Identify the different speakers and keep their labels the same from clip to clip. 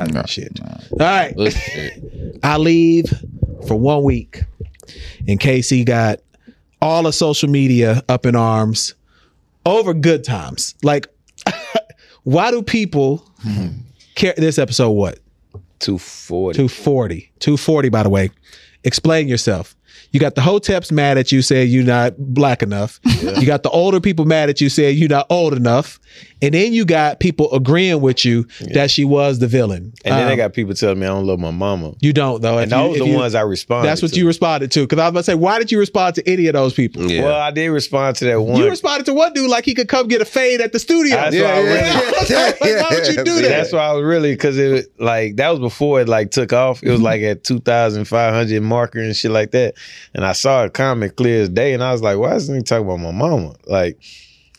Speaker 1: and
Speaker 2: Nah,
Speaker 1: shit.
Speaker 2: nah.
Speaker 1: All right.
Speaker 2: Look, shit.
Speaker 1: I leave for one week in case he got all of social media up in arms over good times. Like, why do people
Speaker 3: Mm-hmm.
Speaker 1: care? This episode, what?
Speaker 2: 240.
Speaker 1: 240. 240, by the way. Explain yourself. You got the hoteps mad at you, saying you're not black enough. You got the older people mad at you, saying you're not old enough. And then you got people agreeing with you that she was the villain.
Speaker 3: And then
Speaker 1: Um,
Speaker 3: they got people telling me I don't love my mama.
Speaker 1: you don't though. If
Speaker 3: And
Speaker 1: you-
Speaker 3: those
Speaker 1: if
Speaker 3: are the
Speaker 1: you-
Speaker 3: ones I responded
Speaker 1: That's what
Speaker 3: to.
Speaker 1: you responded to. Because I was about to say, why did you respond to any of those people?
Speaker 4: Yeah.
Speaker 3: Well, I did respond to that one.
Speaker 1: You responded to one dude like he could come get a fade at the studio.
Speaker 3: That's
Speaker 4: yeah,
Speaker 3: why I really-
Speaker 4: yeah, yeah,
Speaker 1: Like, why would you do
Speaker 4: yeah.
Speaker 1: that?
Speaker 3: That's why I was really because it like that was before it like took off. It
Speaker 1: Mm-hmm.
Speaker 3: was like at two thousand five hundred marker and shit like that. And I saw a comment clear as day, and I was like, "Why isn't he talking about my mama?" Like,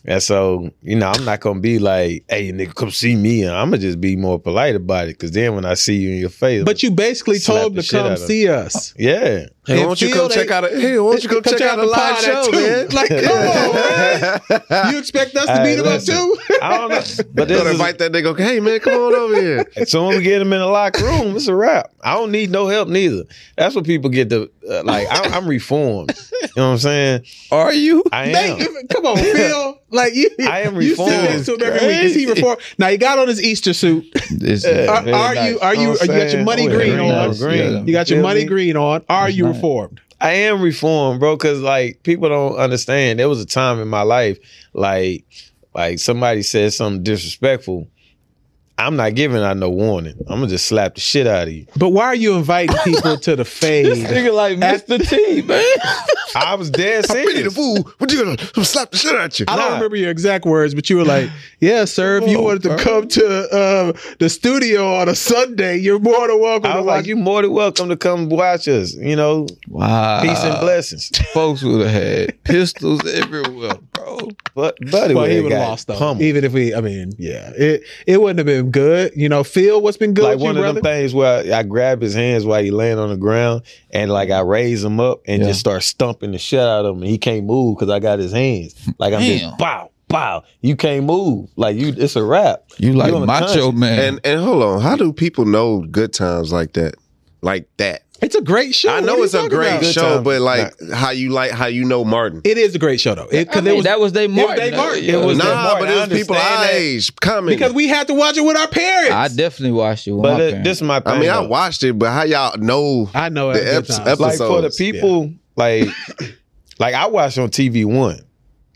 Speaker 3: and so you know, I'm not gonna be like, "Hey, nigga, come see me." And I'm gonna just be more polite about it because then when I see you in your face,
Speaker 1: But you basically
Speaker 3: Slap
Speaker 1: told him
Speaker 3: the
Speaker 1: to
Speaker 3: shit out
Speaker 1: come
Speaker 3: of him.
Speaker 1: see us.
Speaker 3: yeah,
Speaker 4: Hey, why
Speaker 1: And
Speaker 4: don't you
Speaker 1: feel
Speaker 4: come check
Speaker 1: they-
Speaker 4: out a hey, why don't you come check out a
Speaker 1: the
Speaker 4: live
Speaker 1: pod at
Speaker 4: show,
Speaker 1: two.
Speaker 4: man?
Speaker 1: Like, come on, man. You expect us to
Speaker 3: Hey,
Speaker 1: beat him up
Speaker 3: listen.
Speaker 1: too?
Speaker 3: I don't know. But this
Speaker 4: Don't
Speaker 3: is,
Speaker 4: invite that nigga. Hey man, come on over here.
Speaker 3: As soon as we get him in the locker room, it's a wrap. I don't need no help neither. That's what people get to uh, like. I'm, I'm reformed. You know what I'm saying?
Speaker 4: Are you?
Speaker 3: I am.
Speaker 1: Thank you. Come on, Phil. Like you,
Speaker 3: I am
Speaker 1: You sit next
Speaker 3: reformed.
Speaker 1: to him every week. Is he
Speaker 3: Crazy.
Speaker 1: reformed? Now he got on his Easter suit.
Speaker 2: This
Speaker 3: Yeah,
Speaker 2: is-
Speaker 1: Are-
Speaker 3: very
Speaker 1: are you- are you-
Speaker 3: know what
Speaker 1: are you got your
Speaker 3: I'm
Speaker 1: money
Speaker 3: saying?
Speaker 1: green
Speaker 3: yeah,
Speaker 1: on?
Speaker 3: green.
Speaker 2: Yeah.
Speaker 1: You got your
Speaker 3: feel
Speaker 1: money
Speaker 3: me?
Speaker 1: green on. Are you
Speaker 2: That's nice.
Speaker 1: reformed?
Speaker 3: I am reformed, bro, because like people don't understand. There was a time in my life, like, like somebody said something disrespectful. I'm not giving out no warning. I'm gonna just slap the shit out of you.
Speaker 1: But why are you inviting people to the fade?
Speaker 2: like Mr. T, man.
Speaker 3: I was dead
Speaker 4: Pity the
Speaker 3: serious.
Speaker 4: fool. What you gonna I'm slap the shit out you?
Speaker 1: I don't
Speaker 3: Nah.
Speaker 1: remember your exact words, but you were like, "Yeah, sir, if you wanted to come to uh, the studio on a Sunday, you're more than welcome
Speaker 3: I
Speaker 1: to
Speaker 3: was like,
Speaker 1: watch."
Speaker 3: you more than welcome to come watch us. You know, peace
Speaker 2: Wow.
Speaker 1: Uh,
Speaker 3: and blessings.
Speaker 2: Folks would have had pistols everywhere, bro.
Speaker 3: But buddy,
Speaker 1: Well, he
Speaker 3: would have
Speaker 1: lost though.
Speaker 3: Humble.
Speaker 1: Even if we, I mean, yeah, it it wouldn't have been good. You know, Phil, what's been good
Speaker 3: Like
Speaker 1: with you,
Speaker 3: one of
Speaker 1: brother?
Speaker 3: them things where I, I grab his hands while he laying on the ground, and like I raise him up and
Speaker 2: Yeah.
Speaker 3: just start stumping the shit out of him, and he can't move because I got his hands. Like I'm
Speaker 2: Damn.
Speaker 3: just bow, bow. You can't move. Like you, it's a wrap.
Speaker 2: You like
Speaker 3: on the
Speaker 2: Macho
Speaker 3: touch.
Speaker 2: Man.
Speaker 4: And and hold on, how do people know good times like that? Like that.
Speaker 1: it's a great show.
Speaker 4: I
Speaker 1: What are
Speaker 4: know
Speaker 1: you
Speaker 4: it's a
Speaker 1: talking
Speaker 4: great
Speaker 1: about?
Speaker 3: Good
Speaker 4: show,
Speaker 3: times.
Speaker 4: but like how you like how you know Martin.
Speaker 1: It is a great show though,
Speaker 2: I
Speaker 1: because
Speaker 2: mean,
Speaker 1: it was
Speaker 2: that was they Martin.
Speaker 1: they
Speaker 2: though.
Speaker 1: Martin.
Speaker 2: Yeah.
Speaker 1: It was
Speaker 4: nah,
Speaker 3: Martin, I
Speaker 4: but it was people
Speaker 3: understand
Speaker 4: our
Speaker 3: that.
Speaker 4: age coming.
Speaker 1: because we had to watch it with our parents.
Speaker 2: I definitely watched it. With my
Speaker 3: But uh, this
Speaker 2: parents.
Speaker 3: is my thing.
Speaker 4: I mean, I
Speaker 3: though.
Speaker 4: watched it, but how y'all know?
Speaker 1: I know
Speaker 4: The
Speaker 1: it. at
Speaker 4: eps-
Speaker 1: good times.
Speaker 4: episodes.
Speaker 3: like for the people, like like I watched on TV one.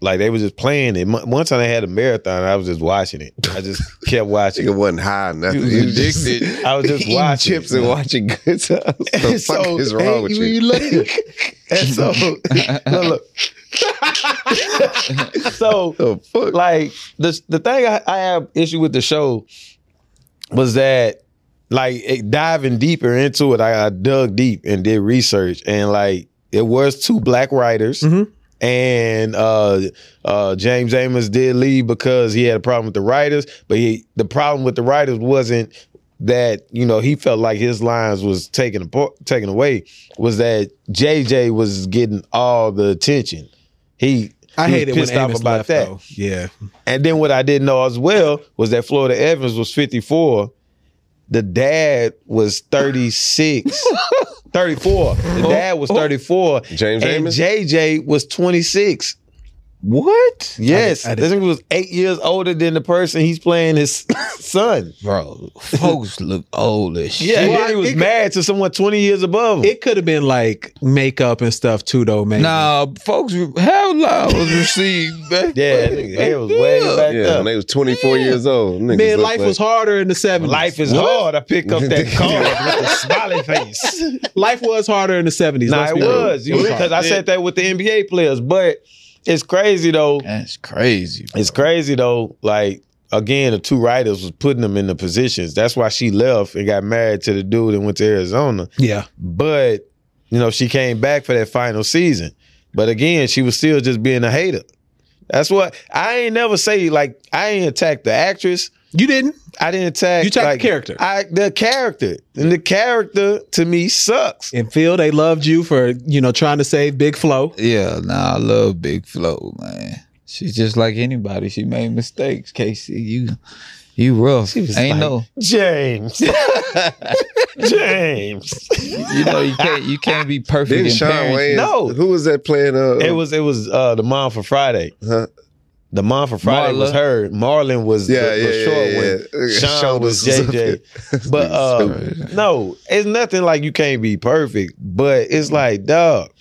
Speaker 3: Like they was just playing it. Mo- One time they had a marathon, I was just watching it. I just kept watching
Speaker 4: It
Speaker 3: it.
Speaker 4: wasn't high enough.
Speaker 2: You was addicted.
Speaker 3: I was just
Speaker 4: eating
Speaker 3: watching
Speaker 4: chips
Speaker 3: it.
Speaker 4: and watching good times. The
Speaker 3: So,
Speaker 4: fuck is wrong with you?
Speaker 3: And so, look, look. so
Speaker 4: The fuck?
Speaker 3: like the the thing I, I have issue with the show was that like it, diving deeper into it, I, I dug deep and did research, and like it was two black writers.
Speaker 1: Mhm.
Speaker 3: And uh, uh, James Amos did leave because he had a problem with the writers, but he, the problem with the writers wasn't that you know he felt like his lines was taken apart, taken away. Was that JJ was getting all the attention? He
Speaker 1: I
Speaker 3: he was
Speaker 1: hate it when
Speaker 3: pissed off
Speaker 1: Amos
Speaker 3: about
Speaker 1: left,
Speaker 3: that.
Speaker 1: Though. Yeah,
Speaker 3: And then what I didn't know as well was that Florida Evans was 54. The dad was 36, 34. The dad was 34.
Speaker 4: James
Speaker 3: and
Speaker 4: Amos?
Speaker 3: JJ was 26.
Speaker 2: what,
Speaker 3: Yes.
Speaker 1: I
Speaker 3: I
Speaker 1: did- I
Speaker 3: think he was eight years older than the person he's playing his son.
Speaker 2: bro? Folks look old as shit.
Speaker 3: Yeah. and
Speaker 1: Well,
Speaker 3: then he
Speaker 1: I-
Speaker 3: was
Speaker 1: it-
Speaker 3: married to someone 20 years above him.
Speaker 1: it could have been like makeup and stuff too, though. Maybe.
Speaker 2: Nah, folks, how loud was received back?
Speaker 3: yeah, that
Speaker 2: then?
Speaker 3: nigga hair was way
Speaker 2: Yeah.
Speaker 3: back
Speaker 4: Yeah,
Speaker 3: up.
Speaker 4: and they was 24 years old. Niggas
Speaker 1: man,
Speaker 4: look
Speaker 1: life
Speaker 4: like-
Speaker 1: was harder in the seventies.
Speaker 3: Life is hard. I pick up that card with a smiley face.
Speaker 1: life was harder in the seventies.
Speaker 3: Nah, it was. Because I said that with the NBA players. But it's crazy, though.
Speaker 2: That's crazy. bro.
Speaker 3: It's crazy though. Like again, the two writers was putting them in the positions. That's why she left and got married to the dude and went to Arizona.
Speaker 1: Yeah,
Speaker 3: But you know, she came back for that final season. But again, she was still just being a hater. That's what I ain't never say. Like I ain't attack the actress.
Speaker 1: you didn't.
Speaker 3: I didn't attack.
Speaker 1: You attacked the
Speaker 3: like,
Speaker 1: character.
Speaker 3: I the character and the character to me sucks.
Speaker 1: And Phil, they loved you for you know trying to save Big Flo.
Speaker 2: Yeah, nah, I love Big Flo, man. She's just like anybody. She made mistakes, Casey. You You rough.
Speaker 3: She was
Speaker 2: Ain't
Speaker 3: like-
Speaker 2: no.
Speaker 3: James. James.
Speaker 2: You know you can't. You can't be perfect.
Speaker 4: Then
Speaker 2: in
Speaker 4: Sean
Speaker 2: parenting.
Speaker 4: Wayne.
Speaker 3: No.
Speaker 4: Who was that playing? Uh,
Speaker 3: It was it was uh the mom for Friday.
Speaker 4: Huh?
Speaker 3: The mom for Friday
Speaker 2: Marla.
Speaker 3: was her. Marlon was
Speaker 4: Yeah,
Speaker 3: the,
Speaker 4: yeah,
Speaker 3: the short
Speaker 4: yeah,
Speaker 3: one.
Speaker 4: yeah.
Speaker 3: Sean
Speaker 4: Shoulders
Speaker 3: was JJ. But uh,
Speaker 4: Stupid.
Speaker 3: no, it's nothing like you can't be perfect. But it's like, dog,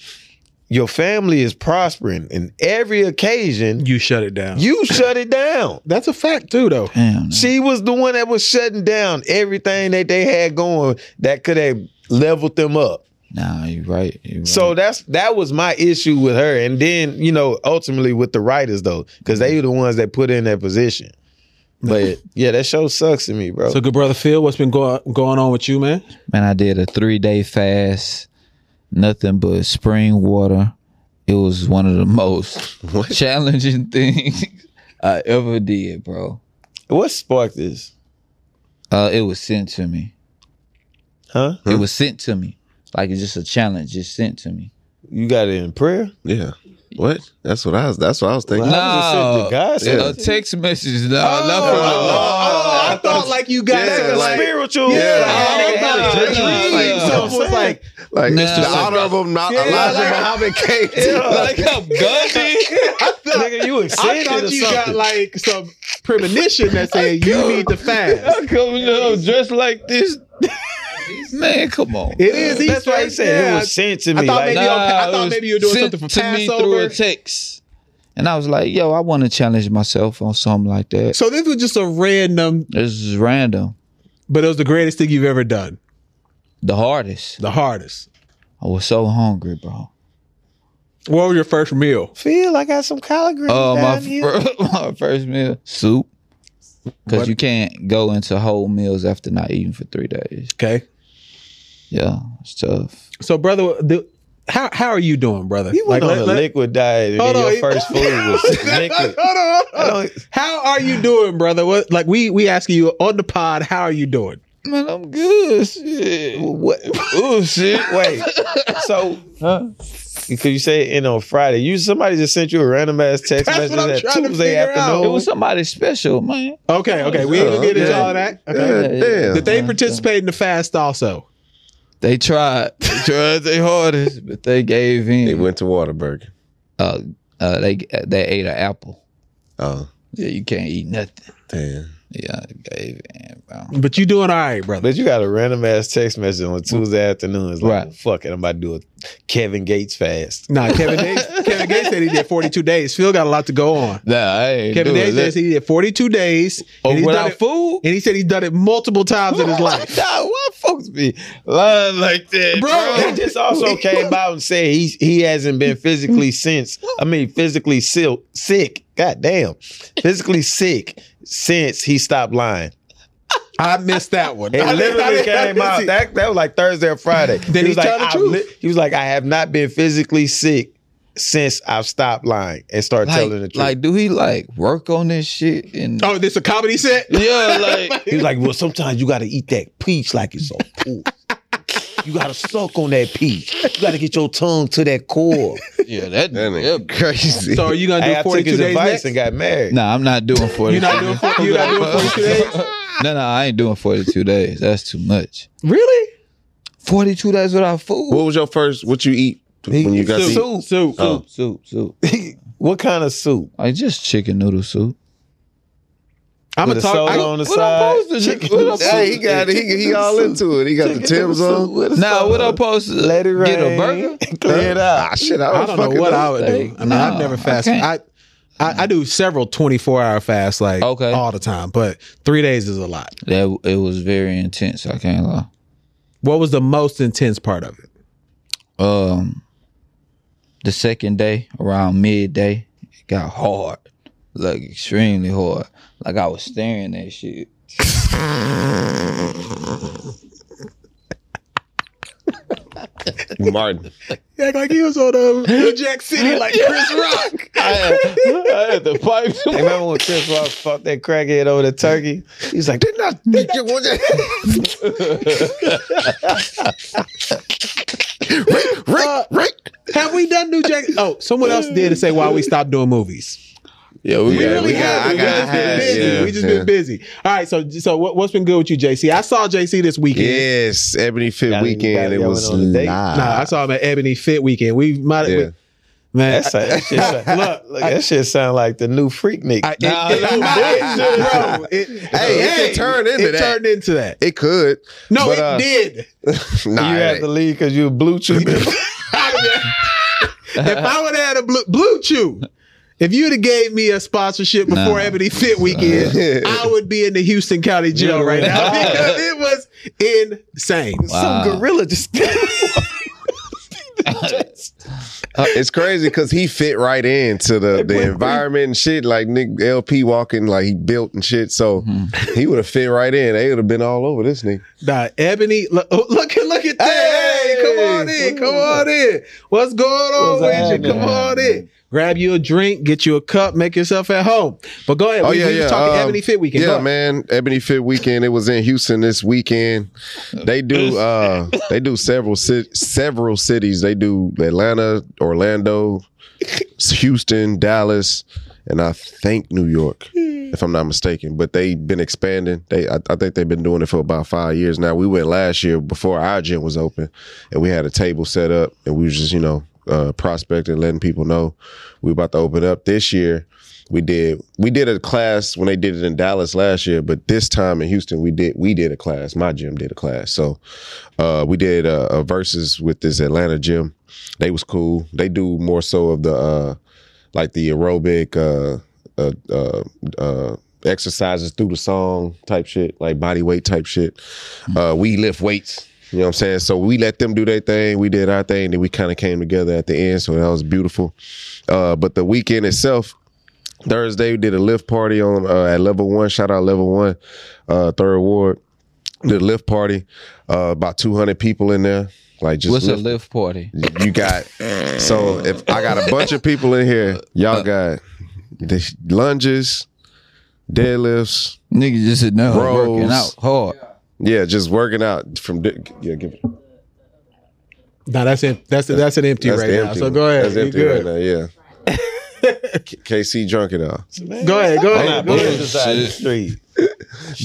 Speaker 3: your family is prospering, and every occasion
Speaker 1: You shut it down.
Speaker 3: you shut it down.
Speaker 1: That's a fact too, though.
Speaker 2: Damn.
Speaker 3: She was the one that was shutting down everything that they had going that could have leveled them up.
Speaker 2: Nah, you right. You right.
Speaker 3: So that's that was my issue with her, and then you know ultimately with the writers though, because they were
Speaker 1: Mm-hmm.
Speaker 3: the ones that put her in that position. But yeah, that show sucks to me, bro.
Speaker 1: So, good brother Phil, what's been going going on with you, man?
Speaker 2: Man, I did a three day fast, nothing but spring water. It was one of the most challenging things I ever did, bro.
Speaker 3: what sparked this?
Speaker 2: Uh, it was sent to me.
Speaker 3: Huh?
Speaker 2: It was sent to me. Like it's just a challenge, just sent to me.
Speaker 3: You got it in prayer?
Speaker 4: yeah. What? That's what I was. That's what I was
Speaker 2: Nah.
Speaker 4: thinking.
Speaker 3: How does it send to God
Speaker 2: A
Speaker 3: sent it to you?
Speaker 2: "Oh, text message. No,
Speaker 1: Oh,
Speaker 4: Oh, I thought
Speaker 1: like you
Speaker 4: got
Speaker 1: that.
Speaker 4: Yeah,
Speaker 3: Like a
Speaker 4: like-
Speaker 3: spiritual.
Speaker 4: Yeah,
Speaker 2: like,
Speaker 3: Oh,
Speaker 2: like,
Speaker 3: no,
Speaker 2: like,
Speaker 3: no, no. So it's like,
Speaker 4: Like
Speaker 2: Nah.
Speaker 4: the honorable not
Speaker 3: Yeah,
Speaker 4: Elijah
Speaker 3: like-
Speaker 4: Muhammad came.
Speaker 1: oh,
Speaker 3: Yeah.
Speaker 4: To,
Speaker 2: like I'm Gandhi.
Speaker 3: nigga, you
Speaker 1: I
Speaker 3: excited or
Speaker 1: thought you got
Speaker 3: something?
Speaker 1: like some premonition that said you need to fast.
Speaker 2: I'm coming up dressed like this. Man, come on.
Speaker 1: It is Easter.
Speaker 3: That's why he said it
Speaker 1: yeah.
Speaker 3: was sent to
Speaker 1: I
Speaker 3: me.
Speaker 1: thought
Speaker 3: Like,
Speaker 1: maybe
Speaker 3: nah,
Speaker 1: I thought
Speaker 2: it was
Speaker 1: maybe you were doing
Speaker 2: sent
Speaker 1: something for
Speaker 2: to me through a
Speaker 1: Passover.
Speaker 2: text. And I was like, yo, I want to challenge myself on something like that.
Speaker 1: So this was just a random,
Speaker 2: This is random.
Speaker 1: but it was the greatest thing you've ever done.
Speaker 2: The hardest.
Speaker 1: The hardest.
Speaker 2: I was so hungry, bro.
Speaker 1: What was your first meal?
Speaker 3: Phil, I got some collard greens
Speaker 2: Uh, my,
Speaker 3: down here.
Speaker 2: fir- my first meal, soup. Because
Speaker 1: What?
Speaker 2: you can't go into whole meals after not eating for three days.
Speaker 1: Okay.
Speaker 2: Yeah, it's tough.
Speaker 1: So brother, the, how how are you doing, brother?
Speaker 3: You went
Speaker 1: Like, let-
Speaker 3: on a
Speaker 1: let-
Speaker 3: liquid diet, and
Speaker 1: Hold
Speaker 3: then
Speaker 1: on,
Speaker 3: your
Speaker 1: he-
Speaker 3: first food was liquid.
Speaker 1: Hold on, hold on.
Speaker 3: I don't-
Speaker 1: How are you doing, brother? What like we we asking you on the pod, how are you doing?
Speaker 2: Man, I'm good. Shit.
Speaker 3: What? Oh shit! Wait. So,
Speaker 2: Huh?
Speaker 3: because you say in on Friday, you somebody just sent you a random ass text
Speaker 1: That's
Speaker 3: message
Speaker 1: what I'm
Speaker 3: that
Speaker 1: trying to
Speaker 3: Tuesday
Speaker 1: figure out.
Speaker 3: afternoon.
Speaker 2: It was somebody special, man.
Speaker 1: Okay, okay. We ain't gonna get into all that. Okay.
Speaker 4: God damn.
Speaker 1: Did they participate in the fast also?
Speaker 2: They tried. They tried their hardest, but they gave in.
Speaker 4: They went to Waterburger.
Speaker 2: uh, uh, they they ate an apple.
Speaker 4: Oh,
Speaker 2: Yeah, you can't eat nothing.
Speaker 4: damn.
Speaker 2: Yeah, I gave in, bro.
Speaker 1: But you doing all right, brother.
Speaker 3: but you got a random ass text message on Tuesday afternoon. It's like,
Speaker 2: Right.
Speaker 3: fuck it, I'm about to do a Kevin Gates fast.
Speaker 1: Nah, Kevin Gates. Kevin Gates said he did 42 days. Phil got a lot to go on.
Speaker 2: Nah, I ain't
Speaker 1: Kevin
Speaker 2: doing
Speaker 1: Gates
Speaker 2: that.
Speaker 1: says he did 42 days.
Speaker 2: Oh,
Speaker 1: and, he's done
Speaker 2: without
Speaker 1: it,
Speaker 2: food?
Speaker 1: and he said he's done it multiple times in his life.
Speaker 2: Nah, why folks be lying like that,
Speaker 1: Bro,
Speaker 2: bro?
Speaker 3: He just also came out and said he he hasn't been physically since. I mean, physically sil- sick. God damn, physically sick since he stopped lying.
Speaker 1: I missed that one. I
Speaker 3: It
Speaker 1: didn't- I
Speaker 3: literally
Speaker 1: didn't- I
Speaker 3: came
Speaker 1: didn't
Speaker 3: out.
Speaker 1: see-
Speaker 3: That, that was like Thursday or Friday.
Speaker 1: Then
Speaker 3: he
Speaker 1: he
Speaker 3: was like,
Speaker 1: tell the
Speaker 3: I've
Speaker 1: truth.
Speaker 3: he was like, I have not been physically sick since I've stopped lying and started telling the
Speaker 2: Like,
Speaker 3: truth.
Speaker 2: like, do he like work on this shit? And
Speaker 1: Oh, this a comedy set?
Speaker 2: yeah, like
Speaker 3: he was like, well, sometimes you got to eat that peach like it's a pool. You got to suck on that peach. You got to get your tongue to that core.
Speaker 2: yeah, that.
Speaker 4: That
Speaker 2: yeah.
Speaker 4: nigga crazy.
Speaker 1: So are you gonna
Speaker 3: Hey,
Speaker 1: do
Speaker 3: I took
Speaker 1: 42
Speaker 3: his
Speaker 1: days
Speaker 3: advice
Speaker 1: next?
Speaker 3: and got married.
Speaker 2: Nah, I'm not doing forty.
Speaker 1: You're not doing 40 you're not doing 42 days?
Speaker 2: No, no, I ain't doing forty two days. That's too much.
Speaker 1: Really?
Speaker 2: Forty two days without food.
Speaker 4: what was your first? What you eat when you got
Speaker 3: Soup.
Speaker 4: to eat?
Speaker 1: Soup. Soup.
Speaker 4: Oh.
Speaker 2: soup, soup.
Speaker 3: What kind of soup?
Speaker 2: Like just chicken noodle soup.
Speaker 1: I'm
Speaker 3: With
Speaker 1: gonna
Speaker 3: a
Speaker 1: talk.
Speaker 3: soda
Speaker 1: I,
Speaker 3: on the
Speaker 2: what
Speaker 3: side.
Speaker 2: I'm supposed to-
Speaker 3: Chicken
Speaker 2: what I'm
Speaker 4: Hey, he got it. He, he all into it. He got the Tim's on.
Speaker 3: With a
Speaker 2: Now, what
Speaker 3: soda.
Speaker 2: I'm supposed to
Speaker 3: Let it rain.
Speaker 2: get a burger?
Speaker 3: Clear it up.
Speaker 4: Ah, shit. I,
Speaker 1: I
Speaker 4: was
Speaker 1: don't know
Speaker 4: fucking
Speaker 1: what
Speaker 4: up.
Speaker 1: I would do.
Speaker 2: Like,
Speaker 1: I mean, I've
Speaker 2: no,
Speaker 1: never
Speaker 2: I
Speaker 1: fasted. I,
Speaker 2: can't.
Speaker 1: I I do several 24 hour fasts like
Speaker 2: Okay.
Speaker 1: all the time, but three days is a lot.
Speaker 2: That it was very intense. I can't lie.
Speaker 1: What was the most intense part of it?
Speaker 2: Um, the second day around midday, it got hard, like extremely hard. Like I was staring at shit.
Speaker 4: Martin.
Speaker 1: Yeah, like he was on um, New Jack City, like Chris Rock.
Speaker 2: I had, I had the pipes.
Speaker 3: Hey, remember when Chris Rock fucked that crackhead over the turkey? He's like, didn't I?
Speaker 4: Rick, Rick.
Speaker 1: Have we done New Jack? Oh, someone else did to say why we stopped doing movies.
Speaker 4: Yeah, we,
Speaker 1: We
Speaker 4: got,
Speaker 1: really
Speaker 4: we got, I
Speaker 1: haven't.
Speaker 4: got,
Speaker 1: we just been busy.
Speaker 4: yeah,
Speaker 1: we just
Speaker 4: yeah.
Speaker 1: been busy. All right, so so what, what's been good with you, JC? I saw JC this weekend.
Speaker 4: Yes, Ebony Fit
Speaker 3: Y'all ain't got-
Speaker 4: weekend. It
Speaker 3: y'all
Speaker 4: was
Speaker 3: went on a
Speaker 4: live.
Speaker 3: date?
Speaker 1: Nah, I saw him at Ebony Fit Weekend. We might
Speaker 4: yeah.
Speaker 1: we, man.
Speaker 3: That's that shit. sound-
Speaker 1: Look,
Speaker 3: look, that shit sound like the new Freaknik.
Speaker 1: I, I, it,
Speaker 2: Nah,
Speaker 1: it-
Speaker 2: that's
Speaker 4: bullshit.
Speaker 1: bro, it-
Speaker 4: Hey, it could turn into
Speaker 1: it
Speaker 4: that.
Speaker 1: turned into that.
Speaker 4: It could.
Speaker 1: No,
Speaker 4: But,
Speaker 1: it
Speaker 4: uh,
Speaker 1: did.
Speaker 4: Nah,
Speaker 3: you
Speaker 4: it
Speaker 3: have
Speaker 4: ain't.
Speaker 3: to leave because you a blue chew.
Speaker 1: if I would have had a blue, blue chew, if you'd have gave me a sponsorship before
Speaker 2: Nah.
Speaker 1: Ebony Fit Weekend, I would be in the Houston County Jail
Speaker 2: You'd
Speaker 1: right
Speaker 2: have-
Speaker 1: now because
Speaker 4: Oh.
Speaker 1: it was insane.
Speaker 2: Wow.
Speaker 3: Some gorilla just.
Speaker 4: Uh, it's crazy because he fit right into the, the environment and shit. Like Nick LP walking, like he built and shit. So he would have fit right in. They would have been all over this nigga.
Speaker 1: Nah, Ebony, look, oh, look at look at that! Hey,
Speaker 3: Hey!
Speaker 1: come on in, come on in. What's going on
Speaker 3: What's
Speaker 1: with you?
Speaker 3: happening?
Speaker 1: Come on in. Grab you a drink, get you a cup, make yourself at home. But go ahead.
Speaker 4: Oh
Speaker 1: we,
Speaker 4: yeah,
Speaker 1: we
Speaker 4: yeah.
Speaker 1: Was talking
Speaker 4: Um,
Speaker 1: Ebony Fit Weekend.
Speaker 4: Yeah,
Speaker 1: Go.
Speaker 4: man. Ebony Fit Weekend. It was in Houston this weekend. They do. uh They do several ci- several cities. They do Atlanta, Orlando, Houston, Dallas, and I think New York, if I'm not mistaken. But they've been expanding. They, I, I think they've been doing it for about five years now. We went last year before our gym was open, and we had a table set up, and we was just you know uh, prospecting, letting people know we about to open up this year. We did we did a class when they did it in Dallas last year, but this time in Houston we did we did a class. My gym did a class, so uh, we did a, a versus with this Atlanta gym. They was cool. They do more so of the uh, like the aerobic uh, uh, uh, uh, exercises through the song type shit, like body weight type shit.
Speaker 2: Mm-hmm.
Speaker 4: Uh, we lift weights. You know what I'm saying? So we let them do their thing. We did our thing. Then we kind of came together at the end. So that was beautiful. Uh, but the weekend itself, Thursday we did a lift party on uh, at level one. Shout out level one, uh, third ward. Did a lift party, uh, about 200 people in there. Like just
Speaker 2: What's a
Speaker 4: lift
Speaker 2: lift party?
Speaker 4: you got so if I got a bunch of people in here, y'all got the sh- lunges, deadlifts,
Speaker 2: Niggas just sitting down
Speaker 4: Bros.
Speaker 2: working out hard.
Speaker 4: yeah, just working out from di- yeah. Give it,
Speaker 1: Nah, that's it. That's that's an empty
Speaker 4: that's
Speaker 1: right
Speaker 4: the
Speaker 1: now.
Speaker 4: empty
Speaker 1: So
Speaker 4: one.
Speaker 1: go ahead.
Speaker 4: That's
Speaker 1: You
Speaker 4: empty
Speaker 1: good?
Speaker 4: right now. Yeah. K- KC drunk it all.
Speaker 1: Go ahead. Go ahead.
Speaker 3: Not
Speaker 1: Go ahead.
Speaker 3: bullets inside the street.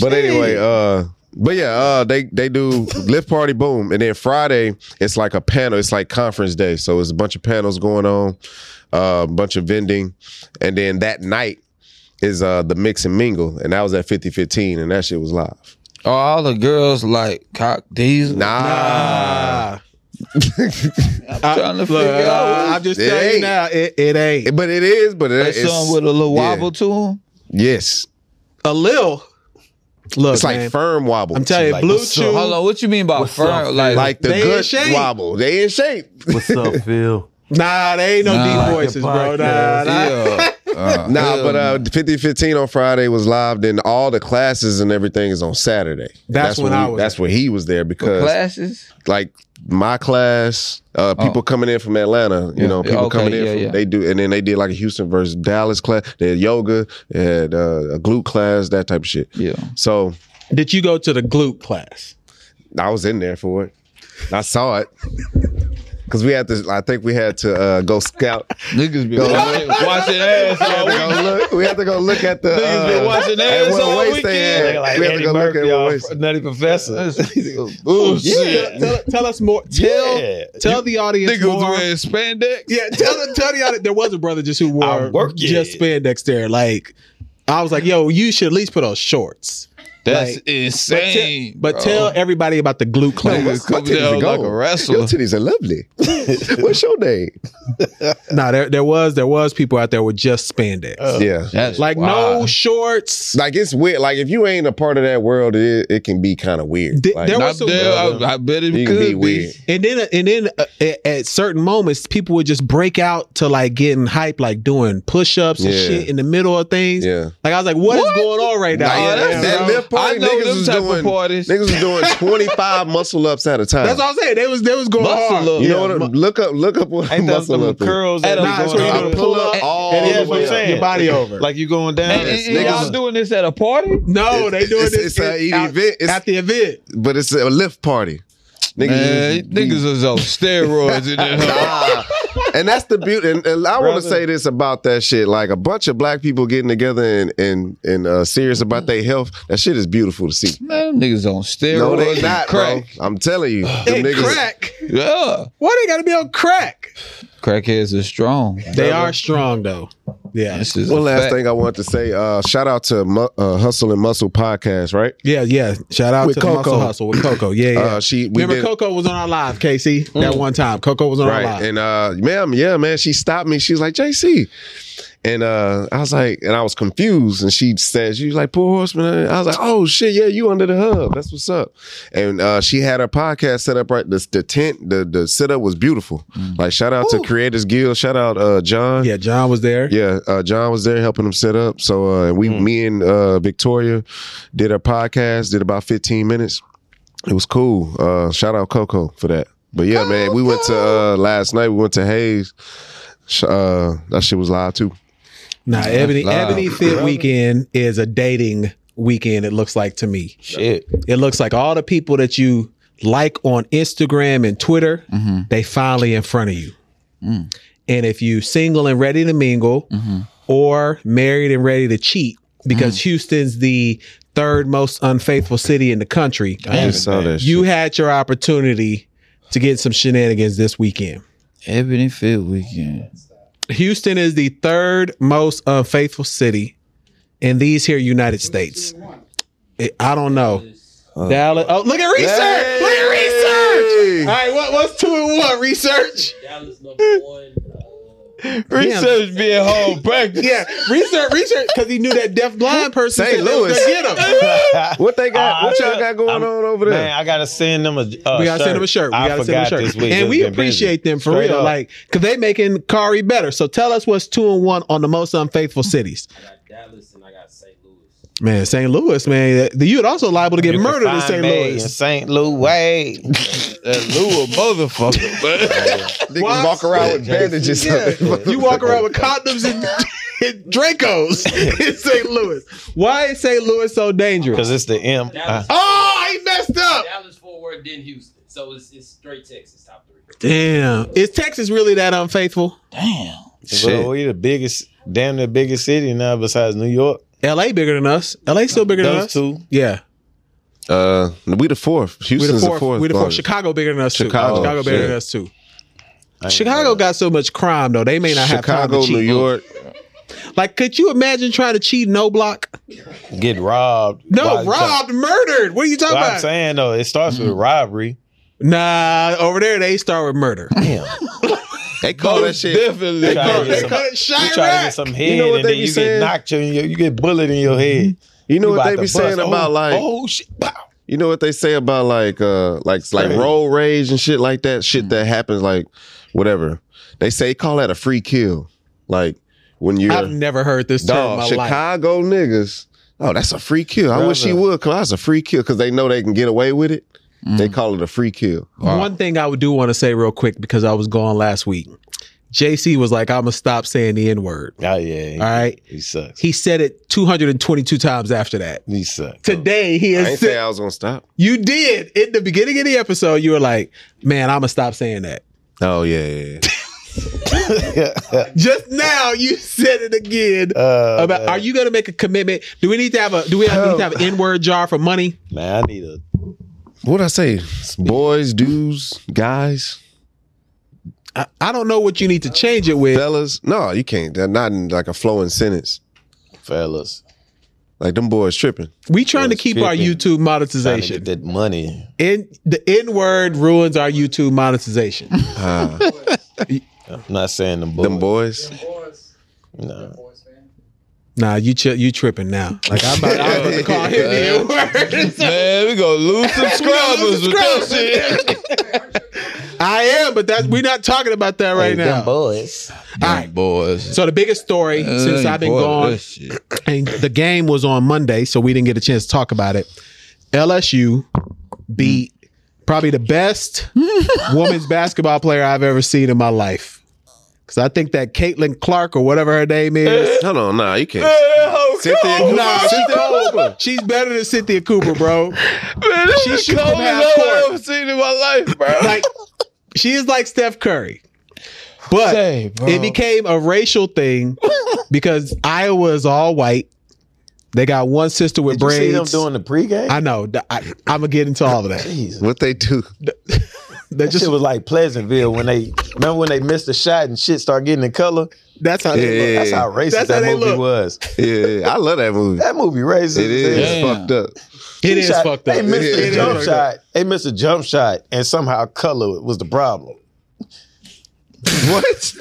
Speaker 4: But anyway, uh but yeah, uh they they do lift party boom and then Friday it's like a panel, it's like conference day. So it's a bunch of panels going on, uh, a bunch of vending and then that night is uh the mix and mingle and that was at 5015 and that shit was live.
Speaker 2: Are all the girls like cock diesel?
Speaker 4: Nah.
Speaker 1: Ah.
Speaker 2: I'm trying to
Speaker 1: Look, uh,
Speaker 2: figure out.
Speaker 1: I'm just
Speaker 4: It
Speaker 1: telling you
Speaker 4: ain't.
Speaker 1: now, it, it ain't.
Speaker 4: But it is, but it,
Speaker 2: That's something
Speaker 4: it's
Speaker 2: with a little
Speaker 4: yeah.
Speaker 2: wobble to him.
Speaker 4: yes.
Speaker 1: A lil. Look,
Speaker 4: It's like
Speaker 1: Oh, man,
Speaker 4: firm wobble.
Speaker 1: I'm telling you,
Speaker 3: like,
Speaker 1: blue
Speaker 3: what's up?
Speaker 1: chew.
Speaker 2: Hold on, what you mean by firm? Like,
Speaker 4: like the
Speaker 1: They in
Speaker 4: good
Speaker 1: shape.
Speaker 4: wobble. They in shape.
Speaker 5: What's up, Phil?
Speaker 1: Nah, they ain't no
Speaker 2: Nah.
Speaker 1: deep voices, bro. Nah,
Speaker 5: podcast.
Speaker 1: nah.
Speaker 2: yeah. Uh,
Speaker 4: Nah,
Speaker 2: hell
Speaker 4: but
Speaker 2: no.
Speaker 4: uh, 5015 on Friday was live. Then all the classes and everything is on Saturday.
Speaker 1: That's when
Speaker 4: we-
Speaker 1: I was
Speaker 4: That's
Speaker 1: at.
Speaker 4: when he was there
Speaker 2: For
Speaker 4: because
Speaker 2: classes.
Speaker 4: like my class, uh, people coming in from Atlanta, you
Speaker 2: Oh. Yeah.
Speaker 4: know,
Speaker 2: Yeah,
Speaker 4: people
Speaker 2: okay,
Speaker 4: coming in.
Speaker 2: yeah,
Speaker 4: from,
Speaker 2: yeah.
Speaker 4: They do, and then they did like a Houston versus Dallas class. They had yoga, they had uh, a glute class, that type of shit.
Speaker 2: Yeah.
Speaker 4: So
Speaker 1: Did you go to the glute class?
Speaker 4: I was in there for it. I saw it because we had to. I think we had to uh, go scout.
Speaker 2: Niggas be watching, watching ass.
Speaker 4: We had
Speaker 2: all
Speaker 4: to
Speaker 2: week.
Speaker 4: go look. We had to go look at the. uh,
Speaker 2: Niggas been watching
Speaker 4: at
Speaker 2: ass
Speaker 4: what
Speaker 2: all
Speaker 4: waist they
Speaker 2: weekend.
Speaker 4: had.
Speaker 3: Nigga like
Speaker 4: we had to
Speaker 3: Eddie
Speaker 4: go look
Speaker 3: Murphy
Speaker 4: at what
Speaker 3: off
Speaker 4: waist.
Speaker 3: Nutty Professor.
Speaker 2: That's bullshit.
Speaker 1: Tell, tell us more. Tell
Speaker 3: Yeah.
Speaker 1: tell the audience
Speaker 2: Niggas
Speaker 1: more.
Speaker 2: wearing spandex.
Speaker 1: Yeah, tell the tell the audience. There was a brother just who
Speaker 3: I
Speaker 1: wore
Speaker 3: work
Speaker 1: just
Speaker 3: it.
Speaker 1: spandex there. Like I was like, yo, you should at least put on shorts.
Speaker 2: That's
Speaker 1: Like, But, te-
Speaker 2: insane.
Speaker 1: but
Speaker 2: bro.
Speaker 1: tell everybody about the glute
Speaker 4: Like,
Speaker 1: class.
Speaker 2: Niggas
Speaker 4: my
Speaker 2: come
Speaker 4: titties
Speaker 2: down
Speaker 4: are
Speaker 2: like
Speaker 4: gold.
Speaker 2: a wrestler.
Speaker 4: Your titties are lovely. What's your name?
Speaker 1: nah, there there was there was people out there with just spandex.
Speaker 4: Yeah.
Speaker 2: That's
Speaker 1: like no
Speaker 2: wild.
Speaker 1: shorts.
Speaker 4: Like it's weird. Like if you ain't a part of that world, it, it can be kind of weird.
Speaker 1: Th-
Speaker 4: Like,
Speaker 1: there
Speaker 2: Not
Speaker 1: was some,
Speaker 2: there. I, I bet it
Speaker 4: you
Speaker 2: could
Speaker 4: can
Speaker 2: be.
Speaker 4: be weird.
Speaker 1: and then and then uh, at, at certain moments, people would just break out to like getting hype, like doing push ups and
Speaker 4: Yeah.
Speaker 1: shit in the middle of things.
Speaker 4: Yeah.
Speaker 1: Like I was like, what?
Speaker 2: What?
Speaker 1: is going on right now?
Speaker 4: Nah,
Speaker 2: Oh,
Speaker 4: yeah,
Speaker 2: that's- bro.
Speaker 4: that lift party,
Speaker 2: I know
Speaker 4: niggas
Speaker 2: them
Speaker 4: was
Speaker 2: type of
Speaker 4: doing
Speaker 2: parties.
Speaker 4: niggas was doing twenty five muscle ups at a time.
Speaker 1: That's what I'm saying. They was they was going
Speaker 2: Muscle
Speaker 1: hard.
Speaker 2: up.
Speaker 4: you know what? I'm- Look up, look up what a
Speaker 3: Ain't that
Speaker 4: muscle
Speaker 3: some
Speaker 4: up is.
Speaker 3: curls that
Speaker 2: Nah,
Speaker 3: be
Speaker 1: Nah, that's
Speaker 3: going
Speaker 1: where you
Speaker 3: on?
Speaker 1: do
Speaker 4: I
Speaker 1: the
Speaker 4: pull
Speaker 1: pull
Speaker 4: up
Speaker 1: up
Speaker 4: all
Speaker 1: and
Speaker 4: the
Speaker 1: then
Speaker 3: way
Speaker 1: your-
Speaker 3: up.
Speaker 1: your body over.
Speaker 3: Like you going down?
Speaker 2: And, and, and
Speaker 4: Niggas
Speaker 2: y'all
Speaker 4: was-
Speaker 2: doing this at a party?
Speaker 1: no,
Speaker 4: It's-
Speaker 1: they doing
Speaker 4: it's-
Speaker 1: this
Speaker 4: it's a
Speaker 1: in- out-
Speaker 4: event. It's-
Speaker 1: at the event.
Speaker 4: but it's a lift party. Niggas,
Speaker 2: Man,
Speaker 4: is-
Speaker 2: niggas was on steroids in that.
Speaker 4: Nah, and that's the beauty. And, and I want
Speaker 3: Brother.
Speaker 4: to say this about that shit. Like a bunch of black people getting together and and and uh, serious about their health. That shit is beautiful to see.
Speaker 2: Man, them niggas on steroids.
Speaker 4: No, they
Speaker 2: and
Speaker 4: not,
Speaker 2: crack.
Speaker 4: bro. I'm telling you, them
Speaker 1: Hey,
Speaker 4: niggas.
Speaker 1: crack.
Speaker 2: Yeah.
Speaker 1: Why they gotta be on crack?
Speaker 2: Crackheads are strong.
Speaker 1: They are strong though. Yeah.
Speaker 2: This is a
Speaker 4: One last
Speaker 2: fact.
Speaker 4: thing I want to say. Uh, shout out to Mu- uh, Hustle and Muscle podcast. Right?
Speaker 1: Yeah, yeah. Shout out
Speaker 4: With
Speaker 1: to the Muscle
Speaker 4: Coco.
Speaker 1: Hustle with Coco. Yeah, yeah.
Speaker 4: Uh, she. We
Speaker 1: Remember
Speaker 4: did, Mm.
Speaker 1: Coco was on our live, KC, that one time. Coco was on
Speaker 4: right.
Speaker 1: our live.
Speaker 4: And uh, ma'am, yeah, man, she stopped me. She was like, JC. And uh, I was like, and I was confused. And she said, she was like, poor horseman. I was like, oh shit, yeah, you under the hub. That's what's up. And uh, she had her podcast set up right. The, the tent, the the setup was beautiful. Like, shout out to Creators Guild. Shout out uh, John.
Speaker 1: yeah, John was there.
Speaker 4: Yeah, uh, John was there helping him set up. So uh, and we, me and uh, Victoria, did our podcast. Did about fifteen minutes. It was cool. Uh, shout out Coco for that. But yeah, man, we went to uh, last night. We went to Hayes. Sh- Uh, that shit was live too.
Speaker 1: Nah, Ebony
Speaker 2: live.
Speaker 1: Ebony Fit Weekend is a dating weekend, it looks like to me.
Speaker 3: Shit.
Speaker 1: It looks like all the people that you like on Instagram and Twitter,
Speaker 4: Mm-hmm.
Speaker 1: they finally in front of you.
Speaker 4: Mm.
Speaker 1: And if you single and ready to mingle
Speaker 4: Mm-hmm.
Speaker 1: or married and ready to cheat, because
Speaker 4: Mm.
Speaker 1: Houston's the third most unfaithful city in the country,
Speaker 4: I just saw that.
Speaker 1: you had your opportunity to get some shenanigans this weekend.
Speaker 2: Ebony Field weekend.
Speaker 1: Houston is the third most unfaithful city in these here United States. It- I don't know. Dallas. Oh, look at research. Look at research. All right, what, what's two and one? Research.
Speaker 5: Dallas number one. Uh,
Speaker 3: Research being home practice.
Speaker 1: Yeah, research, research, because he knew that deaf blind person.
Speaker 4: St.
Speaker 1: said they was
Speaker 4: Louis.
Speaker 1: gonna Get him.
Speaker 4: What they got?
Speaker 1: Ah,
Speaker 3: Uh,
Speaker 4: what y'all
Speaker 3: I-
Speaker 4: got going
Speaker 3: I'm-
Speaker 4: on over there?
Speaker 3: Man, I gotta send them a. Uh,
Speaker 1: We gotta send him a shirt. We
Speaker 3: I
Speaker 1: gotta send him a
Speaker 3: forgot
Speaker 1: shirt,
Speaker 3: this week.
Speaker 1: and
Speaker 3: It's
Speaker 1: we
Speaker 3: been busy.
Speaker 1: appreciate them for
Speaker 3: Straight
Speaker 1: real,
Speaker 3: up.
Speaker 1: like because they making Kari better. So tell us what's two and one on the most unfaithful cities.
Speaker 5: I got Dallas and I got St. Louis.
Speaker 1: Man, St. Louis, man, you'd also liable to get
Speaker 3: You can
Speaker 1: murdered in
Speaker 3: find
Speaker 1: St.
Speaker 3: me
Speaker 1: Louis.
Speaker 3: in St. Louis.
Speaker 2: That Lou a motherfucker.
Speaker 4: Niggas
Speaker 1: What?
Speaker 4: walk around with bandages.
Speaker 1: Yeah. you walk around with condoms and, and Dracos in St. Louis. Why is St. Louis so dangerous?
Speaker 3: Because it's the M. Uh,
Speaker 5: Dallas,
Speaker 1: Oh, he messed up.
Speaker 5: Dallas, Fort Worth, then Houston. So it's, it's straight Texas top three.
Speaker 1: Damn. Is Texas really that unfaithful?
Speaker 2: Damn.
Speaker 3: well, we the biggest, damn the biggest city now besides New York.
Speaker 1: LA bigger than us. LA still bigger than
Speaker 3: Those
Speaker 1: us.
Speaker 3: two.
Speaker 1: Yeah.
Speaker 4: Uh, we the fourth.
Speaker 1: We the
Speaker 4: Houston's
Speaker 1: fourth.
Speaker 4: the fourth.
Speaker 1: we the fourth.
Speaker 4: largest.
Speaker 1: Chicago bigger than us
Speaker 4: Chicago,
Speaker 1: too. Chicago bigger
Speaker 4: shit.
Speaker 1: than us too.
Speaker 3: I ain't
Speaker 1: Chicago got so much crime though. They may not have time
Speaker 4: Chicago,
Speaker 1: to cheat.
Speaker 4: New York.
Speaker 1: Like, could you imagine trying to cheat in O Block?
Speaker 3: gonna Get robbed.
Speaker 1: No,
Speaker 3: Why-
Speaker 1: robbed, murdered. What are you talking
Speaker 3: Well, I'm
Speaker 1: about?
Speaker 3: saying though, it starts with robbery.
Speaker 1: Nah, over there they start with murder.
Speaker 3: Damn.
Speaker 4: They call that shit.
Speaker 2: Definitely.
Speaker 3: Try to
Speaker 1: they
Speaker 3: get some-
Speaker 1: call it
Speaker 3: You try to get
Speaker 1: Chirac.
Speaker 3: some head,
Speaker 4: know what
Speaker 3: and
Speaker 4: they
Speaker 3: then
Speaker 4: be
Speaker 3: you get
Speaker 4: saying?
Speaker 3: knocked in your, you get bullet in your head.
Speaker 4: You know what
Speaker 3: about
Speaker 4: they
Speaker 3: to
Speaker 4: be
Speaker 3: bust.
Speaker 4: saying
Speaker 3: Oh,
Speaker 4: about like
Speaker 3: oh shit, Pow.
Speaker 4: You know what they say about like uh like like
Speaker 3: Right.
Speaker 4: road rage and shit like that, shit that happens like whatever. They say call that a free kill. Like when you're
Speaker 1: I've never heard this term in
Speaker 4: dog,
Speaker 1: my life.
Speaker 4: Chicago niggas. Oh, that's a free kill. I wish he
Speaker 3: Brother.
Speaker 4: would cause that's a free kill because they know they can get away with it. They call it a free kill.
Speaker 1: One thing I would do want to say real quick because I was gone last week. JC was like, I'm gonna stop saying the N word.
Speaker 3: Oh yeah, he,
Speaker 1: All right.
Speaker 3: he sucks.
Speaker 1: He said it 222 times after that.
Speaker 3: He sucks.
Speaker 1: Today he
Speaker 4: Oh. I
Speaker 1: has
Speaker 4: ain't
Speaker 1: said
Speaker 4: say I was gonna stop.
Speaker 1: you did in the beginning of the episode, you were like, Man, I'm gonna stop saying that.
Speaker 4: Oh yeah, yeah, yeah.
Speaker 1: Just now you said it again.
Speaker 3: Uh,
Speaker 1: about
Speaker 3: man.
Speaker 1: are you gonna make a commitment? Do we need to have a do we have, need to have an N word jar for money?
Speaker 3: man, I need a
Speaker 4: What'd I say? Boys, dudes, guys,
Speaker 1: I, I don't know what you need to change it with.
Speaker 4: fellas. No, you can't. They're not in like a flowing sentence.
Speaker 3: fellas.
Speaker 4: Like them boys tripping.
Speaker 1: We trying to
Speaker 3: Those
Speaker 1: keep our
Speaker 3: flipping-
Speaker 1: YouTube
Speaker 3: Trying to
Speaker 1: monetization.
Speaker 3: get that money.
Speaker 1: in the N word ruins our YouTube monetization.
Speaker 4: Ah,
Speaker 3: I'm not saying them boys.
Speaker 4: them boys.
Speaker 5: Boys,
Speaker 3: No.
Speaker 5: boys, man.
Speaker 1: nah, you chi- you tripping now? Like I'm about, I'm about to call him the N word.
Speaker 2: Man, we gonna lose subscribers with that
Speaker 1: subscribers.
Speaker 2: shit.
Speaker 1: I am, but that's we're not talking about that right
Speaker 3: Hey,
Speaker 1: now.
Speaker 3: them boys.
Speaker 1: All right.
Speaker 2: Boys.
Speaker 1: So the biggest story since I've been
Speaker 2: Boy,
Speaker 1: gone,
Speaker 2: that shit.
Speaker 1: and the game was on Monday, so we didn't get a chance to talk about it. LSU beat probably the best women's basketball player I've ever seen in my life. Because I think that Caitlin Clark or whatever her name is,
Speaker 4: Hold on, nah, you can't. Cynthia Cooper.
Speaker 1: Nah, she
Speaker 4: Oh, Cynthia
Speaker 1: cold.
Speaker 4: Cooper.
Speaker 1: She's better than Cynthia Cooper, bro.
Speaker 2: Man, this
Speaker 1: She
Speaker 2: is
Speaker 1: shoot
Speaker 2: the
Speaker 1: from
Speaker 2: coldest
Speaker 1: half
Speaker 2: I've
Speaker 1: court.
Speaker 2: ever seen in my life, bro.
Speaker 1: Like she is like Steph Curry. But
Speaker 2: Say, bro.
Speaker 1: it became a racial thing because Iowa is all white. They got one sister with
Speaker 3: Did you see them
Speaker 1: braids.
Speaker 3: doing the pregame?
Speaker 1: I know. I, am gonna get into all of that.
Speaker 3: Jesus.
Speaker 4: What they do?
Speaker 1: They
Speaker 3: That
Speaker 1: just
Speaker 3: shit was like Pleasantville when they remember when they missed a shot and shit started getting in color.
Speaker 1: that's how.
Speaker 4: Yeah,
Speaker 1: They look.
Speaker 3: That's how racist
Speaker 1: That's how
Speaker 3: that
Speaker 1: they
Speaker 3: movie
Speaker 1: look.
Speaker 3: was.
Speaker 4: Yeah, I love that movie.
Speaker 3: That movie racist.
Speaker 4: It is
Speaker 3: as hell.
Speaker 2: Damn.
Speaker 4: fucked up.
Speaker 1: It
Speaker 3: He
Speaker 1: is
Speaker 3: shot-
Speaker 1: fucked up.
Speaker 3: They missed
Speaker 4: It
Speaker 3: a
Speaker 4: is
Speaker 3: jump
Speaker 4: fucked
Speaker 3: shot. They missed a jump shot, and somehow color was the problem.
Speaker 4: What?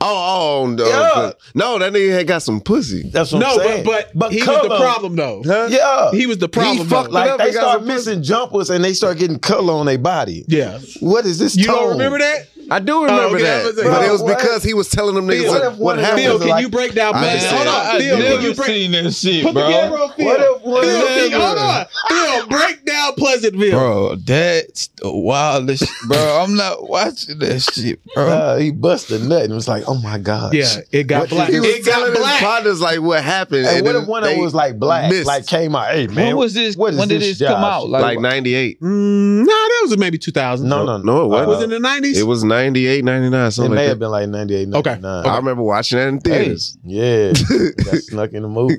Speaker 4: Oh, oh no,
Speaker 3: Yeah.
Speaker 4: no, that nigga had got some pussy.
Speaker 3: That's what
Speaker 1: No,
Speaker 3: I'm saying.
Speaker 1: but but, he was the
Speaker 3: color-
Speaker 1: problem though.
Speaker 4: Huh?
Speaker 3: Yeah,
Speaker 1: He was the problem.
Speaker 4: fucked
Speaker 1: though.
Speaker 4: up.
Speaker 3: like
Speaker 4: Whatever,
Speaker 3: they
Speaker 4: guys,
Speaker 3: start
Speaker 4: a
Speaker 3: missing jumpers and they start getting color on their body.
Speaker 1: yeah.
Speaker 3: What is this?
Speaker 1: You
Speaker 3: tone?
Speaker 1: don't remember that?
Speaker 4: I do
Speaker 1: Oh,
Speaker 4: remember
Speaker 1: okay, I
Speaker 4: that,
Speaker 1: was like,
Speaker 4: but it was
Speaker 3: bro, what?
Speaker 4: because he was telling them niggas
Speaker 3: Bill,
Speaker 4: what,
Speaker 3: what if
Speaker 4: what
Speaker 3: one of them
Speaker 4: happened.
Speaker 1: Bill, can
Speaker 3: like-
Speaker 1: you break down?
Speaker 4: I
Speaker 1: Man,
Speaker 4: just
Speaker 1: hold
Speaker 4: said-
Speaker 1: on,
Speaker 2: I
Speaker 1: Bill. Can
Speaker 2: never
Speaker 1: you break?
Speaker 2: seen that shit,
Speaker 1: Put the camera
Speaker 2: bro.
Speaker 1: on Phil.
Speaker 3: What if one
Speaker 1: Phil,
Speaker 3: of them-
Speaker 1: Phil, hold on. Phil, break down Pleasantville.
Speaker 2: Bro, that's the wildest, bro. I'm not watching that shit, bro.
Speaker 3: Nah, he busted a nut and was like, "Oh my god!"
Speaker 1: Yeah, it got black.
Speaker 4: He was
Speaker 1: It
Speaker 4: telling
Speaker 1: got
Speaker 4: his
Speaker 1: black.
Speaker 4: partners like what happened.
Speaker 3: And, what
Speaker 4: then
Speaker 3: if one of them
Speaker 4: they-
Speaker 3: was like black,
Speaker 4: missed.
Speaker 3: like came out? Hey man,
Speaker 2: when was this?
Speaker 3: what is
Speaker 2: when did this
Speaker 3: job
Speaker 2: come out?
Speaker 3: shit?
Speaker 4: like '98?
Speaker 1: Mm, nah, that was maybe 2000.
Speaker 3: No, no, no.
Speaker 4: No, it wasn't.
Speaker 1: was it in the 90s?
Speaker 4: It was 98, 99,
Speaker 3: It
Speaker 4: something
Speaker 3: may
Speaker 4: like
Speaker 3: have
Speaker 4: that.
Speaker 3: been like 98,
Speaker 1: Okay.
Speaker 3: 99.
Speaker 4: I remember watching that in theaters.
Speaker 3: Yeah, got snuck in the movie.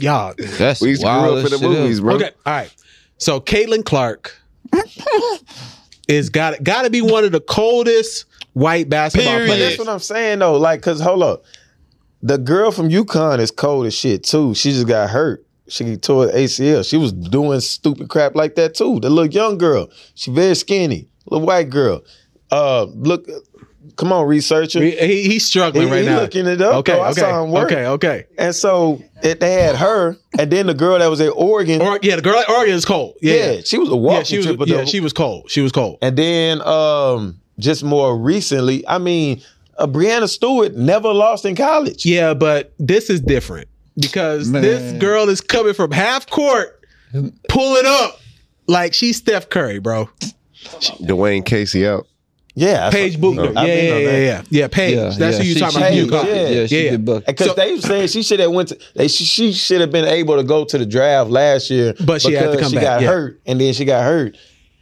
Speaker 1: Y'all.
Speaker 2: That's
Speaker 4: We used to
Speaker 2: wild
Speaker 4: grew up in the
Speaker 2: as shit
Speaker 4: movies, bro.
Speaker 1: Okay, all right. So Caitlin Clark is got got to be one of the coldest white basketball
Speaker 2: Period.
Speaker 3: But that's
Speaker 1: players.
Speaker 3: what I'm saying though. Like, cause hold up, the girl from UConn is cold as shit too. She just got hurt. She tore her ACL. She was doing stupid crap like that too. The little young girl. She very skinny. Little white girl. Uh, look, come on, researcher.
Speaker 1: He, he- he's struggling
Speaker 3: He-
Speaker 1: right
Speaker 3: he
Speaker 1: now.
Speaker 3: looking it up,
Speaker 1: Okay,
Speaker 3: though. I
Speaker 1: okay,
Speaker 3: saw him work.
Speaker 1: okay, okay.
Speaker 3: and so it, they had her, and then the girl that was at Oregon.
Speaker 1: Or yeah, the girl at Oregon is cold. Yeah,
Speaker 3: yeah,
Speaker 1: yeah,
Speaker 3: she was a
Speaker 1: yeah.
Speaker 3: walking
Speaker 1: she was.
Speaker 3: tripper,
Speaker 1: Yeah,
Speaker 3: though.
Speaker 1: she was cold. She was cold.
Speaker 3: And then um, just more recently, I mean, uh, Brianna Stewart never lost in college.
Speaker 1: Yeah, but this is different because
Speaker 2: Man.
Speaker 1: this girl is coming from half court, pulling up like she's Steph Curry, bro.
Speaker 4: Dwayne Casey out.
Speaker 3: Yeah, I saw-
Speaker 1: Paige Buchner.
Speaker 3: I've
Speaker 1: Yeah,
Speaker 3: been
Speaker 1: yeah,
Speaker 3: on
Speaker 1: yeah,
Speaker 3: that.
Speaker 1: yeah, yeah. Paige. That's who you
Speaker 2: she-
Speaker 1: talking
Speaker 3: Paige,
Speaker 1: about.
Speaker 2: she-
Speaker 1: UConn.
Speaker 3: yeah.
Speaker 2: Yeah, she
Speaker 1: Yeah.
Speaker 2: did buck.
Speaker 3: Because
Speaker 1: So-
Speaker 3: they were saying she should have went to they she, she should have been able to go to the draft last year,
Speaker 1: But she had to
Speaker 3: because
Speaker 1: come
Speaker 3: she
Speaker 1: back,
Speaker 3: got
Speaker 1: yeah.
Speaker 3: hurt, and then she got hurt.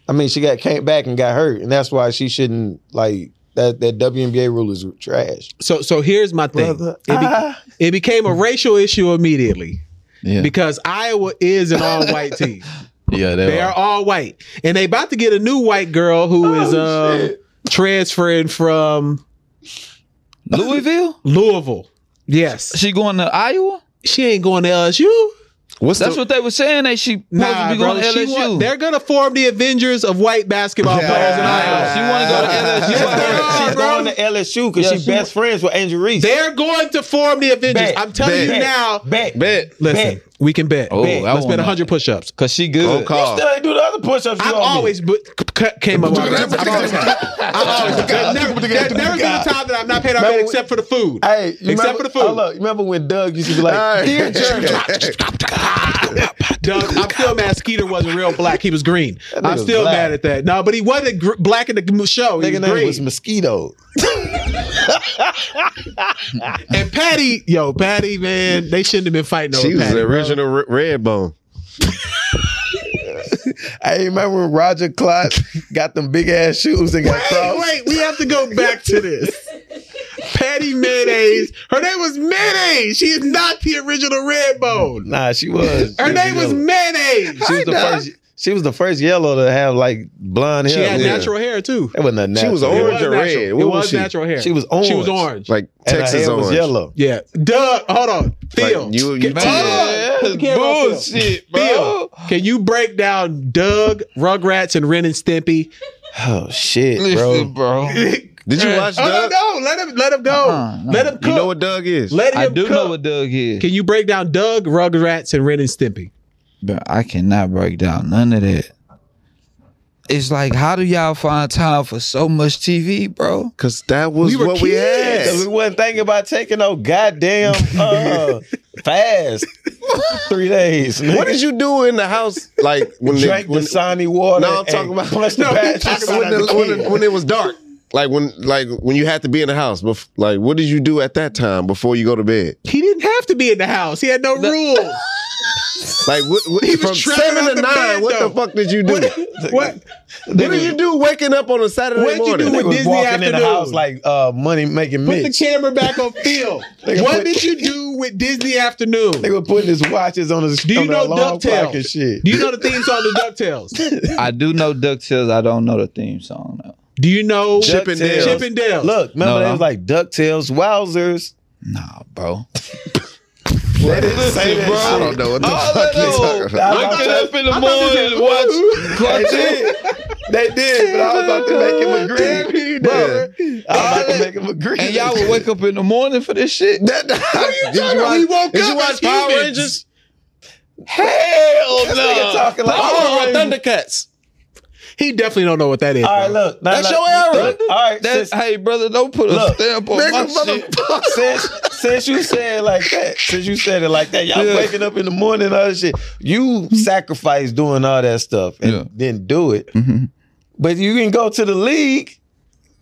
Speaker 3: I mean, she got came back and got hurt, and that's why she shouldn't like that. That WNBA rule is trash.
Speaker 1: So, so here's my thing.
Speaker 3: Brother,
Speaker 1: It, be-
Speaker 3: ah.
Speaker 1: it became a racial issue immediately
Speaker 2: Yeah,
Speaker 1: because Iowa is an all-white team.
Speaker 2: yeah,
Speaker 1: They are all white, and they about to get a new white girl who is um,
Speaker 3: Oh, shit.
Speaker 1: transferring from
Speaker 2: Louisville.
Speaker 1: Louisville. Yes,
Speaker 2: She going to Iowa.
Speaker 1: she ain't going to LSU.
Speaker 4: What's
Speaker 2: That's
Speaker 4: the,
Speaker 2: what they were saying. They she supposed to
Speaker 1: Nah,
Speaker 2: be going
Speaker 1: bro,
Speaker 2: to
Speaker 1: she
Speaker 2: LSU.
Speaker 1: want, they're gonna form the Avengers of white basketball players in Iowa.
Speaker 2: She want to go to LSU.
Speaker 1: Yes,
Speaker 3: She's
Speaker 1: bro.
Speaker 3: going to LSU because
Speaker 2: Yeah,
Speaker 3: she's
Speaker 2: she-
Speaker 3: best friends with Andrew Reese.
Speaker 1: They're going to form the Avengers.
Speaker 3: Bet.
Speaker 1: I'm telling
Speaker 4: Bet.
Speaker 1: you now.
Speaker 3: bet,
Speaker 4: bet?
Speaker 1: Listen,
Speaker 3: Bet.
Speaker 1: we can bet.
Speaker 2: Oh, I
Speaker 1: Let's
Speaker 2: want
Speaker 1: bet
Speaker 2: that.
Speaker 1: 100 push-ups.
Speaker 2: Cause she
Speaker 4: Phone
Speaker 2: good.
Speaker 4: call.
Speaker 3: Still ain't do the other push-ups. you
Speaker 1: I've
Speaker 3: owe me.
Speaker 1: always but, c- c- came up. with- I've always had. I've always. There's never, there's never been a time that I've not paid our bill
Speaker 3: Remember-
Speaker 1: except for the food.
Speaker 3: Hey, you
Speaker 1: Except
Speaker 3: remember,
Speaker 1: for the food.
Speaker 3: Oh, look, you remember when Doug used to be like,
Speaker 4: All right.
Speaker 3: "Dear Journey,"
Speaker 1: Doug, I'm still mad Skeeter wasn't real black. He was green.
Speaker 3: That
Speaker 1: I'm
Speaker 3: nigga's
Speaker 1: still
Speaker 3: black.
Speaker 1: mad at that. No, but he wasn't gr- black in the g- show. He
Speaker 3: nigga
Speaker 1: was
Speaker 3: name
Speaker 1: green.
Speaker 3: was Mosquito.
Speaker 1: and Patty, yo, Patty, man, they shouldn't have been fighting over
Speaker 4: She was
Speaker 1: Patty.
Speaker 4: the original re- red bone.
Speaker 3: I remember when Roger Klotz got them big ass shoes and got
Speaker 1: Wait,
Speaker 3: crossed.
Speaker 1: wait, we have to go back to this. Patty Mayonnaise. Her name was Mayonnaise. She is not the original Redbone.
Speaker 3: Nah, she was.
Speaker 1: Her
Speaker 3: She
Speaker 1: name was
Speaker 3: yellow.
Speaker 1: Mayonnaise.
Speaker 3: She was the first. She was the first yellow to have like blonde
Speaker 1: She
Speaker 3: hair.
Speaker 1: had
Speaker 4: Yeah.
Speaker 1: natural hair too.
Speaker 3: That wasn't a natural.
Speaker 4: She was
Speaker 1: It
Speaker 4: orange
Speaker 1: was
Speaker 4: or
Speaker 1: natural.
Speaker 4: red?
Speaker 1: It
Speaker 4: What was
Speaker 1: was
Speaker 4: she?
Speaker 1: natural hair.
Speaker 3: She was
Speaker 1: She
Speaker 3: orange.
Speaker 1: was orange.
Speaker 4: Like
Speaker 3: And her
Speaker 4: Texas
Speaker 3: hair
Speaker 4: orange.
Speaker 3: was yellow.
Speaker 1: Yeah. Doug, hold on.
Speaker 4: Like,
Speaker 1: Theo.
Speaker 4: you- you-
Speaker 1: Get-
Speaker 2: Man,
Speaker 1: Hold on. Get off Phil.
Speaker 2: bullshit,
Speaker 1: Bill,
Speaker 2: bro.
Speaker 1: can you break down Doug, Rugrats, and Ren and Stimpy?
Speaker 3: Oh shit,
Speaker 2: Listen,
Speaker 3: bro.
Speaker 2: bro.
Speaker 4: Did you watch
Speaker 1: Oh
Speaker 4: Doug?
Speaker 1: no, no, let him let him go.
Speaker 2: Uh-uh, no.
Speaker 1: Let him cook.
Speaker 4: You know what Doug is?
Speaker 1: let him
Speaker 2: I do
Speaker 1: cook.
Speaker 2: know what Doug is.
Speaker 1: Can you break down Doug, Rugrats, and Ren and Stimpy?
Speaker 2: Bro, I cannot break down none of that. It's like, how do y'all find time for so much TV, bro?
Speaker 4: Cause that was
Speaker 1: We were
Speaker 4: what we
Speaker 1: kids.
Speaker 4: had.
Speaker 3: Cause we wasn't thinking about taking no goddamn uh, fast three days. nigga.
Speaker 4: What did you do in the house? Like when they,
Speaker 3: Drank
Speaker 4: when,
Speaker 3: Dasani water.
Speaker 4: No, I'm
Speaker 3: and
Speaker 4: talking about-
Speaker 3: punched the
Speaker 1: No,
Speaker 3: patch.
Speaker 1: he's talking
Speaker 4: when,
Speaker 1: about
Speaker 4: the, when, it- when it was dark. Like when like when you had to be in the house. Bef- like what did you do at that time before you go to bed?
Speaker 1: He didn't have to be in the house. He had no rules.
Speaker 4: Like what, what,
Speaker 1: He was
Speaker 4: from
Speaker 1: trapped
Speaker 4: seven
Speaker 1: out
Speaker 4: to
Speaker 1: the
Speaker 4: nine,
Speaker 1: bed,
Speaker 4: what
Speaker 1: though.
Speaker 4: the fuck did you do?
Speaker 1: What,
Speaker 4: What,
Speaker 1: what,
Speaker 4: did you do waking up on a Saturday
Speaker 1: What'd you do with-
Speaker 4: morning?
Speaker 3: Nigga was
Speaker 1: Disney
Speaker 3: walking in
Speaker 1: afternoon.
Speaker 3: the house like uh, money making
Speaker 1: put the
Speaker 3: Mitch.
Speaker 1: camera back on Phil.
Speaker 3: Nigga,
Speaker 1: what
Speaker 3: put-
Speaker 1: did you do with Disney Afternoon?
Speaker 3: They
Speaker 1: Do
Speaker 3: were putting his watches on his
Speaker 1: Do you
Speaker 3: on the
Speaker 1: know
Speaker 3: alarm
Speaker 1: DuckTales?
Speaker 3: clock and shit.
Speaker 1: you know the theme song to DuckTales?
Speaker 2: I do know DuckTales. I don't know the theme song though.
Speaker 1: Do you know
Speaker 3: Chip
Speaker 1: Chip
Speaker 3: and
Speaker 1: and
Speaker 3: Dale's.
Speaker 1: Dale's?
Speaker 3: Look, remember
Speaker 2: No,
Speaker 3: they
Speaker 2: no.
Speaker 3: was like Ducktales, Wowzers.
Speaker 2: Nah, bro.
Speaker 4: They didn't say that, bro. I don't know
Speaker 1: Oh,
Speaker 4: what the fuck you talking about.
Speaker 2: Get up in the morning and
Speaker 3: They did. They did, but I was about to make him
Speaker 4: Damn,
Speaker 3: agree.
Speaker 4: he did.
Speaker 3: I was about to make him agree.
Speaker 2: And y'all would wake up in the morning for this shit.
Speaker 4: That- Did
Speaker 1: talking
Speaker 4: you
Speaker 1: about?
Speaker 4: watch,
Speaker 1: We woke
Speaker 4: did
Speaker 1: up
Speaker 4: you
Speaker 1: as
Speaker 4: watch Power
Speaker 1: humans.
Speaker 4: Rangers?
Speaker 3: Hell no. talking like
Speaker 4: Oh, Thundercats.
Speaker 1: He definitely don't know what that is.
Speaker 3: All right,
Speaker 1: bro.
Speaker 3: look. now,
Speaker 4: That's
Speaker 3: look,
Speaker 4: your era.
Speaker 3: look, All right,
Speaker 2: That's,
Speaker 3: since,
Speaker 2: hey, brother, don't put a
Speaker 3: Look,
Speaker 2: stamp on
Speaker 4: Nigga,
Speaker 2: my shit.
Speaker 4: motherfucker.
Speaker 3: since since you said it like that, since you said it like that, y'all
Speaker 2: Yeah.
Speaker 3: waking up in the morning and all that shit. You sacrifice doing all that stuff and
Speaker 2: Yeah.
Speaker 3: didn't do it,
Speaker 4: Mm-hmm.
Speaker 2: Mhm.
Speaker 3: but you didn't go to the league,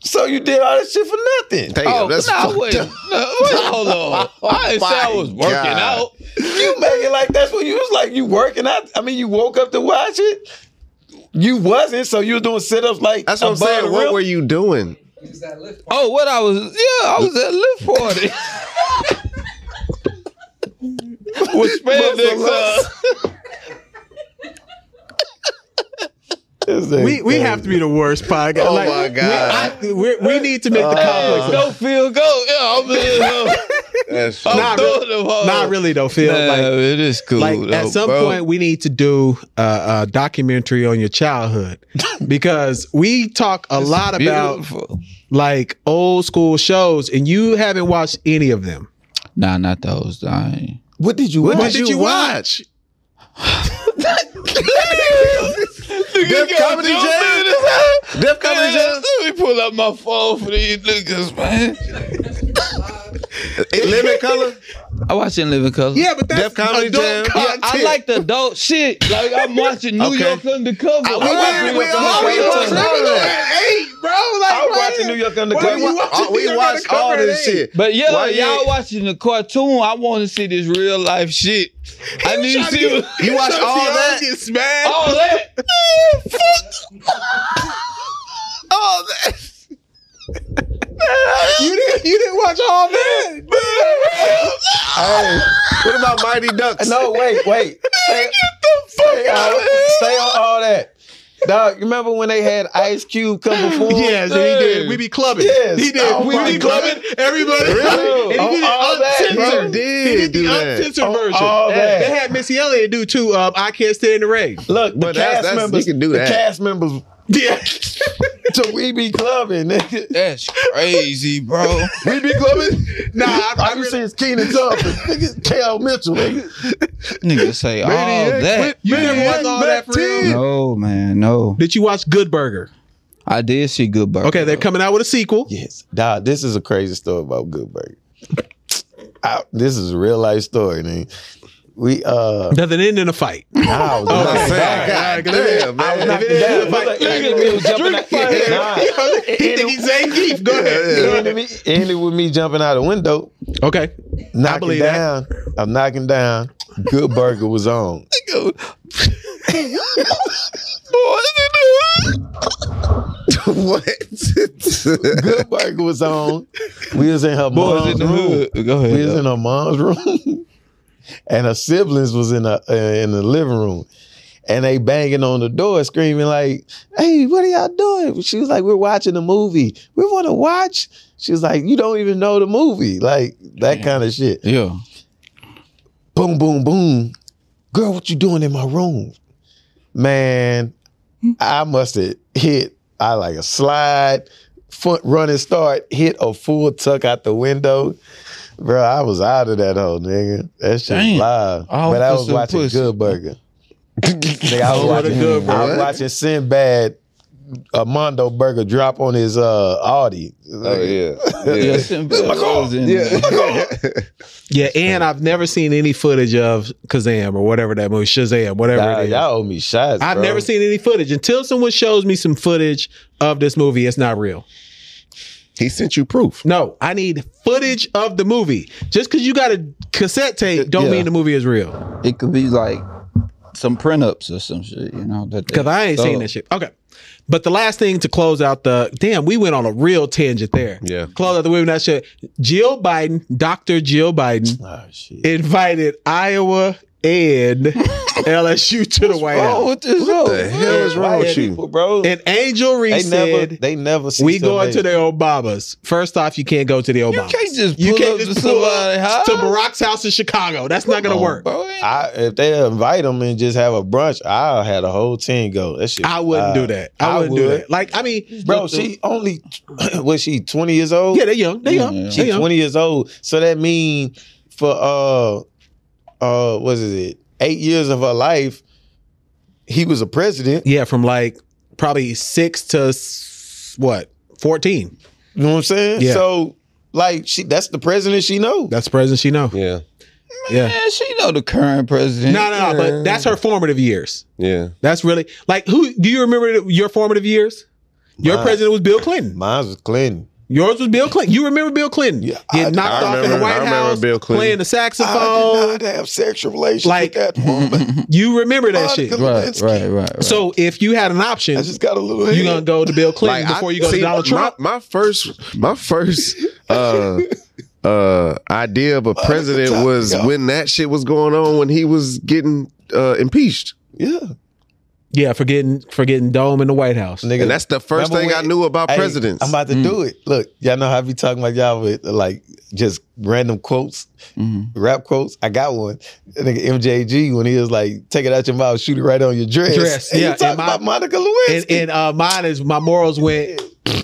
Speaker 3: so you did all that shit for nothing.
Speaker 4: Damn,
Speaker 2: Oh,
Speaker 4: that's
Speaker 2: nah,
Speaker 4: fucked
Speaker 2: wait.
Speaker 4: up.
Speaker 2: No, wait, hold on. I didn't say I
Speaker 4: My
Speaker 2: was working
Speaker 4: God.
Speaker 2: out.
Speaker 3: You make it like that's what you was like. You working out. I mean, you woke up to watch it. You wasn't, so you was doing sit ups like
Speaker 4: That's what I'm
Speaker 3: above the
Speaker 4: saying. What
Speaker 3: rim.
Speaker 4: were you doing?
Speaker 5: Who's that lift?
Speaker 2: Oh, what I was? Yeah, I was at lift party. With spandex up.
Speaker 3: This thing
Speaker 1: We, we
Speaker 3: crazy.
Speaker 1: have to be the worst podcast.
Speaker 4: Oh my God.
Speaker 1: We, I, we're- we need to make the complex.
Speaker 2: Go Phil, go. Yeah, I'm in. uh,
Speaker 4: That's
Speaker 2: I'm
Speaker 1: Nah,
Speaker 2: throwing them hard.
Speaker 1: Not really though, Phil.
Speaker 2: Nah,
Speaker 1: like,
Speaker 2: it is cool.
Speaker 1: like at
Speaker 2: though,
Speaker 1: some
Speaker 2: bro.
Speaker 1: point we need to do a, a documentary on your childhood because we talk a lot about
Speaker 2: Beautiful.
Speaker 1: like old school shows and you haven't watched any of them.
Speaker 2: Nah, not those. I ain't.
Speaker 3: What did you
Speaker 4: What
Speaker 3: watch?
Speaker 4: did you watch?
Speaker 2: Nigga got
Speaker 4: Comedy
Speaker 2: jumped
Speaker 4: Jam?
Speaker 2: in his house.
Speaker 4: Def Comedy
Speaker 2: Man,
Speaker 4: Jam?
Speaker 2: Let me pull out my phone for these niggas, man.
Speaker 4: Lemon Color?
Speaker 2: I watch In Living Color.
Speaker 1: Yeah, but that's
Speaker 4: Def Comedy
Speaker 1: adult
Speaker 4: Jam?
Speaker 2: Yeah,
Speaker 1: content.
Speaker 2: I like the adult shit. Like I'm watching New
Speaker 4: Okay.
Speaker 2: York Undercover.
Speaker 4: we
Speaker 2: I'm
Speaker 4: we- we
Speaker 2: watching
Speaker 4: all- we
Speaker 2: Undercover.
Speaker 4: watched that.
Speaker 1: eight, bro. Like,
Speaker 3: I was watching New York Undercover.
Speaker 1: Why you watch-
Speaker 4: Oh,
Speaker 1: You're
Speaker 4: We
Speaker 1: not
Speaker 4: watched
Speaker 1: gonna
Speaker 4: all
Speaker 1: cover
Speaker 4: this
Speaker 1: it,
Speaker 4: shit.
Speaker 2: But yeah,
Speaker 4: Why you
Speaker 2: y'all
Speaker 4: ain't-
Speaker 2: watching the cartoon. I want to see this real life shit. I need to see what,
Speaker 4: You watched all that?
Speaker 1: man.
Speaker 2: all that.
Speaker 4: All that.
Speaker 3: Oh,
Speaker 1: You didn't, you didn't watch all that.
Speaker 3: Hey,
Speaker 4: What about Mighty Ducks?
Speaker 3: no, wait, wait. Stay, stay, on, stay on all that. Dog, you remember when they had Ice Cube come before?
Speaker 1: Yes, he did. We be clubbing.
Speaker 3: Yes.
Speaker 1: He did.
Speaker 3: Oh
Speaker 1: we
Speaker 3: my
Speaker 1: be clubbing. Everybody.
Speaker 3: Really?
Speaker 1: And he did
Speaker 3: Oh, all
Speaker 1: the
Speaker 3: that,
Speaker 1: uncensored.
Speaker 4: bro.
Speaker 1: He did the
Speaker 4: Did that.
Speaker 1: uncensored
Speaker 3: Oh,
Speaker 1: version.
Speaker 3: all that.
Speaker 1: They had Missy Elliott do too. Um, I can't stand the rain.
Speaker 3: Look, the
Speaker 4: But that's-
Speaker 3: cast
Speaker 4: that's-
Speaker 3: members.
Speaker 4: you can do
Speaker 3: the
Speaker 4: that.
Speaker 3: cast members
Speaker 1: Yeah.
Speaker 3: to We Be Clubbing. nigga.
Speaker 2: That's crazy, bro.
Speaker 4: We be clubbing?
Speaker 1: Nah, I, I
Speaker 3: All you
Speaker 1: really,
Speaker 3: see is Keenan Thompson, nigga, Kel Mitchell, nigga.
Speaker 2: Nigga say all
Speaker 4: Maniac,
Speaker 2: that.
Speaker 1: you never watched all that for real.
Speaker 2: No, man, no.
Speaker 1: Did you watch Good Burger?
Speaker 2: I did see Good Burger.
Speaker 1: Okay, they're coming out with a sequel.
Speaker 3: Yes, dog. This is a crazy story about Good Burger. I, this is a real life story, nigga. We uh,
Speaker 1: Doesn't end in a fight.
Speaker 3: I was
Speaker 4: Oh,
Speaker 1: Okay.
Speaker 3: not-
Speaker 1: All right,
Speaker 4: God
Speaker 1: all right,
Speaker 4: damn,
Speaker 3: I was
Speaker 4: man.
Speaker 3: not
Speaker 1: If it is
Speaker 3: down.
Speaker 1: a fight,
Speaker 3: Look,
Speaker 1: look,
Speaker 3: it-
Speaker 2: look,
Speaker 3: it was jumping out-
Speaker 1: Yeah.
Speaker 3: Nah.
Speaker 1: he think he's Zangief. Go
Speaker 3: It
Speaker 1: ahead.
Speaker 3: ended me- it ended with me jumping out a window,
Speaker 1: Okay.
Speaker 3: knocking
Speaker 1: believe that.
Speaker 3: down. I'm knocking down. Good Burger was on.
Speaker 4: what?
Speaker 3: Good Burger was on. We was in her
Speaker 2: Boys
Speaker 3: mom's
Speaker 2: in the
Speaker 3: room.
Speaker 2: hood. Go
Speaker 3: We was
Speaker 2: ahead.
Speaker 3: in her mom's room, and her siblings was in the uh, in the living room, and they banging on the door, screaming like, "Hey, what are y'all doing?" She was like, "We're watching a movie. We want to watch." She was like, "You don't even know the movie, like that kind of shit."
Speaker 2: Yeah.
Speaker 3: boom, boom, boom. Girl, what you doing in my room? Man, I must have hit, I like a slide, foot running start, hit a full tuck out the window. Bro, I was out of that hole, nigga. That shit
Speaker 2: Damn.
Speaker 3: live.
Speaker 2: All
Speaker 3: But I
Speaker 2: for
Speaker 3: was
Speaker 2: some
Speaker 3: watching
Speaker 2: pussy.
Speaker 3: Good Burger. nigga, I was
Speaker 1: Over the
Speaker 3: watching,
Speaker 1: Good
Speaker 3: I was
Speaker 4: Burger.
Speaker 3: watching Sinbad Armando Burger drop on his uh, Audi.
Speaker 4: Oh, yeah.
Speaker 2: Yeah,
Speaker 4: Yeah.
Speaker 2: Sinbad
Speaker 1: oh,
Speaker 2: was in there.
Speaker 1: Yeah, and I've never seen any footage of Kazam or whatever that movie, Shazam, whatever
Speaker 3: Nah,
Speaker 1: it is.
Speaker 3: y'all owe me shots.
Speaker 1: I've
Speaker 3: bro.
Speaker 1: never seen any footage. Until someone shows me some footage of this movie, it's not real.
Speaker 4: He sent you proof.
Speaker 1: No, I need footage of the movie. Just because you got a cassette tape, don't
Speaker 2: Yeah.
Speaker 1: mean the movie is real.
Speaker 2: It could be like some print ups or some shit, you know. that they
Speaker 1: Because I ain't seen
Speaker 2: sold.
Speaker 1: that shit. Okay. But the last thing to close out the damn, we went on a real tangent there.
Speaker 4: Yeah.
Speaker 1: Close out the women that shit. Jill Biden, Dr. Jill Biden,
Speaker 3: Oh shit.
Speaker 1: invited Iowa and LSU to the White
Speaker 2: Oh,
Speaker 1: House.
Speaker 2: what this what
Speaker 4: the hell is wrong with you?
Speaker 3: People, bro.
Speaker 1: And Angel Reese
Speaker 3: they never
Speaker 1: said,
Speaker 3: they never cease
Speaker 1: "We going
Speaker 3: amaze
Speaker 1: to the Obamas. First off, you can't go to the
Speaker 2: You
Speaker 1: Obamas.
Speaker 2: can't just pull
Speaker 1: You can't
Speaker 2: up
Speaker 1: just
Speaker 2: to
Speaker 1: pull
Speaker 2: somebody
Speaker 1: up
Speaker 2: house. Oh,
Speaker 1: to Barack's house in Chicago. That's not gonna
Speaker 2: Come on,
Speaker 1: work.
Speaker 2: bro.
Speaker 3: me. I, if they invite them and just have a brunch, I had a whole team go. That shit.
Speaker 1: I wouldn't
Speaker 3: uh,
Speaker 1: do that. I,
Speaker 3: I
Speaker 1: wouldn't do
Speaker 3: would.
Speaker 1: that. Like, I mean, oh,
Speaker 3: Bro, she only was she twenty years old.
Speaker 1: yeah, they're young. They're young.
Speaker 2: Yeah.
Speaker 1: They're
Speaker 3: She's
Speaker 1: young.
Speaker 3: twenty years old. So that mean for uh uh what is it? Eight years of her life, he was a president.
Speaker 1: Yeah, from like probably six to s- what fourteen.
Speaker 3: You know what I'm saying?
Speaker 1: Yeah.
Speaker 3: So like she that's the president she knows.
Speaker 1: That's the president she know.
Speaker 4: Yeah.
Speaker 1: Yeah.
Speaker 2: Man, she know the current president.
Speaker 1: No, no, no. But that's her formative years.
Speaker 4: Yeah.
Speaker 1: That's really like who? Do you remember your formative years? Your
Speaker 3: Mine.
Speaker 1: president was Bill Clinton.
Speaker 3: Mine was Clinton.
Speaker 1: Yours was Bill Clinton. You remember Bill Clinton?
Speaker 3: Yeah, I-
Speaker 1: Getting knocked
Speaker 4: I
Speaker 1: off in the
Speaker 4: remember- I
Speaker 1: White
Speaker 4: remember
Speaker 1: House,
Speaker 4: Bill Clinton.
Speaker 1: playing the
Speaker 3: I
Speaker 1: saxophone.
Speaker 3: did not have sexual relations
Speaker 1: Like-
Speaker 3: with that woman.
Speaker 1: You remember that
Speaker 3: Monica
Speaker 2: right,
Speaker 1: shit.
Speaker 2: right, right, right.
Speaker 1: So if you had an option,
Speaker 3: I just got a little
Speaker 1: you're
Speaker 3: head.
Speaker 1: gonna go to Bill Clinton
Speaker 4: Like, I-
Speaker 1: before you go
Speaker 4: see,
Speaker 1: to Donald Trump.
Speaker 4: My, my first, my first uh, uh, idea of a president
Speaker 3: top,
Speaker 4: was
Speaker 3: yeah.
Speaker 4: when that shit was going on when he was getting uh, impeached,
Speaker 3: Yeah.
Speaker 1: yeah, for getting for getting Dome in the White House.
Speaker 3: Nigga.
Speaker 4: and that's the first
Speaker 3: Remember
Speaker 4: thing
Speaker 3: when-
Speaker 4: I knew about
Speaker 3: Hey,
Speaker 4: presidents.
Speaker 3: I'm about to do it. Look, y'all know how I be talking about y'all with like just random quotes,
Speaker 2: Mhm.
Speaker 3: rap quotes. I got one. That Nigga MJG when he was like, take it out your mouth, shoot it right on your dress.
Speaker 1: Dress,
Speaker 3: And
Speaker 1: yeah,
Speaker 3: You talking
Speaker 1: and my-
Speaker 3: about Monica Lewinsky.
Speaker 1: and and uh, mine is my morals went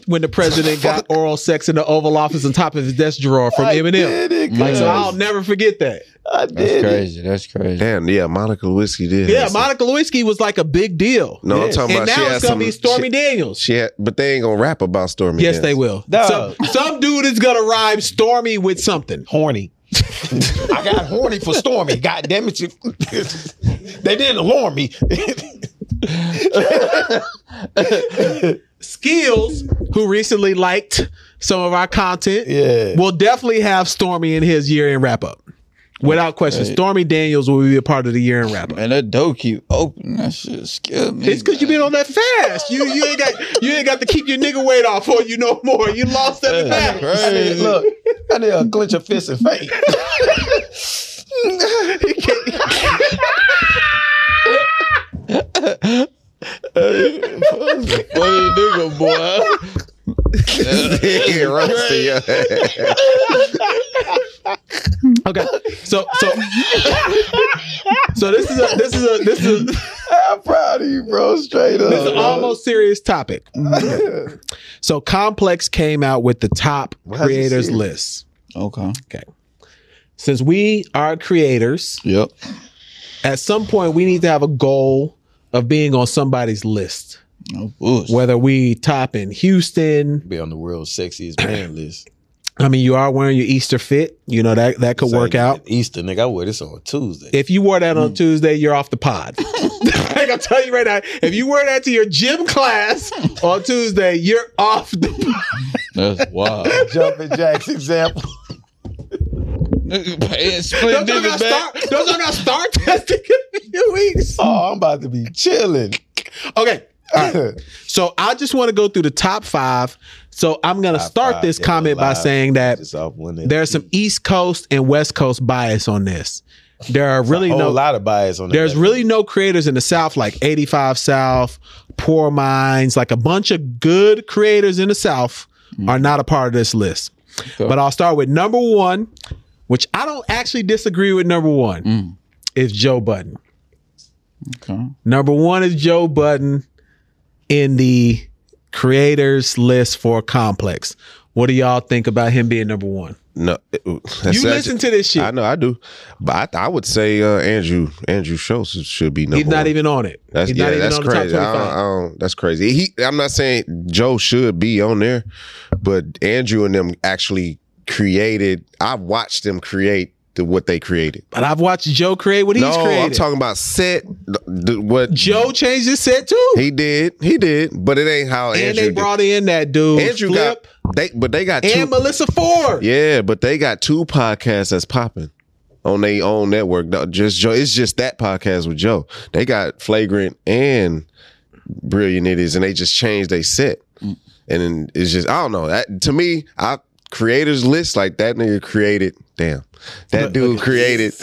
Speaker 1: when the president got oral sex in the Oval Office on top of his desk drawer from
Speaker 3: I
Speaker 1: Eminem.
Speaker 3: did it,
Speaker 1: Like, so
Speaker 3: cuz.
Speaker 1: I'll never forget that.
Speaker 3: I did
Speaker 2: Mm, that's
Speaker 3: it.
Speaker 2: crazy. That's crazy.
Speaker 4: Damn, yeah, Monica Lewinsky did.
Speaker 1: Yeah,
Speaker 4: have some-
Speaker 1: Monica Lewinsky was like a big deal,
Speaker 4: No, I'm
Speaker 3: Yes.
Speaker 4: talking
Speaker 1: and
Speaker 4: about she
Speaker 1: now
Speaker 4: had
Speaker 1: it's gonna
Speaker 4: some.
Speaker 1: be Stormy
Speaker 4: She,
Speaker 1: Daniels.
Speaker 4: she had, but they ain't gonna rap about Stormy.
Speaker 1: Yes, they
Speaker 4: Daniels.
Speaker 1: will.
Speaker 3: Dog.
Speaker 1: Some, some dude is gonna rhyme Stormy with something.
Speaker 3: Horny. I got horny for Stormy. God damn it. You. they didn't alarm me.
Speaker 1: Skills, who recently liked some of our content,
Speaker 3: yeah.
Speaker 1: will definitely have Stormy in his year in wrap up. Without question, Stormy Daniels will be a part of the year in wrap up.
Speaker 2: Man, that door keep open. That shit scared me.
Speaker 1: It's because you been on that fast. You you ain't got you ain't got to keep your nigga weight off or you no more. You lost that battle.
Speaker 3: I need,
Speaker 2: crazy.
Speaker 3: look, I need to clench a fist and faint.
Speaker 2: Funny nigga, boy.
Speaker 4: Yeah, roasted your ass.
Speaker 1: Okay, so so so this is a this is a this is a,
Speaker 3: I'm proud of you, bro. Straight up.
Speaker 1: this is
Speaker 4: Uh,
Speaker 1: an almost serious topic. So Complex came out with the top
Speaker 4: is it
Speaker 1: creators
Speaker 4: serious?
Speaker 1: list.
Speaker 2: Okay.
Speaker 1: Since we are creators,
Speaker 2: Yep.
Speaker 1: at some point we need to have a goal of being on somebody's list.
Speaker 2: No bullshit.
Speaker 1: Whether we top in Houston,
Speaker 3: be on the world's sexiest man list.
Speaker 1: I mean you are wearing your Easter fit. You know that that could
Speaker 3: This
Speaker 1: work
Speaker 3: ain't
Speaker 1: out.
Speaker 3: Easter, nigga. I wear this on Tuesday.
Speaker 1: If you wore that on Tuesday, you're off the pod. like I'm telling you right now, if you wear that to your gym class on Tuesday, you're off the pod.
Speaker 2: That's wild.
Speaker 3: Jumping Jack's example.
Speaker 2: Nigga, paying split
Speaker 1: Don't y'all
Speaker 2: nigga
Speaker 1: got
Speaker 2: back.
Speaker 1: start, don't y'all got start testing in a few weeks?
Speaker 3: Oh, I'm about to be chilling.
Speaker 1: Okay. All right. So I just want to go through the top five. So I'm gonna
Speaker 3: Top
Speaker 1: start
Speaker 3: five
Speaker 1: this
Speaker 3: that
Speaker 1: comment by
Speaker 3: alive.
Speaker 1: saying that
Speaker 3: Just off one
Speaker 1: there's some East Coast and West Coast bias on this. There are really
Speaker 3: a whole
Speaker 1: no
Speaker 3: lot of bias on that.
Speaker 1: There's really no creators in the South like 85 South, Poor Minds, like a bunch of good creators in the South are
Speaker 4: Mm-hmm.
Speaker 1: not a part of this list. But I'll start with number one, which I don't actually disagree with number one,
Speaker 4: Mm.
Speaker 1: is Joe Budden.
Speaker 2: Okay.
Speaker 1: Number one is Joe Budden in the creators list for Complex. What do y'all think about him being number one?
Speaker 4: No,
Speaker 1: You listen to this shit.
Speaker 4: I know I do, but I, I would say uh, Andrew Andrew Schultz should be number.
Speaker 1: He's
Speaker 4: one.
Speaker 1: not even on it.
Speaker 4: That's
Speaker 1: He's
Speaker 4: yeah,
Speaker 1: not even
Speaker 4: that's
Speaker 1: on
Speaker 4: crazy.
Speaker 1: the
Speaker 4: I
Speaker 1: top
Speaker 4: don't,
Speaker 1: 25.
Speaker 4: I don't, that's crazy. He, I'm not saying Joe should be on there, but Andrew and them actually created. I watched them create to what they created.
Speaker 1: But I've watched Joe create what he's
Speaker 4: no,
Speaker 1: created.
Speaker 4: I'm talking about set. th- th- what
Speaker 1: Joe changed his set too.
Speaker 4: Mm-hmm. he did, he did, but it ain't how
Speaker 1: and
Speaker 4: Andrew
Speaker 1: they
Speaker 4: did.
Speaker 1: brought in that dude.
Speaker 4: Andrew
Speaker 1: Flip
Speaker 4: got they, but they got two.
Speaker 1: and Melissa Ford.
Speaker 4: yeah, but they got two podcasts that's popping on their own network. No, just Joe. It's just that podcast with Joe. They got flagrant and brilliant it is, and they just changed they set. And then it's just I don't know. That, to me, I creators list like that nigga created. Damn, that dude created.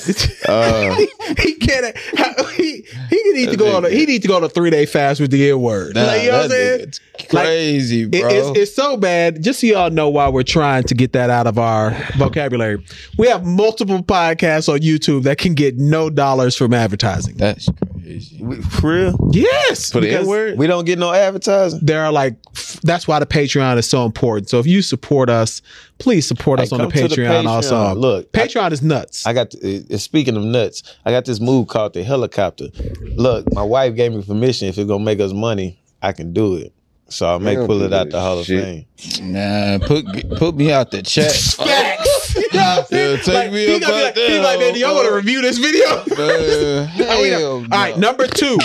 Speaker 4: Uh,
Speaker 1: he can't. how- He he could need to go on. A, he need to go on a three day fast with the N word.
Speaker 2: Nah,
Speaker 1: like, you know what I'm
Speaker 2: that
Speaker 1: saying?
Speaker 2: nigga's crazy,
Speaker 1: It-
Speaker 2: bro.
Speaker 1: it's, it's so bad. Just so y'all know why we're trying to get that out of our vocabulary. We have multiple podcasts on YouTube that can get no dollars from advertising.
Speaker 2: That's crazy.
Speaker 3: We- For real?
Speaker 1: Yes,
Speaker 4: For the
Speaker 1: because
Speaker 4: N-word?
Speaker 3: We don't get no advertising.
Speaker 1: There are like f- that's why the Patreon is so important. So if you support us, please support us
Speaker 3: Hey,
Speaker 1: on the
Speaker 3: come to
Speaker 1: Patreon,
Speaker 3: the
Speaker 1: also.
Speaker 3: Patreon. Look, I-
Speaker 1: Patreon is nuts.
Speaker 3: I got to, uh, speaking of nuts, I got this move called the helicopter. Look, my wife gave me permission. If it's gonna make us money, I can do it. So I may
Speaker 4: Damn,
Speaker 3: pull it out
Speaker 4: good
Speaker 3: the Hall of
Speaker 4: shit.
Speaker 3: Fame.
Speaker 2: Nah, put put me out the chat.
Speaker 1: Facts. You know what I'm saying?
Speaker 2: Yeah, take
Speaker 1: Like,
Speaker 2: me
Speaker 1: he
Speaker 2: up
Speaker 1: gonna be
Speaker 2: out
Speaker 1: like, he
Speaker 2: there,
Speaker 1: like, man, do y'all want to review this video?
Speaker 2: Uh,
Speaker 1: Oh, yeah.
Speaker 2: hell
Speaker 1: All right, number two.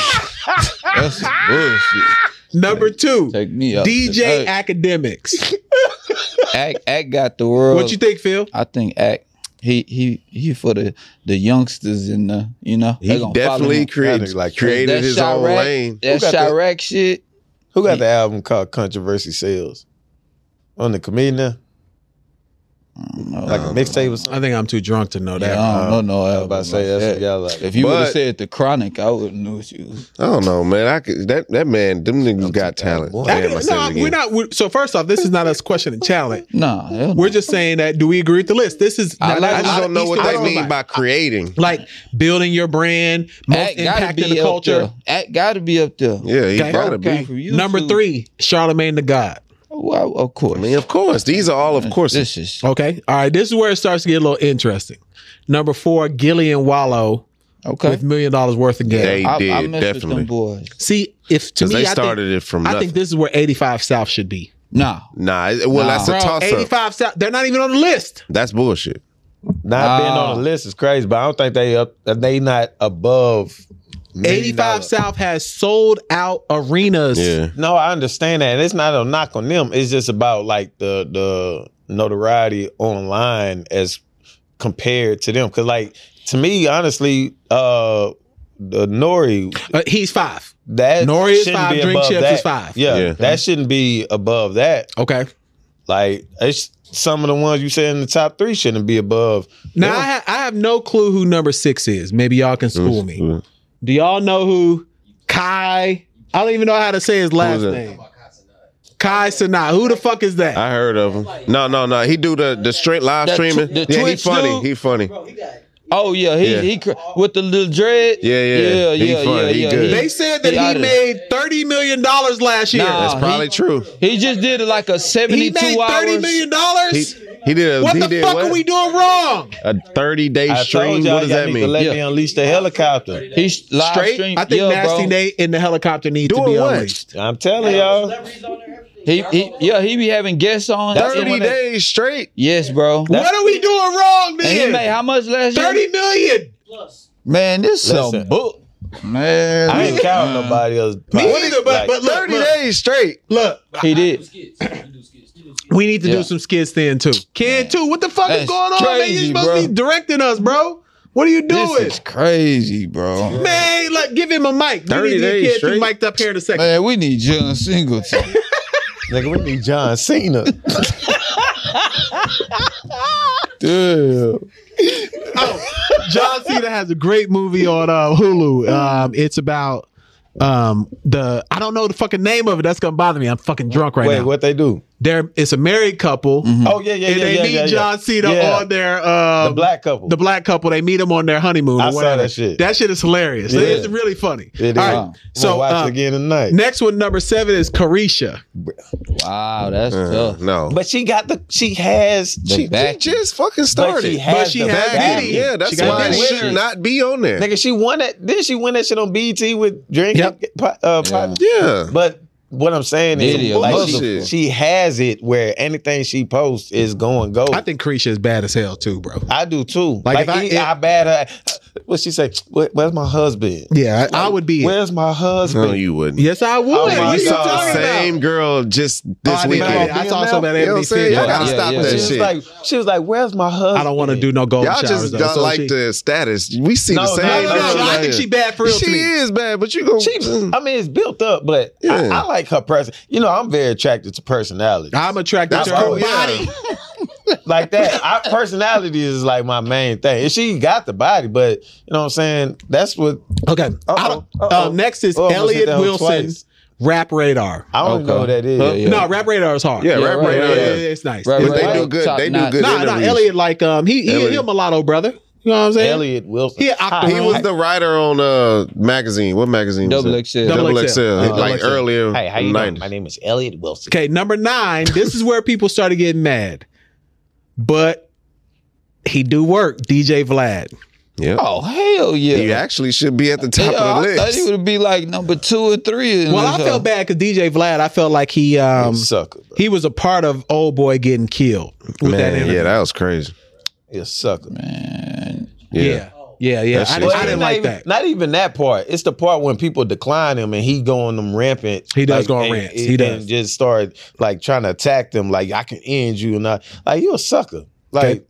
Speaker 2: That's bullshit.
Speaker 1: Number two.
Speaker 2: Take me out.
Speaker 1: DJ
Speaker 2: Hey,
Speaker 1: Academics.
Speaker 2: Act, Act got the world.
Speaker 1: What you think, Phil?
Speaker 2: I think Act. He he he for the the youngsters in the you know they
Speaker 4: he
Speaker 2: gonna follow
Speaker 4: definitely
Speaker 2: him.
Speaker 4: created
Speaker 3: That nigga like-
Speaker 4: created
Speaker 2: That
Speaker 4: his
Speaker 2: Chirac-
Speaker 4: own lane.
Speaker 2: That
Speaker 3: Who got that?
Speaker 2: Chirac shit.
Speaker 3: Who got the album called Controversy Sales? On the comedian, there?
Speaker 2: Oh, I don't know.
Speaker 3: Mm, like a mixtape or something.
Speaker 1: I think I'm too drunk to know
Speaker 2: Yeah,
Speaker 1: that.
Speaker 2: I don't know no
Speaker 3: I was
Speaker 2: album.
Speaker 3: about to say
Speaker 2: like
Speaker 3: that's what
Speaker 2: that.
Speaker 3: y'all like.
Speaker 2: If you would have
Speaker 4: But-
Speaker 2: said the Chronic, I would have knew what you was.
Speaker 4: I don't know, man. I could that that man. Them niggas got talent.
Speaker 3: boy.
Speaker 1: I
Speaker 4: Damn, I
Speaker 1: didn't-
Speaker 4: said it
Speaker 1: no,
Speaker 4: again.
Speaker 1: we're not. we so first off, this is not us questioning talent.
Speaker 2: Nah, hell no.
Speaker 1: We're just saying that. Do we agree with the list? This is.
Speaker 2: I
Speaker 1: now,
Speaker 2: like-
Speaker 1: that's
Speaker 4: I
Speaker 1: a
Speaker 4: just
Speaker 1: lot
Speaker 4: don't
Speaker 1: of
Speaker 4: know what
Speaker 1: Eastern
Speaker 4: they mean
Speaker 1: Bloc.
Speaker 4: by creating.
Speaker 1: like building your brand, most
Speaker 2: Act gotta
Speaker 1: impacting
Speaker 2: be
Speaker 1: the
Speaker 2: up
Speaker 1: culture.
Speaker 2: There. Act gotta be up there.
Speaker 4: Yeah, he
Speaker 1: Okay.
Speaker 4: gotta
Speaker 2: Came
Speaker 4: be.
Speaker 2: from YouTube.
Speaker 1: Number three, Charlemagne the God.
Speaker 2: Well, Oh, of course.
Speaker 4: I mean, of course, these are all of course.
Speaker 2: This is
Speaker 1: Okay, all right. This is where it starts to get a little interesting. Number four, Gillian Wallow
Speaker 2: okay.
Speaker 1: with million dollars worth of game.
Speaker 4: They
Speaker 2: I,
Speaker 4: did
Speaker 2: I mess with
Speaker 4: definitely
Speaker 2: them boys.
Speaker 1: See, if to
Speaker 4: because
Speaker 1: me,
Speaker 4: they
Speaker 1: I think-
Speaker 4: started it from
Speaker 1: I
Speaker 4: nothing.
Speaker 1: think this is where 85 South should be.
Speaker 2: Nah,
Speaker 4: nah, it- well,
Speaker 2: Nah.
Speaker 4: that's a
Speaker 1: Bro,
Speaker 4: toss up.
Speaker 1: 85 South, they're not even on the list.
Speaker 4: That's bullshit.
Speaker 3: Not being
Speaker 2: Ah.
Speaker 3: on the list is crazy, but I don't think they up. They not above. million
Speaker 1: 85
Speaker 3: dollar.
Speaker 1: South has sold out arenas.
Speaker 4: Yeah,
Speaker 3: No, I understand that. And it's not a knock on them. It's just about like the the notoriety online as compared to them. Cause like to me, honestly, uh the Nori
Speaker 1: Uh, he's five.
Speaker 3: that
Speaker 1: Nori is
Speaker 3: shouldn't
Speaker 1: five,
Speaker 3: be
Speaker 1: Drink
Speaker 3: above
Speaker 1: Champs
Speaker 3: that.
Speaker 1: is five.
Speaker 3: Yeah,
Speaker 4: Yeah.
Speaker 3: that shouldn't be above that.
Speaker 1: Okay.
Speaker 3: Like it's some of the ones you said in the top three shouldn't be above.
Speaker 1: Now,
Speaker 3: them.
Speaker 1: I, ha- I have no clue who number six is. Maybe y'all can school me.
Speaker 4: Who-
Speaker 1: Do y'all know who Kai? I don't even know how to say his last
Speaker 4: that?
Speaker 1: name. Kai Sanaa. Who the fuck is that?
Speaker 4: I heard of him. No, no, no. He do the the straight live
Speaker 2: The tw-
Speaker 4: streaming.
Speaker 2: the
Speaker 4: yeah, he
Speaker 2: Twitch
Speaker 4: funny.
Speaker 2: dude?
Speaker 4: He funny.
Speaker 2: Oh yeah, he
Speaker 4: Yeah.
Speaker 2: he cr- with the little dread.
Speaker 4: Yeah, yeah.
Speaker 2: yeah,
Speaker 4: He
Speaker 2: yeah,
Speaker 4: funny.
Speaker 2: yeah,
Speaker 4: He
Speaker 2: yeah.
Speaker 4: good.
Speaker 1: they said that
Speaker 2: He outta
Speaker 1: he
Speaker 2: there.
Speaker 1: made $30 million last year.
Speaker 2: Nah.
Speaker 4: That's
Speaker 2: he-
Speaker 4: probably true.
Speaker 2: He just did it like a
Speaker 1: he
Speaker 2: seventy-two
Speaker 1: made
Speaker 2: hours.
Speaker 1: $30 million?
Speaker 4: He he did. A,
Speaker 1: what
Speaker 4: he
Speaker 1: the
Speaker 4: did
Speaker 1: fuck
Speaker 4: what?
Speaker 1: are we doing wrong?
Speaker 4: A thirty day
Speaker 3: I
Speaker 4: stream.
Speaker 3: told y'all,
Speaker 4: What does
Speaker 3: y'all
Speaker 4: that
Speaker 3: need to
Speaker 4: mean?
Speaker 3: let
Speaker 2: Yeah.
Speaker 3: me unleash the helicopter.
Speaker 2: He sh- live
Speaker 4: Straight?
Speaker 2: stream.
Speaker 1: I think
Speaker 2: yeah,
Speaker 1: Nasty
Speaker 2: bro.
Speaker 1: Nate in the helicopter needs to
Speaker 4: Doing
Speaker 1: be
Speaker 4: what?
Speaker 1: unleashed.
Speaker 3: I'm telling y'all.
Speaker 2: He, he yeah he be having guests on.
Speaker 3: That's
Speaker 2: And
Speaker 4: Thirty
Speaker 2: when they-
Speaker 4: days straight.
Speaker 2: Yes, bro.
Speaker 1: What are we doing wrong
Speaker 2: and he made
Speaker 1: then?
Speaker 2: how much last year?
Speaker 1: 30 million.
Speaker 2: Man, this some
Speaker 3: Listen.
Speaker 2: book. Man,
Speaker 3: I ain't counting nobody else.
Speaker 1: Me
Speaker 3: Like,
Speaker 1: either, but, but look,
Speaker 4: Thirty
Speaker 1: look,
Speaker 4: days straight.
Speaker 1: look,
Speaker 2: he did.
Speaker 5: did.
Speaker 1: we need to
Speaker 2: Yeah.
Speaker 1: do some skits then too. Ken too, what the fuck is
Speaker 2: That's
Speaker 1: going on, man? You
Speaker 2: crazy,
Speaker 1: supposed to
Speaker 2: bro.
Speaker 1: be directing us, bro. What are you
Speaker 2: This
Speaker 1: doing?
Speaker 2: is crazy, bro.
Speaker 1: Man, look, give him a mic. We
Speaker 4: 30
Speaker 1: need
Speaker 4: days
Speaker 1: to get you
Speaker 4: straight.
Speaker 1: mic'd up here in a second.
Speaker 2: Man, we need John Singleton.
Speaker 3: Nigga, we need John Cena.
Speaker 2: Dude.
Speaker 1: Oh, John Cena has a great movie on uh, Hulu. Um, it's about um the I don't know the fucking name of it. That's gonna bother me. I'm fucking drunk right
Speaker 3: Wait,
Speaker 1: now.
Speaker 3: what they do?
Speaker 1: They're it's a married couple.
Speaker 3: Oh yeah, yeah,
Speaker 1: And
Speaker 3: yeah,
Speaker 1: they
Speaker 3: yeah,
Speaker 1: meet
Speaker 3: yeah, yeah.
Speaker 1: John Cena
Speaker 3: Yeah.
Speaker 1: on their uh,
Speaker 3: the black couple.
Speaker 1: the black couple. They meet him on their honeymoon. Or
Speaker 3: I saw
Speaker 1: whatever.
Speaker 3: that shit.
Speaker 1: That shit is hilarious.
Speaker 3: Yeah.
Speaker 1: It's really funny.
Speaker 3: It
Speaker 1: All right.
Speaker 3: is.
Speaker 2: Wow.
Speaker 3: so
Speaker 1: So
Speaker 3: watch
Speaker 1: uh,
Speaker 3: it again tonight.
Speaker 1: next one, number seven is Carisha.
Speaker 2: Wow, that's
Speaker 4: Uh,
Speaker 2: tough.
Speaker 4: no.
Speaker 3: but she got the. She has.
Speaker 2: The
Speaker 4: She,
Speaker 2: back-
Speaker 4: she just fucking started.
Speaker 3: but she has.
Speaker 1: But she
Speaker 3: the
Speaker 1: has
Speaker 3: back.
Speaker 1: Diddy.
Speaker 4: yeah, that's
Speaker 1: She got
Speaker 4: why it
Speaker 1: Diddy.
Speaker 4: should not be on there.
Speaker 3: Nigga, she won that. Didn't she win that shit on BT with drink?
Speaker 1: Yep.
Speaker 3: and, uh, pot-
Speaker 4: Yeah.
Speaker 3: But what I'm saying
Speaker 2: Diddy
Speaker 3: is
Speaker 2: a
Speaker 3: like she,
Speaker 4: motherfucker.
Speaker 3: she has it where anything she posts is going gold.
Speaker 1: I think Creesha is bad as hell too, bro.
Speaker 3: I do too.
Speaker 1: Like, if
Speaker 3: Like,
Speaker 1: I-
Speaker 3: he-
Speaker 1: if-
Speaker 3: I, bad her. What she say? "Where- Where's my husband?
Speaker 1: Yeah, I, I would be. it.
Speaker 3: Where's my husband?
Speaker 4: No, you wouldn't.
Speaker 1: yes, I would.
Speaker 3: Oh,
Speaker 1: What
Speaker 3: my
Speaker 1: are
Speaker 4: you
Speaker 1: you
Speaker 4: saw
Speaker 1: talking
Speaker 4: the same
Speaker 1: about?
Speaker 4: girl just
Speaker 1: Oh,
Speaker 4: this
Speaker 1: I, didn't-
Speaker 4: weekend.
Speaker 1: I saw some at
Speaker 4: You know
Speaker 1: Anthony
Speaker 4: what I'm saying? Y'all
Speaker 1: Field.
Speaker 4: gotta
Speaker 2: Yeah,
Speaker 4: stop
Speaker 2: yeah,
Speaker 4: that
Speaker 3: she
Speaker 2: yeah.
Speaker 3: was
Speaker 4: shit.
Speaker 3: like, she was like, "Where's my husband?"
Speaker 1: I don't want to do no golden
Speaker 4: Y'all
Speaker 1: showers,
Speaker 4: just
Speaker 1: though,
Speaker 4: got
Speaker 1: so
Speaker 4: like
Speaker 1: she-
Speaker 4: the status. We see
Speaker 3: No,
Speaker 4: the
Speaker 3: no,
Speaker 4: same.
Speaker 1: No, no, no,
Speaker 4: girl
Speaker 1: I
Speaker 4: out
Speaker 1: think
Speaker 4: here.
Speaker 1: she bad for real
Speaker 4: She
Speaker 1: to me.
Speaker 4: is bad, but you gonna.
Speaker 3: She, I mean, it's built up, but I,
Speaker 4: Mm. Yeah.
Speaker 3: I like her person. You know, I'm very attracted to personality
Speaker 1: I'm attracted
Speaker 4: That's
Speaker 1: to her
Speaker 4: cool, yeah.
Speaker 1: body.
Speaker 3: like that. Our personality is like my main thing, and she got the body, but you know what I'm saying. That's what
Speaker 1: Okay. I
Speaker 3: Uh-oh,
Speaker 1: don't-
Speaker 3: uh-oh.
Speaker 1: um, next is
Speaker 3: Oh, I almost hit
Speaker 1: Elliot
Speaker 3: that hoe
Speaker 1: Wilson,
Speaker 3: twice.
Speaker 1: Rap Radar.
Speaker 3: I don't
Speaker 2: Okay.
Speaker 3: know what that is.
Speaker 2: Huh? Yeah.
Speaker 1: No, Rap Radar is hard.
Speaker 4: Yeah,
Speaker 2: Yeah,
Speaker 4: rap
Speaker 2: right,
Speaker 4: right
Speaker 1: Yeah,
Speaker 4: now.
Speaker 2: yeah,
Speaker 1: yeah, it's nice.
Speaker 2: Right,
Speaker 1: It's
Speaker 4: But they
Speaker 2: right.
Speaker 4: do good.
Speaker 2: Top
Speaker 4: They do
Speaker 2: notch.
Speaker 4: good.
Speaker 1: Nah, nah,
Speaker 4: interviews.
Speaker 1: Elliot, like um, he he,
Speaker 4: Elliot.
Speaker 1: he a mulatto brother. You know what I'm saying?
Speaker 3: Elliot Wilson.
Speaker 1: He an
Speaker 4: He
Speaker 1: octoroon.
Speaker 4: was the writer on uh magazine. What magazine? was
Speaker 2: Double
Speaker 4: it?
Speaker 2: XL.
Speaker 1: Double
Speaker 4: Double
Speaker 1: XL.
Speaker 4: XL.
Speaker 1: Yeah,
Speaker 4: Like
Speaker 1: Double XL.
Speaker 4: earlier.
Speaker 3: Hey, how you doing?
Speaker 4: 90s.
Speaker 3: My name is Elliot Wilson.
Speaker 1: Okay, number nine. This is where people started getting mad, but he do work. DJ Vlad.
Speaker 4: Yeah.
Speaker 2: Oh hell yeah!
Speaker 4: You actually should be at the top
Speaker 2: Yeah,
Speaker 4: of the
Speaker 2: I thought he
Speaker 4: list.
Speaker 2: would be like number two and three. in
Speaker 1: Well, I
Speaker 2: this
Speaker 1: felt
Speaker 2: hoe.
Speaker 1: bad because DJ Vlad. I felt like he um
Speaker 3: You sucker, bro.
Speaker 1: he was a part of old boy getting killed with that
Speaker 4: Man,
Speaker 1: interview.
Speaker 4: yeah, that was crazy.
Speaker 3: He a sucker.
Speaker 2: Man,
Speaker 4: Yeah.
Speaker 1: yeah, yeah, yeah.
Speaker 4: That
Speaker 1: I,
Speaker 4: shit
Speaker 1: didn't- I
Speaker 4: was-
Speaker 1: didn't
Speaker 3: not
Speaker 1: like
Speaker 3: even,
Speaker 1: that.
Speaker 3: Not even that part. It's the part when people decline him and he going them rampant.
Speaker 1: He does go on
Speaker 3: and-
Speaker 1: rants. He does.
Speaker 3: And just start like trying to attack them. Like I can end you and I like you a sucker. Like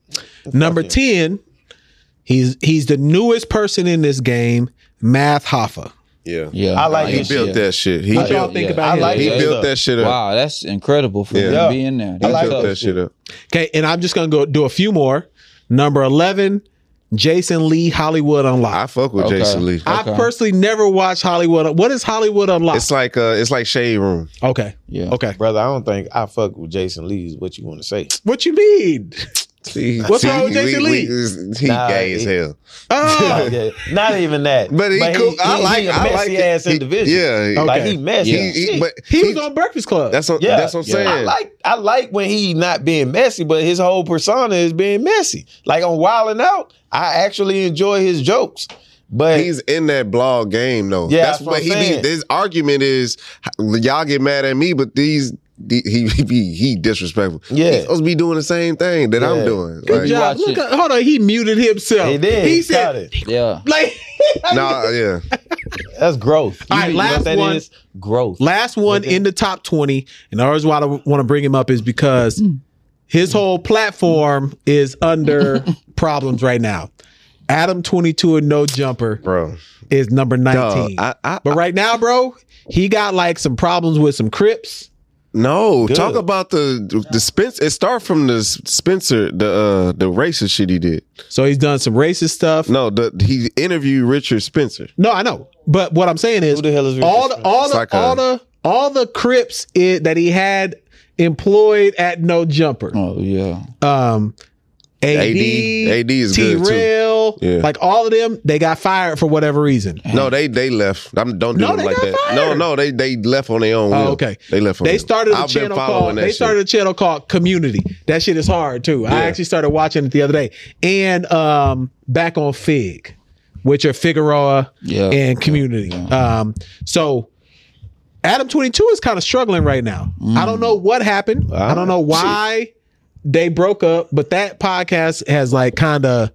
Speaker 1: Number
Speaker 3: Fuck
Speaker 1: ten. He's he's the newest person in this game, Math Hoffa.
Speaker 4: Yeah.
Speaker 2: yeah,
Speaker 3: I like
Speaker 4: He
Speaker 3: his
Speaker 4: built
Speaker 2: shit.
Speaker 4: that shit. He
Speaker 1: What y'all
Speaker 4: built
Speaker 1: think
Speaker 2: yeah.
Speaker 1: about
Speaker 3: I
Speaker 1: him?
Speaker 3: like
Speaker 4: he
Speaker 3: Yeah.
Speaker 4: built that shit up.
Speaker 2: Wow, that's incredible for
Speaker 4: Yeah.
Speaker 2: him
Speaker 3: Yeah.
Speaker 2: being there.
Speaker 4: He
Speaker 2: That's
Speaker 3: like
Speaker 4: built
Speaker 2: tough.
Speaker 4: that shit up.
Speaker 1: Okay, and I'm just gonna go do a few more. Number eleven, Jason Lee Hollywood Unlocked.
Speaker 4: I fuck with
Speaker 2: Okay.
Speaker 4: Jason Lee.
Speaker 1: I,
Speaker 2: okay.
Speaker 1: personally never watched Hollywood. What is Hollywood Unlocked?
Speaker 4: It's like uh it's like Shade Room.
Speaker 1: okay,
Speaker 2: Yeah.
Speaker 1: okay.
Speaker 3: brother, I don't think I fuck with Jason Lee. Is what you want to say?
Speaker 1: What you mean? What's wrong with Jason Lee?
Speaker 4: he
Speaker 3: Nah,
Speaker 4: gay as
Speaker 3: he-
Speaker 4: hell.
Speaker 1: Oh,
Speaker 3: Yeah, not even that.
Speaker 4: But he cool. I like
Speaker 3: he a
Speaker 4: I like
Speaker 3: messy
Speaker 4: it.
Speaker 3: ass
Speaker 4: He-
Speaker 3: individual.
Speaker 4: Yeah. he-
Speaker 3: like
Speaker 1: Okay.
Speaker 3: he messy.
Speaker 4: He, he,
Speaker 3: Shit.
Speaker 4: but
Speaker 1: he was
Speaker 4: he-
Speaker 1: on Breakfast Club.
Speaker 4: that's what
Speaker 3: Yeah.
Speaker 4: that's what I'm saying.
Speaker 3: I like I like when he not being messy, but his whole persona is being messy. Like on Wildin' Out, I actually enjoy his jokes, but
Speaker 4: He's in that blog game though.
Speaker 3: Yeah,
Speaker 4: that's,
Speaker 3: that's
Speaker 4: what
Speaker 3: what I'm
Speaker 4: he
Speaker 3: saying.
Speaker 4: be. His argument is y'all get mad at me, but these the- he he be he disrespectful.
Speaker 3: Yeah.
Speaker 4: He's supposed to be doing the same thing that I'm
Speaker 3: Yeah.
Speaker 4: doing.
Speaker 1: Good
Speaker 4: Like,
Speaker 1: job.
Speaker 2: watch it.
Speaker 1: Look, at- hold on. He muted himself.
Speaker 3: he did.
Speaker 1: He
Speaker 3: caught
Speaker 1: said,
Speaker 3: it.
Speaker 2: Yeah.
Speaker 1: like,
Speaker 4: Nah, yeah.
Speaker 3: that's growth.
Speaker 1: All right,
Speaker 3: You know
Speaker 1: last
Speaker 3: what that
Speaker 1: one.
Speaker 3: is? growth.
Speaker 1: last one in the top 20. And the reason why I want to bring him up is because his whole platform is under problems right now. Adam 22 and no jumper
Speaker 4: Bro.
Speaker 1: is number 19.
Speaker 4: Dog, I, I,
Speaker 1: but right now, bro, he got like some problems with some Crips.
Speaker 4: no,
Speaker 3: Good.
Speaker 4: talk about the the Spencer. It start from the Spencer, the uh, the racist shit he did.
Speaker 1: So he's done some racist stuff.
Speaker 4: No, the, he interviewed Richard Spencer.
Speaker 1: No, I know. But what I'm saying is,
Speaker 3: Who the hell is Richard
Speaker 1: all the
Speaker 3: Spencer?
Speaker 1: all the,
Speaker 4: It's like
Speaker 1: all
Speaker 4: a-
Speaker 1: the all the Crips i- that he had employed at No Jumper,
Speaker 2: Oh yeah.
Speaker 1: um, AD,
Speaker 4: AD, AD is
Speaker 1: T
Speaker 4: good too.
Speaker 1: Rail,
Speaker 4: Yeah.
Speaker 1: like all of them, they got fired for whatever reason.
Speaker 4: No, they they left. I'm, don't do
Speaker 1: No,
Speaker 4: them
Speaker 1: they
Speaker 4: like
Speaker 1: got
Speaker 4: that. No,
Speaker 1: fired.
Speaker 4: no, they they left on their own.
Speaker 1: Oh,
Speaker 4: will.
Speaker 1: okay.
Speaker 4: they left. On
Speaker 1: They
Speaker 4: their-
Speaker 1: started a
Speaker 4: I've been
Speaker 1: channel
Speaker 4: following
Speaker 1: called
Speaker 4: that
Speaker 1: they
Speaker 4: shit.
Speaker 1: started a channel called Community. That shit is hard too. I
Speaker 4: Yeah.
Speaker 1: actually started watching it the other day. And um back on Fig, which are Figueroa
Speaker 2: Yeah.
Speaker 1: and Community. Um so Adam 22 is kind of struggling right now. I don't know what happened. I don't know why they broke up, but that podcast has like kind of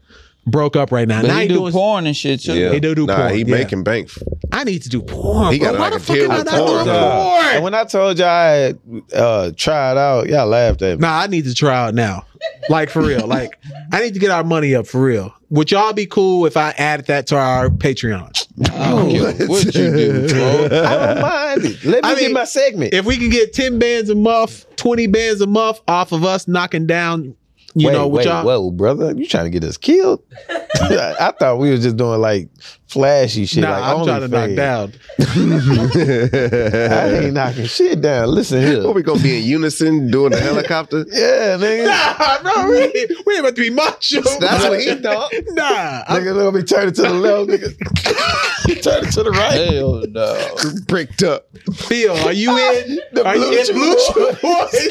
Speaker 1: broke up right now.
Speaker 2: But
Speaker 1: now
Speaker 2: he
Speaker 1: he
Speaker 2: do
Speaker 1: doing
Speaker 2: porn and shit too.
Speaker 4: Yeah.
Speaker 1: He do do
Speaker 4: nah,
Speaker 1: porn,
Speaker 4: He
Speaker 1: yeah.
Speaker 4: making bank.
Speaker 1: I need to do porn.
Speaker 4: He
Speaker 1: bro.
Speaker 4: got
Speaker 1: Why
Speaker 4: like
Speaker 1: the
Speaker 4: a
Speaker 1: fuck
Speaker 4: deal
Speaker 1: am I
Speaker 4: with
Speaker 1: not
Speaker 4: porn,
Speaker 1: doing
Speaker 4: dog.
Speaker 1: porn?
Speaker 3: And when I told y'all I had, uh, try it out, y'all laughed at me.
Speaker 1: Nah, I need to try out now. Like for real. Like I need to get our money up for real. Would y'all be cool if I added that to our Patreon?
Speaker 2: I don't care what you do, bro.
Speaker 3: I don't mind it. Let me
Speaker 1: I mean,
Speaker 3: get my segment.
Speaker 1: If we can get 10 bands a month, 20 bands a month off of us knocking down, you
Speaker 3: wait,
Speaker 1: know, with
Speaker 3: wait,
Speaker 1: y'all.
Speaker 3: whoa, brother, you trying to get us killed? I, I thought we was just doing like flashy shit.
Speaker 1: Nah,
Speaker 3: like
Speaker 1: I'm trying to knock
Speaker 3: OnlyFans.
Speaker 1: down.
Speaker 3: I ain't knocking shit down. Listen
Speaker 4: What
Speaker 3: here.
Speaker 4: we gonna be in unison doing the helicopter?
Speaker 3: Yeah, nigga.
Speaker 1: Nah, bro, we ain't, we ain't about to be macho.
Speaker 4: That's what he thought.
Speaker 1: Nah, I'm-
Speaker 3: Nigga, look, me turn it to the left, nigga. turn it to the right.
Speaker 2: Hell no.
Speaker 4: Bricked up.
Speaker 1: Phil, are you in?
Speaker 3: The
Speaker 1: are you
Speaker 3: Blue
Speaker 1: in
Speaker 3: Chew
Speaker 1: Blue Chew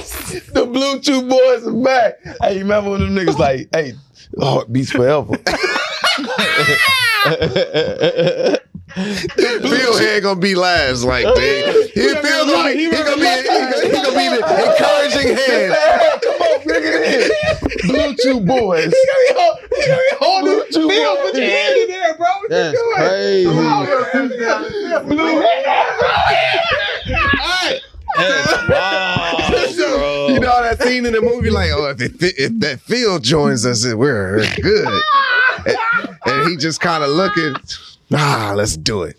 Speaker 1: Boys?
Speaker 3: The Blue Chew Boys are back. Hey, you remember when them niggas like, hey, heartbeats forever.
Speaker 4: Phil head gonna be last like that. He feels like he gonna be he gonna, he gonna be the encouraging hand.
Speaker 3: Bluetooth boys.
Speaker 1: Hold it, Phil, put your hand in there, bro. What
Speaker 3: That's
Speaker 1: you doing?
Speaker 3: crazy.
Speaker 1: Blue
Speaker 2: That's wild, bro.
Speaker 4: You know that scene in the movie, like, oh, if, it, if that Phil joins us, we're good. And, and he just kind of looking, ah, let's do it.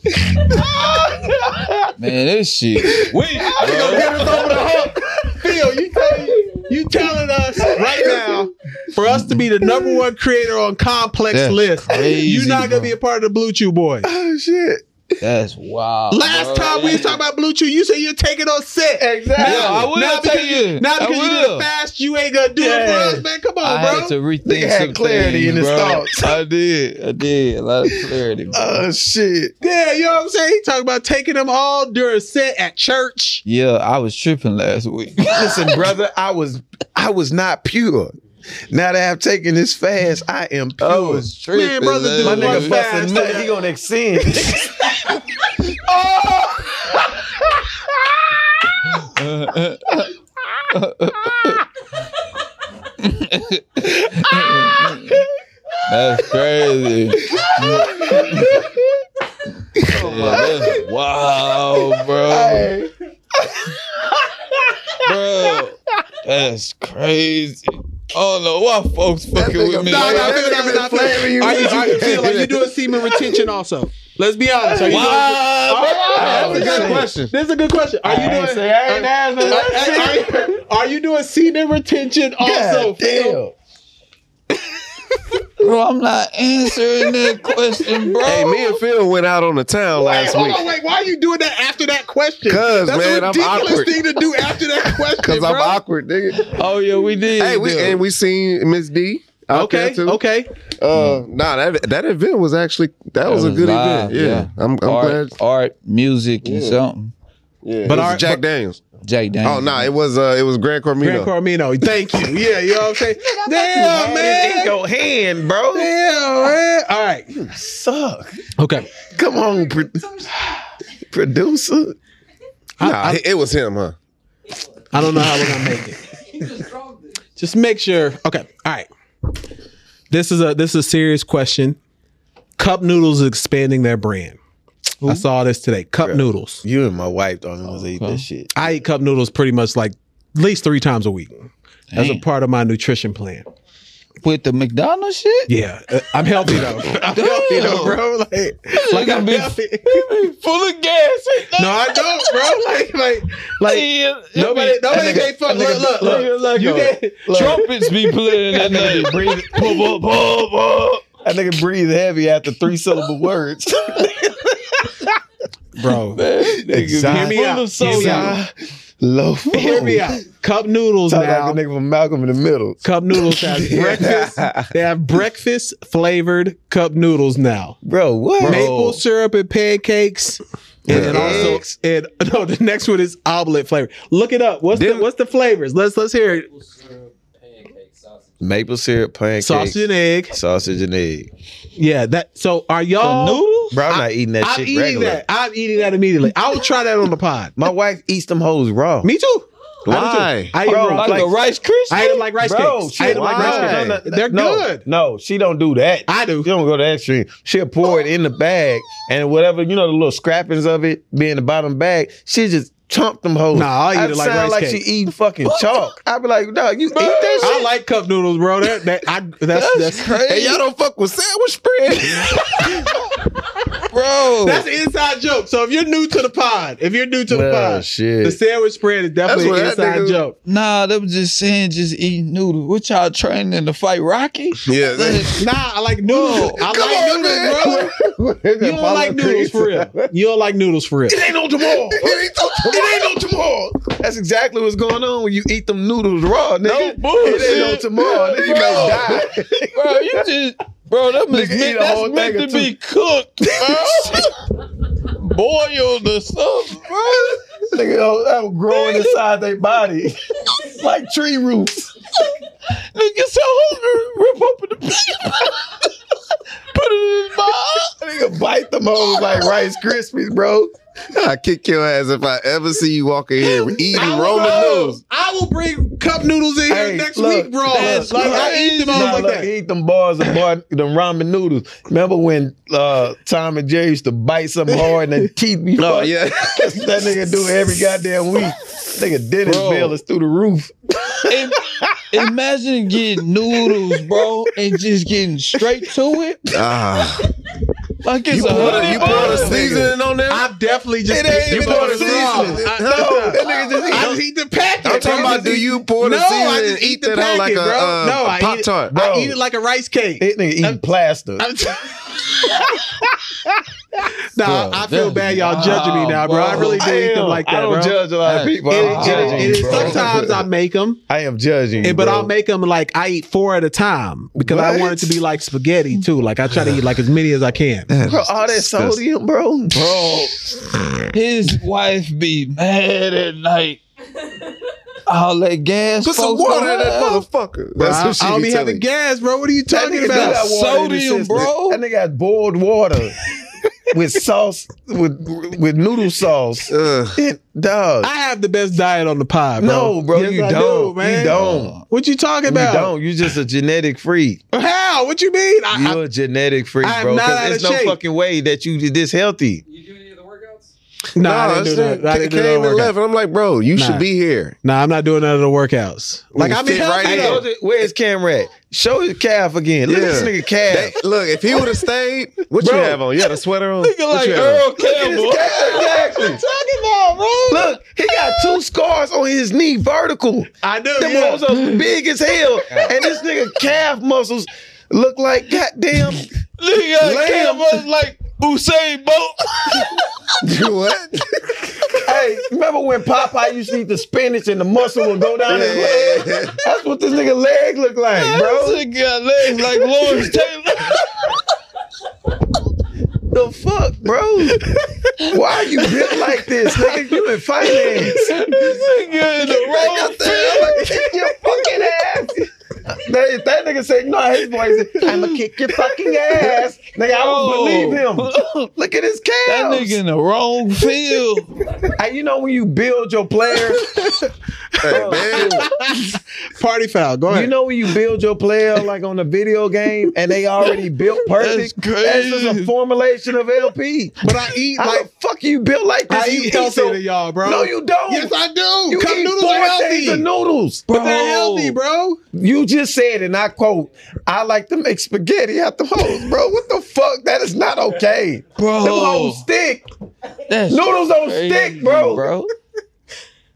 Speaker 2: Man, this shit. Wait, Uh-huh.
Speaker 1: Get us over the hump. Phil, you telling you telling us right now for us to be the number one creator on complex
Speaker 2: That's
Speaker 1: list.
Speaker 2: crazy,
Speaker 1: you're not
Speaker 2: bro.
Speaker 1: gonna be a part of the Blue Chew boys.
Speaker 4: Oh shit.
Speaker 2: That's wild.
Speaker 1: Last
Speaker 2: bro.
Speaker 1: time we was talking about Blue Chew, you said you're taking on set. Exactly.
Speaker 2: Yeah, I will
Speaker 1: now
Speaker 2: tell
Speaker 1: because
Speaker 2: you.
Speaker 1: Now
Speaker 2: I
Speaker 1: because you
Speaker 2: will.
Speaker 1: did it fast, you ain't gonna do
Speaker 3: Yeah.
Speaker 1: it for us, man. Come on,
Speaker 2: I
Speaker 1: bro.
Speaker 2: had to rethink
Speaker 3: had
Speaker 2: some
Speaker 3: clarity
Speaker 2: things,
Speaker 3: in his
Speaker 2: bro.
Speaker 3: thoughts.
Speaker 2: I did. I did. A lot of clarity. Bro.
Speaker 1: Uh,
Speaker 3: Oh shit.
Speaker 1: Yeah, you know what I'm saying? He talking about taking them all during set at church.
Speaker 2: yeah, I was tripping last week.
Speaker 3: Listen, brother, I was I was not pure. Now that I've taken this fast, I am pure.
Speaker 2: I was tripping.
Speaker 1: Man, brother,
Speaker 2: last
Speaker 1: dude,
Speaker 3: My
Speaker 2: week.
Speaker 1: was
Speaker 3: nigga
Speaker 1: fast.
Speaker 3: busting nut, he gonna extend.
Speaker 2: That's crazy. Yeah, that's- wow, bro. bro, that's crazy. I don't know why folks fucking with me.
Speaker 1: No, no,
Speaker 2: like
Speaker 1: Phil, no, no, Phil.
Speaker 4: flaming you.
Speaker 1: Are you, are you, Phil, are you doing semen retention also? Let's be honest. Are you doing,
Speaker 2: Wow,
Speaker 1: Oh, That's a
Speaker 2: bro.
Speaker 1: good question. This is a good question. Are you doing? Are, are, are you doing semen retention also? Phil?
Speaker 2: Bro, I'm not answering that question, bro.
Speaker 4: Hey, me and Phil went out on the town
Speaker 1: Wait,
Speaker 4: last
Speaker 1: hold
Speaker 4: week.
Speaker 1: on, wait. Why are you doing that after that question?
Speaker 4: 'Cause,
Speaker 1: That's
Speaker 4: man,
Speaker 1: a
Speaker 4: I'm
Speaker 1: ridiculous
Speaker 4: awkward.
Speaker 1: thing to do after that question,
Speaker 4: Cause
Speaker 1: bro.
Speaker 4: I'm awkward, nigga.
Speaker 2: oh yeah, we did.
Speaker 4: Hey, we
Speaker 2: do.
Speaker 4: and we seen Miss D. out there,
Speaker 1: Okay,
Speaker 4: too.
Speaker 1: okay.
Speaker 4: Uh, nah, that that event was actually that, was, a
Speaker 2: was
Speaker 4: good
Speaker 2: live,
Speaker 4: event. Yeah,
Speaker 2: yeah.
Speaker 4: I'm, I'm glad.
Speaker 2: art, art, music, and
Speaker 4: Yeah.
Speaker 2: something.
Speaker 1: But
Speaker 4: Yeah, but it was
Speaker 1: our-
Speaker 4: Jack
Speaker 1: but-
Speaker 4: Daniels.
Speaker 2: Jack Daniels.
Speaker 4: Oh no, it was uh, it was Grant Cormino.
Speaker 1: Grant Carmino, thank you. Yeah, you know what I'm saying? Damn,
Speaker 3: Man,
Speaker 1: man.
Speaker 3: your hand, bro.
Speaker 1: Damn, man. All right.
Speaker 3: Suck.
Speaker 1: Okay.
Speaker 3: Come on, pro- producer.
Speaker 4: nah,
Speaker 1: I-
Speaker 4: it- it was him, huh?
Speaker 1: I don't know how we're gonna make it. Just make sure. Okay. All right. This is a this is a serious question. Cup noodles is expanding their brand. I saw this today. Cup noodles.
Speaker 3: You and my wife the only ones that eat this shit.
Speaker 1: I eat cup noodles pretty much like at least three times a week as a
Speaker 2: Damn.
Speaker 1: part of my nutrition plan.
Speaker 2: With the McDonald's shit?
Speaker 1: Yeah, uh, I'm healthy though. I'm healthy though, bro. Like, like I'm
Speaker 2: be-
Speaker 1: healthy.
Speaker 2: Full of gas.
Speaker 1: No, I don't, bro. Like, like, like. Nobody,
Speaker 2: Nobody,
Speaker 1: nobody gave fuck. Look, look, look. You gave,
Speaker 2: Trumpets be playing that night. Breathe. Pop, pop, pop,
Speaker 3: That nigga breathe heavy after three syllable words.
Speaker 1: bro. Hear me out. Hear me out.
Speaker 3: Low.
Speaker 1: Hear me out. Cup noodles
Speaker 3: Talk
Speaker 1: now.
Speaker 3: like the nigga from Malcolm in the Middle.
Speaker 1: Cup noodles have breakfast. They have breakfast flavored cup noodles now.
Speaker 3: Bro, what?
Speaker 1: Maple syrup and pancakes. And then also,
Speaker 3: Eggs.
Speaker 1: and no, the next one is omelet flavor. Look it up. What's
Speaker 4: Didn't-
Speaker 1: the what's the flavors? Let's let's hear it.
Speaker 5: Pancake sausage.
Speaker 3: Maple syrup, pancakes,
Speaker 1: Sausage and egg.
Speaker 3: sausage and egg.
Speaker 1: Yeah, that. So are y'all
Speaker 2: noodles?
Speaker 3: Bro, I'm not eating that
Speaker 1: I'm
Speaker 3: shit
Speaker 1: eating
Speaker 3: regular.
Speaker 1: that. I'm eating that immediately. I will try that on the pod.
Speaker 3: My wife eats them hoes raw.
Speaker 1: Me too.
Speaker 4: Why?
Speaker 1: I eat
Speaker 3: Bro,
Speaker 1: them raw.
Speaker 2: Oh, Like, a Rice Krispie?
Speaker 1: I eat them like rice cakes.
Speaker 3: she-
Speaker 1: I eat them like
Speaker 3: Why?
Speaker 1: rice cakes. They're
Speaker 3: no,
Speaker 1: good.
Speaker 3: No, she don't do that.
Speaker 1: I do.
Speaker 3: She don't go to that extreme. She'll pour it in the bag and whatever, you know, the little scrappings of it be in the bottom bag. She just chomp them hoes.
Speaker 1: Nah, I eat
Speaker 3: I
Speaker 1: it like
Speaker 3: sound
Speaker 1: rice
Speaker 3: like
Speaker 1: cake.
Speaker 3: she eating fucking chalk. I be like, dog, you eat that shit.
Speaker 1: I like cup noodles, bro. That, that I that's that's
Speaker 4: Hey, y'all don't fuck with sandwich spread.
Speaker 2: bro.
Speaker 1: That's an inside joke. So if you're new to the pod, if you're new to the
Speaker 3: Oh,
Speaker 1: pod,
Speaker 3: shit.
Speaker 1: the sandwich spread is
Speaker 4: That's
Speaker 1: definitely
Speaker 4: what
Speaker 1: an
Speaker 4: that
Speaker 1: inside
Speaker 4: nigga-
Speaker 1: joke.
Speaker 2: nah, they was just saying just eating noodles. What y'all training to fight Rocky?
Speaker 4: yeah, that-
Speaker 1: Nah, I like noodles. I
Speaker 4: Come
Speaker 1: like
Speaker 4: on,
Speaker 1: noodles,
Speaker 4: man.
Speaker 1: bro. You don't like noodles for real. You don't like noodles for real.
Speaker 3: Ain't no tomorrow. it ain't no tomorrow. That's exactly what's going on when you eat them noodles raw, nigga.
Speaker 2: bullshit.
Speaker 3: It ain't no tomorrow. Nigga, you
Speaker 2: Bro.
Speaker 3: may die.
Speaker 2: Bro, you just bro, that was
Speaker 3: Nigga eat
Speaker 2: meant,
Speaker 3: a
Speaker 2: that's
Speaker 3: whole
Speaker 2: meant
Speaker 3: thing
Speaker 2: to
Speaker 3: of
Speaker 2: be cooked, bro. Boiled or something, bro.
Speaker 3: Nigga, oh, I'm growing inside their body like tree roots.
Speaker 2: Nigga so hungry, rip open the plate, put it in his mouth.
Speaker 3: Nigga, bite the Them hoes like Rice Krispies, bro.
Speaker 4: I kick your ass if I ever see you walking here eating
Speaker 1: I will-
Speaker 4: Roman noodles.
Speaker 1: I will bring cup noodles in here
Speaker 3: Hey,
Speaker 1: next
Speaker 3: look,
Speaker 1: week, bro.
Speaker 3: that's-
Speaker 1: like I eat them all
Speaker 3: Nah,
Speaker 1: like
Speaker 3: look,
Speaker 1: that.
Speaker 3: he Eat them bars and bar, them ramen noodles. Remember when uh, Tom and Jerry used to bite something hard and their teeth be
Speaker 4: Oh
Speaker 3: fucked?
Speaker 4: yeah.
Speaker 3: That's what that nigga do every goddamn week. Nigga Dennis
Speaker 4: Bro.
Speaker 3: bill is through the roof.
Speaker 2: Im- Imagine getting noodles, bro, and just getting straight to it.
Speaker 4: Ah,
Speaker 2: Like it's
Speaker 4: you
Speaker 2: a
Speaker 4: poured a,
Speaker 2: hundred
Speaker 4: you poured a
Speaker 2: bucks.
Speaker 4: seasoning on there.
Speaker 1: I've definitely just
Speaker 3: It ain't
Speaker 1: you
Speaker 3: even
Speaker 1: know
Speaker 3: no
Speaker 1: it's raw.
Speaker 3: seasoning.
Speaker 1: I-
Speaker 3: No, that nigga just
Speaker 1: I
Speaker 3: eat.
Speaker 1: just eat the packet.
Speaker 4: I'm talking
Speaker 1: bro.
Speaker 4: about do you pour the
Speaker 1: No,
Speaker 4: seasoning
Speaker 1: I
Speaker 4: and
Speaker 1: just
Speaker 4: eat
Speaker 1: eat
Speaker 4: that
Speaker 1: the
Speaker 4: on
Speaker 1: packet,
Speaker 4: like a,
Speaker 1: bro.
Speaker 4: uh,
Speaker 1: no, I
Speaker 4: pop
Speaker 1: eat, it,
Speaker 4: tart?
Speaker 1: I
Speaker 3: Bro.
Speaker 1: eat it like a rice cake.
Speaker 3: That nigga eating plaster.
Speaker 1: I'm t- nah,
Speaker 2: Bro,
Speaker 1: I feel
Speaker 2: that-
Speaker 1: bad y'all judging me now, bro. I
Speaker 2: Wow,
Speaker 1: really do
Speaker 3: I,
Speaker 1: eat them
Speaker 3: am.
Speaker 1: like
Speaker 3: I
Speaker 1: that,
Speaker 3: don't
Speaker 1: bro.
Speaker 3: judge a lot of people.
Speaker 1: It-
Speaker 3: I'm
Speaker 1: it-
Speaker 3: judging
Speaker 1: it is-
Speaker 3: you, bro.
Speaker 1: sometimes I make them,
Speaker 3: I am judging. you,
Speaker 1: and, but
Speaker 3: bro.
Speaker 1: I'll make them like I eat four at a time because I want it to be like spaghetti too. Like I try to eat like as many as I can.
Speaker 3: Bro, all that sodium, bro.
Speaker 2: bro. His wife be mad at night. All that gas.
Speaker 4: Put some
Speaker 2: folks
Speaker 4: water
Speaker 2: don't
Speaker 4: in Oh, that
Speaker 2: have.
Speaker 4: motherfucker.
Speaker 1: Bro,
Speaker 4: That's
Speaker 1: I,
Speaker 4: what she
Speaker 1: I don't
Speaker 4: be
Speaker 1: be
Speaker 4: telling
Speaker 1: having
Speaker 4: you.
Speaker 1: gas, bro. What are you talking
Speaker 3: That nigga
Speaker 1: about?
Speaker 3: got water in his
Speaker 2: Sodium,
Speaker 3: system.
Speaker 2: bro.
Speaker 3: That nigga got boiled water with sauce with with noodle sauce.
Speaker 4: Ugh.
Speaker 3: It, dog.
Speaker 1: I have the best diet on the pod, bro.
Speaker 3: no, bro,
Speaker 1: Yes,
Speaker 3: you
Speaker 1: I
Speaker 3: don't.
Speaker 1: do, man.
Speaker 3: You don't.
Speaker 1: What you talking
Speaker 3: You
Speaker 1: about?
Speaker 3: don't. You just a genetic freak.
Speaker 1: How? What you mean? I, I-
Speaker 3: You're a genetic freak,
Speaker 1: I am
Speaker 3: bro.
Speaker 1: not
Speaker 3: 'cause
Speaker 1: out
Speaker 3: there's
Speaker 1: of
Speaker 3: no
Speaker 1: shape.
Speaker 3: fucking way that you this healthy.
Speaker 5: You do any of the workouts?
Speaker 1: nah, I didn't
Speaker 4: it's
Speaker 1: do that. I
Speaker 4: it
Speaker 1: didn't do
Speaker 4: came
Speaker 1: that
Speaker 4: and
Speaker 1: workout.
Speaker 4: left. And I'm like, bro, you
Speaker 1: Nah.
Speaker 4: should be here.
Speaker 1: Nah, I'm not doing none of the workouts. Like
Speaker 4: You
Speaker 1: I'm in
Speaker 4: fit right
Speaker 1: right
Speaker 4: in.
Speaker 3: Hey,
Speaker 1: now.
Speaker 3: show the- where's Cam at? Show his calf again. Look at this
Speaker 4: Yeah.
Speaker 3: nigga calf.
Speaker 4: They- look, if he would have stayed, what
Speaker 3: Bro.
Speaker 4: you have on? You had a sweater on?
Speaker 2: Nigga
Speaker 4: What
Speaker 2: like
Speaker 4: you have on?
Speaker 2: Earl Campbell.
Speaker 3: Look at his calf, exactly.
Speaker 1: talking about, bro?
Speaker 3: Look, he got two scars on his knee, vertical.
Speaker 1: I do.
Speaker 3: Them
Speaker 1: yeah.
Speaker 3: hoes are big as hell, and this nigga calf muscles look like goddamn.
Speaker 2: Nigga,
Speaker 3: Lamb.
Speaker 2: Cam was like Usain Bolt.
Speaker 4: You what?
Speaker 3: hey, remember when Popeye used to eat the spinach and the muscle would go down his leg?
Speaker 4: Yeah.
Speaker 3: That's what this nigga leg look like,
Speaker 2: Bro,
Speaker 3: bro.
Speaker 2: this nigga got legs like Lawrence Taylor.
Speaker 3: The fuck, bro? Why you built like this, nigga? You in finance?
Speaker 2: this nigga in the wrong
Speaker 3: I'm gonna kick your fucking ass. That, if that nigga said, no, his voice, I'm gonna kick your fucking ass. Nigga, I
Speaker 2: Oh.
Speaker 3: would believe him. Look at his calves.
Speaker 2: That nigga in the wrong field.
Speaker 3: Hey, you know when you build your player,
Speaker 4: Hey, man.
Speaker 1: Party foul. Go ahead.
Speaker 3: you know when you build your player like on a video game and they already built
Speaker 2: That's
Speaker 3: perfect?
Speaker 2: crazy.
Speaker 3: That's just a formulation of LP.
Speaker 1: but I eat
Speaker 3: How the
Speaker 1: like
Speaker 3: fuck you built like this?
Speaker 1: I
Speaker 3: You
Speaker 1: eat healthier
Speaker 3: so-
Speaker 1: than y'all, bro.
Speaker 3: No, you don't.
Speaker 1: Yes, I do.
Speaker 3: you
Speaker 1: Cup
Speaker 3: eat
Speaker 1: noodles
Speaker 3: four
Speaker 1: are
Speaker 3: things Oh. of
Speaker 1: healthy.
Speaker 3: noodles.
Speaker 1: But they're healthy, bro.
Speaker 3: You just said, and I quote, I like to make spaghetti out the hoes, bro. What the fuck? That is not okay.
Speaker 2: Bro.
Speaker 1: Oh.
Speaker 3: Them hoes stick.
Speaker 2: That's
Speaker 3: Noodles don't
Speaker 2: crazy,
Speaker 3: stick, bro.
Speaker 2: bro.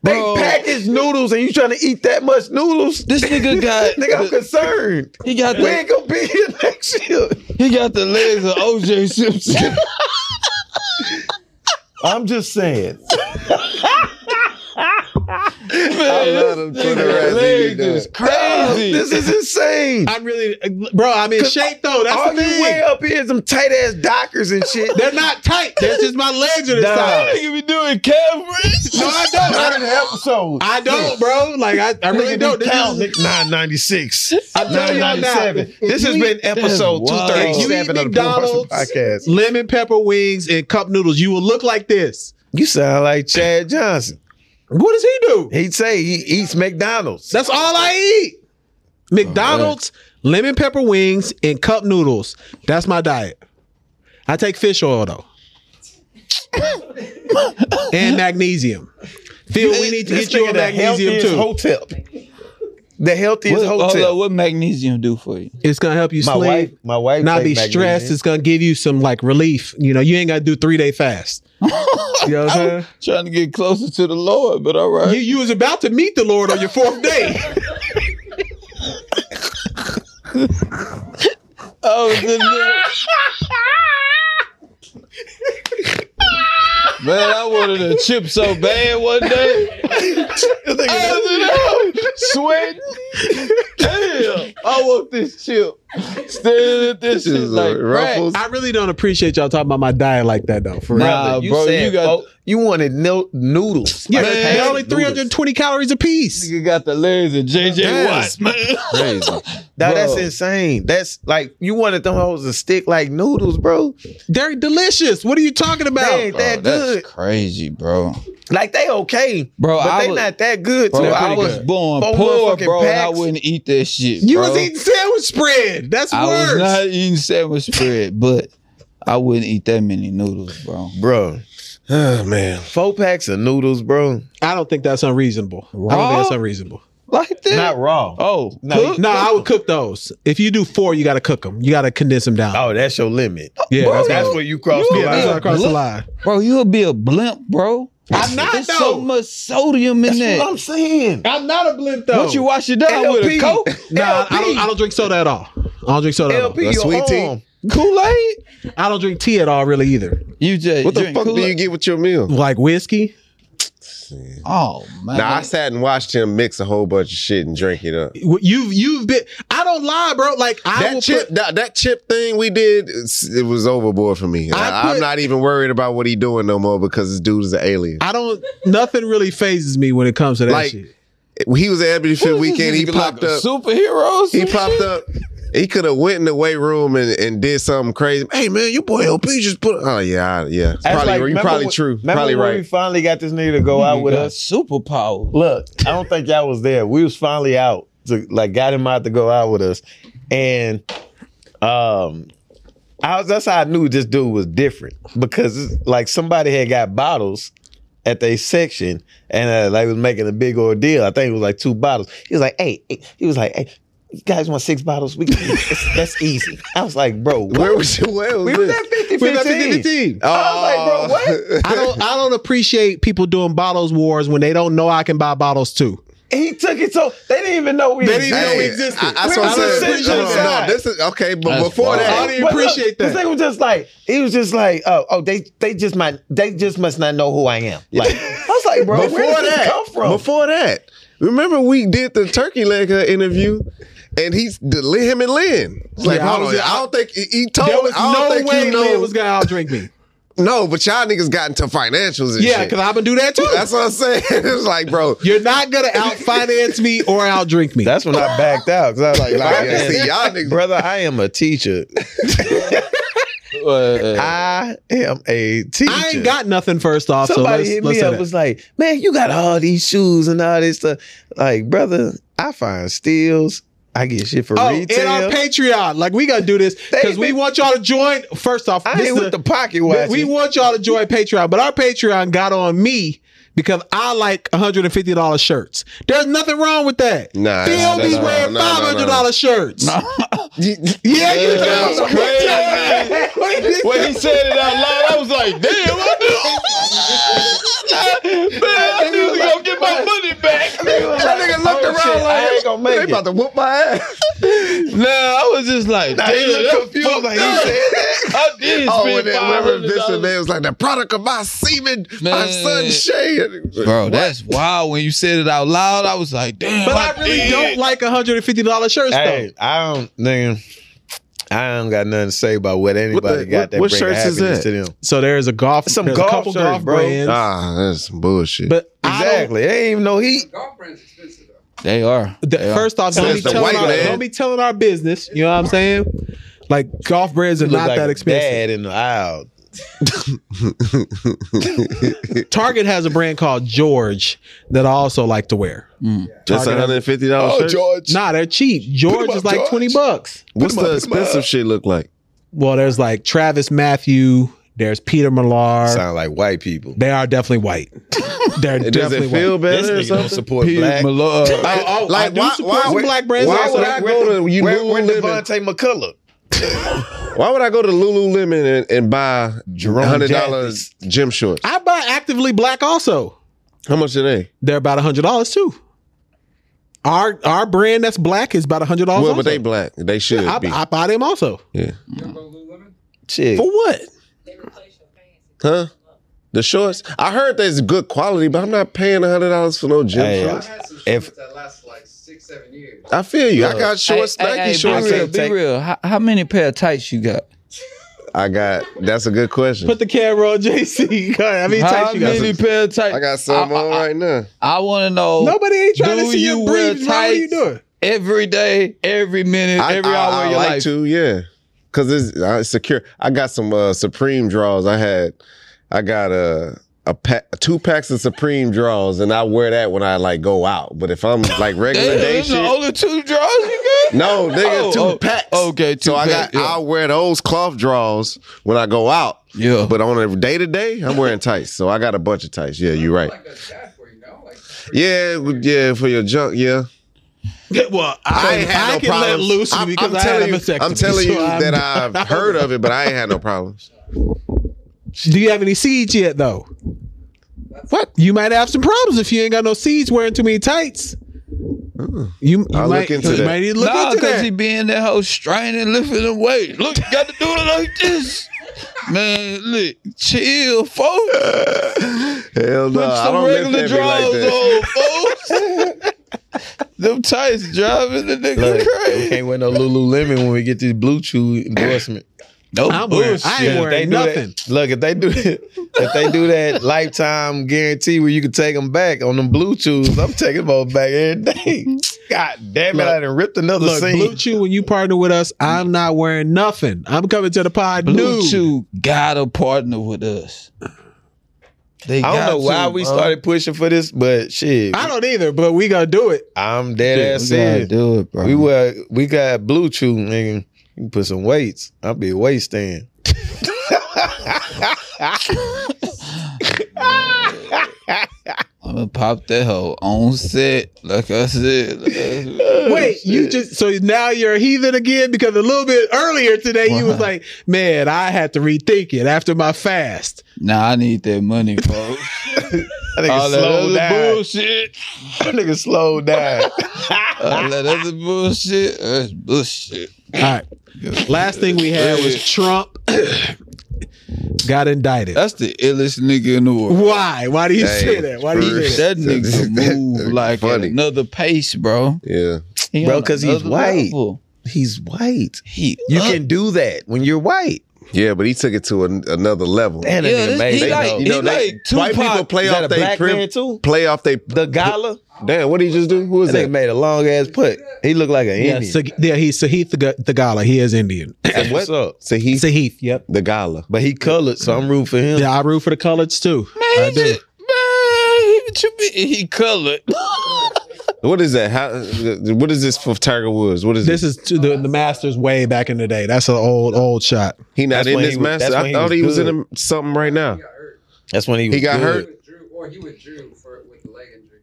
Speaker 3: They
Speaker 2: Bro.
Speaker 3: package noodles and you trying to eat that much noodles?
Speaker 2: This nigga got
Speaker 3: Nigga, I'm concerned.
Speaker 2: he got
Speaker 3: We
Speaker 2: the
Speaker 3: ain't gonna be here next year.
Speaker 2: he got the legs of OJ Simpson.
Speaker 3: I'm just saying.
Speaker 4: I love them
Speaker 2: This
Speaker 4: Twitter
Speaker 2: nigga
Speaker 4: ass
Speaker 2: legs
Speaker 4: eating
Speaker 2: is
Speaker 4: that.
Speaker 2: crazy.
Speaker 3: This is insane.
Speaker 1: I'm really, bro. I'm in shape though. That's
Speaker 3: All
Speaker 1: the
Speaker 3: you
Speaker 1: thing.
Speaker 3: way up here is them tight ass dockers and shit.
Speaker 1: They're not tight. That's just my legs are the
Speaker 3: Nah.
Speaker 1: size.
Speaker 2: nigga be doing coverage.
Speaker 1: No, I don't. I,
Speaker 3: episode.
Speaker 1: I don't, bro. Like I, I really don't. This
Speaker 3: Count,
Speaker 1: is,
Speaker 3: Nick. 996.
Speaker 1: I'm telling y'all now.
Speaker 3: 997. This has been episode
Speaker 2: That's wild.
Speaker 1: If
Speaker 3: 237
Speaker 1: you eat
Speaker 3: of the Poor Person
Speaker 1: McDonald's-
Speaker 3: Podcast.
Speaker 1: Lemon pepper wings and cup noodles. You will look like this.
Speaker 3: You sound like Chad Johnson.
Speaker 1: What does he do?
Speaker 3: He'd say he eats McDonald's.
Speaker 1: That's all I eat. McDonald's, lemon pepper wings, and cup noodles. That's my diet. I take fish oil though. and magnesium. Phil, we need to
Speaker 3: This
Speaker 1: get you
Speaker 3: nigga
Speaker 1: on
Speaker 3: the
Speaker 1: magnesium
Speaker 3: healthiest
Speaker 1: too.
Speaker 3: Hotel. The healthiest
Speaker 2: What, hold
Speaker 3: hotel.
Speaker 2: up, what magnesium do for you?
Speaker 1: it's gonna help you
Speaker 3: my
Speaker 1: sleep,
Speaker 3: wife, my wife,
Speaker 1: not
Speaker 3: take
Speaker 1: be
Speaker 3: magnesium.
Speaker 1: stressed. It's gonna give you some like relief. You know, you ain't gotta do three day fast. you know what I'm saying?
Speaker 2: Trying to get closer to the Lord, but all
Speaker 1: You,
Speaker 2: right.
Speaker 1: you was about to meet the Lord on your fourth day.
Speaker 2: I was in there. Man, I wanted a chip so bad one day. I was in there sweating. Damn, I want this chip
Speaker 3: Staring at this shit
Speaker 4: This is
Speaker 3: like
Speaker 4: like ruffles.
Speaker 1: I really don't appreciate y'all talking about my diet like that though. For real.
Speaker 2: Nah,
Speaker 3: brother, you
Speaker 2: bro,
Speaker 3: said,
Speaker 2: you got-
Speaker 3: oh, you wanted no, noodles.
Speaker 1: Yeah,
Speaker 3: Like,
Speaker 1: they're
Speaker 3: packet
Speaker 1: only
Speaker 3: noodles.
Speaker 1: 320 calories a piece.
Speaker 2: You got the legs of JJ
Speaker 1: Yes.
Speaker 2: Watts, man.
Speaker 4: Crazy.
Speaker 3: Nah, that's
Speaker 2: Bro.
Speaker 3: insane. That's like you wanted them hoes to stick like noodles, bro.
Speaker 1: They're delicious. What are you talking about?
Speaker 3: They ain't that
Speaker 2: Bro, that's
Speaker 3: good.
Speaker 2: crazy, bro.
Speaker 3: Like they okay,
Speaker 2: Bro,
Speaker 3: but
Speaker 2: I
Speaker 3: they
Speaker 2: was,
Speaker 3: not that good.
Speaker 2: bro,
Speaker 3: too.
Speaker 2: I was born
Speaker 3: Four
Speaker 2: poor,
Speaker 3: motherfucking
Speaker 2: bro, and I
Speaker 3: packs.
Speaker 2: wouldn't eat that shit.
Speaker 1: you
Speaker 2: bro.
Speaker 1: was eating sandwich spread. That's
Speaker 2: I
Speaker 1: worse.
Speaker 2: was not eating sandwich bread, but I wouldn't eat that many noodles, bro.
Speaker 3: bro. Ah,
Speaker 4: oh man.
Speaker 3: Four packs of noodles, bro.
Speaker 1: I don't think that's unreasonable. I don't
Speaker 2: Raw?
Speaker 1: think that's unreasonable.
Speaker 2: Like that?
Speaker 3: Not raw.
Speaker 2: oh,
Speaker 3: Oh, No,
Speaker 2: cooked?
Speaker 1: No, I would cook those. If you do four, you got to cook them. You got to condense them
Speaker 4: Oh.
Speaker 1: down.
Speaker 3: Oh, that's your limit.
Speaker 1: yeah,
Speaker 2: bro,
Speaker 1: that's,
Speaker 3: That's where you cross
Speaker 2: You
Speaker 3: the
Speaker 1: yeah,
Speaker 2: a little
Speaker 1: that's why I
Speaker 3: line.
Speaker 1: crossed the
Speaker 2: blimp.
Speaker 1: line.
Speaker 2: bro, you'll be a blimp, bro.
Speaker 1: I'm not,
Speaker 2: There's
Speaker 1: though.
Speaker 2: so much sodium in
Speaker 3: That's
Speaker 2: that.
Speaker 3: what I'm saying.
Speaker 1: I'm not a blimp though.
Speaker 2: Don't you wash it down with a
Speaker 3: LP.
Speaker 2: coke?
Speaker 1: Nah, I
Speaker 3: LP.
Speaker 1: don't. I don't drink soda at all. I don't drink soda.
Speaker 3: LP,
Speaker 4: That's
Speaker 3: your
Speaker 4: sweet tea.
Speaker 3: arm.
Speaker 2: Kool Aid?
Speaker 1: At all. I don't drink tea at all, really either.
Speaker 2: You just
Speaker 4: What the
Speaker 2: drink
Speaker 4: fuck do
Speaker 2: Kool-Aid?
Speaker 4: you get with your meal?
Speaker 1: Like whiskey.
Speaker 2: Oh man,
Speaker 4: Now I sat and watched him mix a whole bunch of shit and drink it up.
Speaker 1: You've you've been. I don't lie, bro. Like I will
Speaker 4: That chip,
Speaker 1: put.
Speaker 4: that, that chip thing we did, it's- it was overboard for me. I,
Speaker 1: put-
Speaker 4: am not even worried about what he doing no more because this dude is an alien.
Speaker 1: I don't. Nothing really phases me when it comes to that
Speaker 4: Like,
Speaker 1: shit.
Speaker 4: he was at Abbey
Speaker 2: What
Speaker 4: Fit
Speaker 2: is
Speaker 4: weekend.
Speaker 2: this
Speaker 4: He
Speaker 2: nigga,
Speaker 4: popped
Speaker 2: like a
Speaker 4: up.
Speaker 2: Superhero.
Speaker 4: He popped up. He could have went in the weight room and, and did something crazy. Hey man, your boy LP just put. Oh yeah, I- yeah. It's
Speaker 3: That's
Speaker 4: Probably,
Speaker 3: like,
Speaker 4: you
Speaker 3: remember
Speaker 4: probably
Speaker 3: when-
Speaker 4: true.
Speaker 3: Remember
Speaker 4: Probably
Speaker 3: when we
Speaker 4: right.
Speaker 3: finally got this nigga to go out with us?
Speaker 2: Superpower.
Speaker 3: Look, I don't think y'all was there. We was finally out. To, like got him out to go out with us. And um I was that's how I knew this dude was different. Because it's like somebody had got bottles at their section and uh, like was making a big ordeal. I think it was like two bottles. He was like, hey, hey," he was like, hey, you guys want six bottles? We can that's, that's easy. I was like, bro, what?
Speaker 4: Where was you? Where was
Speaker 3: we was
Speaker 4: this?
Speaker 3: at 50
Speaker 1: We're not
Speaker 3: 15.
Speaker 1: 50-50. Oh.
Speaker 3: I was like, bro, what?
Speaker 1: I don't. I don't appreciate people doing bottles wars when they don't know I can buy bottles too.
Speaker 3: He took it so they didn't even know we
Speaker 1: They didn't
Speaker 3: existed.
Speaker 1: know we
Speaker 4: Hey,
Speaker 1: existed.
Speaker 4: I, that's
Speaker 3: We're
Speaker 4: what I'm
Speaker 3: on the
Speaker 4: saying.
Speaker 3: same
Speaker 4: No, no,
Speaker 3: side.
Speaker 4: this is okay. But
Speaker 2: That's
Speaker 4: before
Speaker 2: wild.
Speaker 1: I
Speaker 4: that,
Speaker 1: didn't
Speaker 3: But look,
Speaker 1: appreciate
Speaker 3: this
Speaker 1: that.
Speaker 3: nigga was just like, he was just like, oh, oh, they they just might they just must not know who I am. Like I was like, bro,
Speaker 4: before
Speaker 3: where did this
Speaker 4: that,
Speaker 3: come from?
Speaker 4: before that, remember we did the turkey leg interview, and he's the- him and Lynn. It's like,
Speaker 1: Yeah, I
Speaker 4: hold
Speaker 1: was-
Speaker 4: on, I don't think he, he told.
Speaker 1: There was
Speaker 4: I don't
Speaker 1: no
Speaker 4: think
Speaker 1: way
Speaker 4: you know.
Speaker 1: Lynn was gonna outdrink me.
Speaker 4: no, but y'all niggas got into financials and
Speaker 1: yeah,
Speaker 4: shit.
Speaker 1: because I've been do that too.
Speaker 4: That's what I'm saying. it's like, bro,
Speaker 1: You're not gonna outfinance me or outdrink me.
Speaker 3: That's when I backed out because I was like,
Speaker 4: like,
Speaker 3: "Man,
Speaker 4: yeah, see, y'all niggas.
Speaker 3: brother, I am a teacher.
Speaker 2: uh,
Speaker 3: I am a teacher.
Speaker 1: I ain't got nothing. First off,
Speaker 3: Somebody
Speaker 1: so let's,
Speaker 3: hit
Speaker 1: let's
Speaker 3: me
Speaker 1: say
Speaker 3: up
Speaker 1: that.
Speaker 3: was like, man, you got all these shoes and all this stuff. Like, brother, I find steals. I get shit for
Speaker 1: Oh, and
Speaker 3: retail.
Speaker 1: our Patreon, like we gotta do this because we
Speaker 3: been-
Speaker 1: want y'all to join. First off,
Speaker 3: I
Speaker 1: this
Speaker 3: ain't
Speaker 1: is
Speaker 3: with the pocket
Speaker 1: we-
Speaker 3: watch.
Speaker 1: we want y'all to join Patreon, but our Patreon got on me because I like $150 shirts. There's nothing wrong with that.
Speaker 4: Nah,
Speaker 1: Feel
Speaker 4: nah,
Speaker 1: me
Speaker 4: nah,
Speaker 1: wearing
Speaker 4: nah, nah,
Speaker 1: $500
Speaker 4: nah.
Speaker 1: shirts.
Speaker 4: You-
Speaker 1: Yeah, you
Speaker 4: That's
Speaker 1: do.
Speaker 4: crazy.
Speaker 2: when he said it out loud, I was like, "Damn, I knew." Man, I knew he was gonna get my money back.
Speaker 4: that nigga
Speaker 3: Oh,
Speaker 4: looked around
Speaker 3: shit,
Speaker 4: like
Speaker 3: I ain't gonna make
Speaker 4: they
Speaker 3: it.
Speaker 4: about to whoop my ass.
Speaker 2: Nah, I was just like,
Speaker 3: Nah, he
Speaker 2: "Damn,
Speaker 3: looked
Speaker 2: that's
Speaker 3: confused,
Speaker 2: fucked
Speaker 3: like, he
Speaker 2: up."
Speaker 3: said
Speaker 2: I did
Speaker 4: Oh,
Speaker 2: spend
Speaker 4: and then
Speaker 2: five
Speaker 4: whatever this and
Speaker 2: hundred
Speaker 4: that was like the product of my semen, my
Speaker 2: Man.
Speaker 4: son Shane.
Speaker 2: Bro, that's wild. When you said it out loud, I was like, "Damn."
Speaker 1: But I really
Speaker 2: did.
Speaker 1: don't like $150 shirts
Speaker 3: Hey, I don't, nigga. I don't got nothing to say about what anybody
Speaker 4: What the-
Speaker 3: got
Speaker 4: what-
Speaker 3: that
Speaker 4: what
Speaker 3: bring
Speaker 4: shirts is
Speaker 3: happiness
Speaker 4: that?
Speaker 3: to them.
Speaker 1: though. So there's a golf,
Speaker 3: Some
Speaker 1: there's
Speaker 3: golf
Speaker 1: a couple
Speaker 3: shirts,
Speaker 1: golf
Speaker 3: bro.
Speaker 1: brands.
Speaker 4: Ah, that's some bullshit.
Speaker 1: But
Speaker 3: Exactly. They ain't even no heat.
Speaker 5: Golf friends expensive though.
Speaker 2: They are.
Speaker 1: I don't, the,
Speaker 2: They are.
Speaker 1: first off, don't
Speaker 4: Says
Speaker 1: be,
Speaker 4: the
Speaker 1: telling
Speaker 4: white
Speaker 1: our,
Speaker 4: man.
Speaker 1: don't be telling our business. You know what I'm saying? Like golf brands are
Speaker 3: Look
Speaker 1: not
Speaker 3: like
Speaker 1: that
Speaker 3: a
Speaker 1: expensive.
Speaker 3: Dad in the aisle.
Speaker 1: Target has a brand called George that I also like to wear.
Speaker 4: that's
Speaker 1: Target-
Speaker 4: $150 shirt?
Speaker 3: George.
Speaker 1: Nah, they're cheap. George
Speaker 3: up,
Speaker 1: is like
Speaker 3: George.
Speaker 1: 20 bucks.
Speaker 4: What's
Speaker 3: Put 'em
Speaker 4: the
Speaker 3: up, put 'em up.
Speaker 4: expensive shit look like?
Speaker 1: Well, there's like Travis Matthew, there's Peter Millar.
Speaker 3: Sound like white people.
Speaker 1: They are definitely white. They're
Speaker 4: Does
Speaker 1: definitely
Speaker 4: it feel
Speaker 1: white.
Speaker 4: better or
Speaker 3: This nigga don't
Speaker 4: something?
Speaker 3: support black.
Speaker 2: Malo- uh,
Speaker 1: Oh, oh, I
Speaker 4: Like,
Speaker 1: do
Speaker 4: why-
Speaker 1: support
Speaker 4: why-
Speaker 1: some
Speaker 4: where-
Speaker 1: black brands.
Speaker 4: why
Speaker 1: also.
Speaker 4: would I go to you
Speaker 3: where, where
Speaker 4: Lululemon?
Speaker 3: Devontae McCullough?
Speaker 4: Why would I go to Lululemon and, and buy
Speaker 3: Jerome
Speaker 4: hundred dollars gym shorts?
Speaker 1: I buy actively black also.
Speaker 4: How much are they?
Speaker 1: They're about hundred dollars too. Our our brand that's black is about hundred dollars.
Speaker 4: Well, but they black. They should
Speaker 1: I,
Speaker 4: be.
Speaker 1: I buy them also.
Speaker 4: yeah.
Speaker 5: You ever go to Lululemon?
Speaker 3: Shit.
Speaker 1: For what?
Speaker 4: Huh? The shorts. I heard there's good quality, but I'm not paying hundred dollars for no gym
Speaker 3: Hey,
Speaker 4: shorts.
Speaker 5: I've had some
Speaker 3: If-
Speaker 5: shirts that last like six,
Speaker 6: seven years.
Speaker 4: I feel you. I got short,
Speaker 2: Hey,
Speaker 4: snacky
Speaker 2: hey, hey,
Speaker 4: shorts.
Speaker 2: Be
Speaker 3: I
Speaker 2: real,
Speaker 3: can't
Speaker 2: be
Speaker 3: take-
Speaker 2: real. How, how many pair of tights you got?
Speaker 4: I got. That's a good question.
Speaker 1: Put the camera on JC. Go ahead. I mean,
Speaker 2: How
Speaker 1: tight you got.
Speaker 2: many pair of tights?
Speaker 4: I got some
Speaker 2: I- I-
Speaker 4: on right now.
Speaker 2: I want to know
Speaker 1: Nobody ain't trying
Speaker 2: Do
Speaker 1: to see
Speaker 2: you
Speaker 1: you,
Speaker 2: wear
Speaker 1: breathe. bro. What are you
Speaker 2: tights?
Speaker 1: doing?
Speaker 2: every day, every minute,
Speaker 4: I,
Speaker 2: every
Speaker 4: I-
Speaker 2: hour
Speaker 4: I
Speaker 2: of your
Speaker 4: like
Speaker 2: life.
Speaker 4: to, yeah, because it's uh, it's secure. I got some uh, Supreme draws. I had, I got a a pack, two packs of Supreme draws, and I wear that when I like go out. But if I'm like regular
Speaker 2: Damn,
Speaker 4: day
Speaker 2: this the
Speaker 4: shit,
Speaker 2: only two draws you got? Oh,
Speaker 4: no, nigga, two
Speaker 2: oh,
Speaker 4: packs.
Speaker 2: okay, two
Speaker 4: so I
Speaker 2: packs,
Speaker 4: got.
Speaker 2: yeah.
Speaker 4: I'll wear those cloth draws when I go out.
Speaker 2: Yeah.
Speaker 4: But on a day to day, I'm wearing tights. So I got a bunch of tights. Yeah, you're right.
Speaker 6: Like that's bad for you, know? Like
Speaker 4: Yeah, yeah, for your junk, yeah.
Speaker 1: Well, I, ain't had no can let
Speaker 4: problems.
Speaker 1: loose
Speaker 4: I'm-
Speaker 1: because
Speaker 4: I'm
Speaker 1: i had
Speaker 4: telling
Speaker 1: a
Speaker 4: you,
Speaker 1: vasectomy.
Speaker 4: I'm telling you
Speaker 1: so I'm-
Speaker 4: that I've heard of it, but I ain't had no problems.
Speaker 1: Do you have any seeds yet, though? What? You might have some problems if you ain't got no seeds wearing too many tights. You, you
Speaker 4: Mm. I'll
Speaker 1: might,
Speaker 4: look into
Speaker 1: you
Speaker 4: that.
Speaker 1: might need to look
Speaker 2: nah,
Speaker 1: into
Speaker 2: because
Speaker 1: that.
Speaker 2: he be in that whole straining, lifting the weight. Look, you got to do it like this. Man, look, chill, folks.
Speaker 4: Hell no,
Speaker 2: Put
Speaker 4: Uh, I
Speaker 2: some
Speaker 4: don't lift
Speaker 2: regular
Speaker 4: heavy like
Speaker 2: draws
Speaker 4: that.
Speaker 2: on, folks. Them tights driving the nigga
Speaker 3: Look, we
Speaker 2: crazy.
Speaker 3: can't wear no Lululemon when we get this Blue Chew endorsement.
Speaker 2: No
Speaker 1: I'm wearing-
Speaker 2: bullshit.
Speaker 1: I ain't
Speaker 3: If
Speaker 1: wearing
Speaker 3: do that-
Speaker 1: nothing.
Speaker 3: look, if they do if they do that lifetime guarantee where you can take them back on them blue chews, I'm taking them back every day. God damn it, I done ripped another
Speaker 1: Look,
Speaker 3: scene.
Speaker 1: Blue Chew, when you partner with us, I'm not wearing nothing. I'm coming to the pod
Speaker 2: Blue
Speaker 1: nude.
Speaker 2: Chew gotta partner with us. They
Speaker 3: I don't
Speaker 2: got
Speaker 3: know why
Speaker 2: to,
Speaker 3: we
Speaker 2: bro.
Speaker 3: started pushing for this, but shit,
Speaker 1: I don't either, but we gonna do it.
Speaker 3: I'm dead ass
Speaker 2: We gotta
Speaker 3: serious.
Speaker 2: do it, bro.
Speaker 3: We were we got blue chew, nigga. You can put some weights. I'll be a weight stand.
Speaker 2: I'm gonna pop that hoe on set, like I said.
Speaker 3: Oh,
Speaker 1: Wait, you just so now you're a heathen again because a little bit earlier today you was
Speaker 2: Wow.
Speaker 1: like, man, I had to rethink it after my fast.
Speaker 2: Nah, I need that money, folks.
Speaker 3: That nigga
Speaker 2: All that
Speaker 3: slow
Speaker 2: other
Speaker 3: down.
Speaker 2: bullshit.
Speaker 3: That nigga slow down.
Speaker 2: All that other bullshit. That's bullshit.
Speaker 1: All right. Last thing we had was Trump got indicted.
Speaker 2: That's the illest nigga in the world.
Speaker 1: Why? Why do you
Speaker 4: Hey,
Speaker 1: say that? Why do you say that?
Speaker 2: That nigga move like
Speaker 4: Funny.
Speaker 2: at another pace, bro.
Speaker 4: Yeah,
Speaker 2: He
Speaker 3: Bro,
Speaker 2: on
Speaker 3: 'cause he's
Speaker 2: another
Speaker 3: white.
Speaker 2: level.
Speaker 3: He's white.
Speaker 2: He
Speaker 3: You
Speaker 2: up.
Speaker 3: can do that when you're white.
Speaker 4: yeah, but he took it to an, another level.
Speaker 3: Damn, that
Speaker 2: Yeah,
Speaker 3: nigga
Speaker 2: this-
Speaker 3: made
Speaker 2: he
Speaker 3: it,
Speaker 2: like-
Speaker 3: though.
Speaker 4: you know,
Speaker 2: he
Speaker 4: they,
Speaker 2: like
Speaker 4: white
Speaker 2: Tupac.
Speaker 4: people play
Speaker 3: Is that
Speaker 4: off
Speaker 3: a
Speaker 4: they
Speaker 3: black man
Speaker 4: prim,
Speaker 3: too?
Speaker 4: play off they.
Speaker 3: The Gala.
Speaker 4: Damn, what did he just do? Who is
Speaker 3: That
Speaker 4: that?
Speaker 3: nigga made a long ass putt. He looked like an
Speaker 1: Yeah,
Speaker 3: Indian.
Speaker 1: Sa- yeah, he's Sahith Tagala. He is Indian.
Speaker 3: Said, What's up?
Speaker 4: So he
Speaker 1: Sahith, yep.
Speaker 4: the gala.
Speaker 3: But he colored, so I'm rooting for him.
Speaker 1: Yeah, I root for the coloreds too.
Speaker 2: Man,
Speaker 1: I
Speaker 2: he,
Speaker 1: do.
Speaker 2: just, man, what you mean? he colored.
Speaker 4: What is that? How? What is this for Tiger Woods? What is
Speaker 1: This
Speaker 4: this?
Speaker 1: is to the, the Masters way back in the day. That's an old, old shot.
Speaker 4: He not
Speaker 3: That's
Speaker 4: in
Speaker 3: when
Speaker 4: this
Speaker 3: he was-
Speaker 4: master.
Speaker 3: that's when
Speaker 4: I
Speaker 3: he
Speaker 4: thought
Speaker 3: was
Speaker 4: he was
Speaker 3: good.
Speaker 4: in a, something right now
Speaker 6: he got hurt.
Speaker 3: That's when he was
Speaker 4: He got
Speaker 6: He
Speaker 3: good.
Speaker 4: hurt.
Speaker 6: withdrew, or he withdrew for with the leg injury.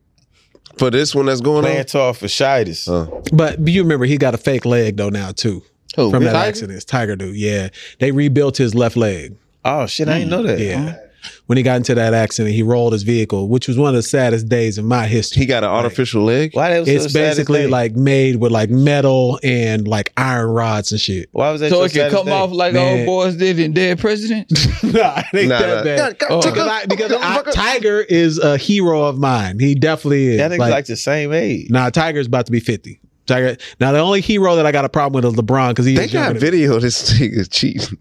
Speaker 4: for this one that's going on.
Speaker 3: plantar fasciitis.
Speaker 4: Uh,
Speaker 1: But you remember he got a fake leg though now too
Speaker 2: Who,
Speaker 1: from that
Speaker 2: Tiger?
Speaker 1: accident. Tiger dude, yeah. They rebuilt his left leg.
Speaker 3: Oh shit, I didn't know that.
Speaker 1: Yeah. When he got into that accident, he rolled his vehicle, which was one of the saddest days in my history.
Speaker 4: he got an artificial leg.
Speaker 3: Why that was
Speaker 1: it's
Speaker 3: so sad
Speaker 1: basically
Speaker 3: thing?
Speaker 1: like made with like metal and like iron rods and shit.
Speaker 3: why was that
Speaker 2: So
Speaker 3: your
Speaker 2: it can
Speaker 3: saddest
Speaker 2: come
Speaker 3: thing?
Speaker 2: off like
Speaker 1: Man.
Speaker 2: old boys did in Dead President?
Speaker 1: nah, it ain't
Speaker 4: Nah,
Speaker 1: that
Speaker 4: nah.
Speaker 1: bad.
Speaker 4: God,
Speaker 2: Oh.
Speaker 1: Because,
Speaker 4: God,
Speaker 1: I, because
Speaker 4: God,
Speaker 1: I-
Speaker 4: God.
Speaker 1: Tiger is a hero of mine. He definitely is.
Speaker 3: That nigga's
Speaker 1: Like,
Speaker 3: like, the same age.
Speaker 1: nah, Tiger's about to be fifty. Tiger. Now the only hero that I got a problem with is LeBron because he
Speaker 4: They
Speaker 1: is
Speaker 4: got
Speaker 1: younger than me.
Speaker 4: video of this nigga cheating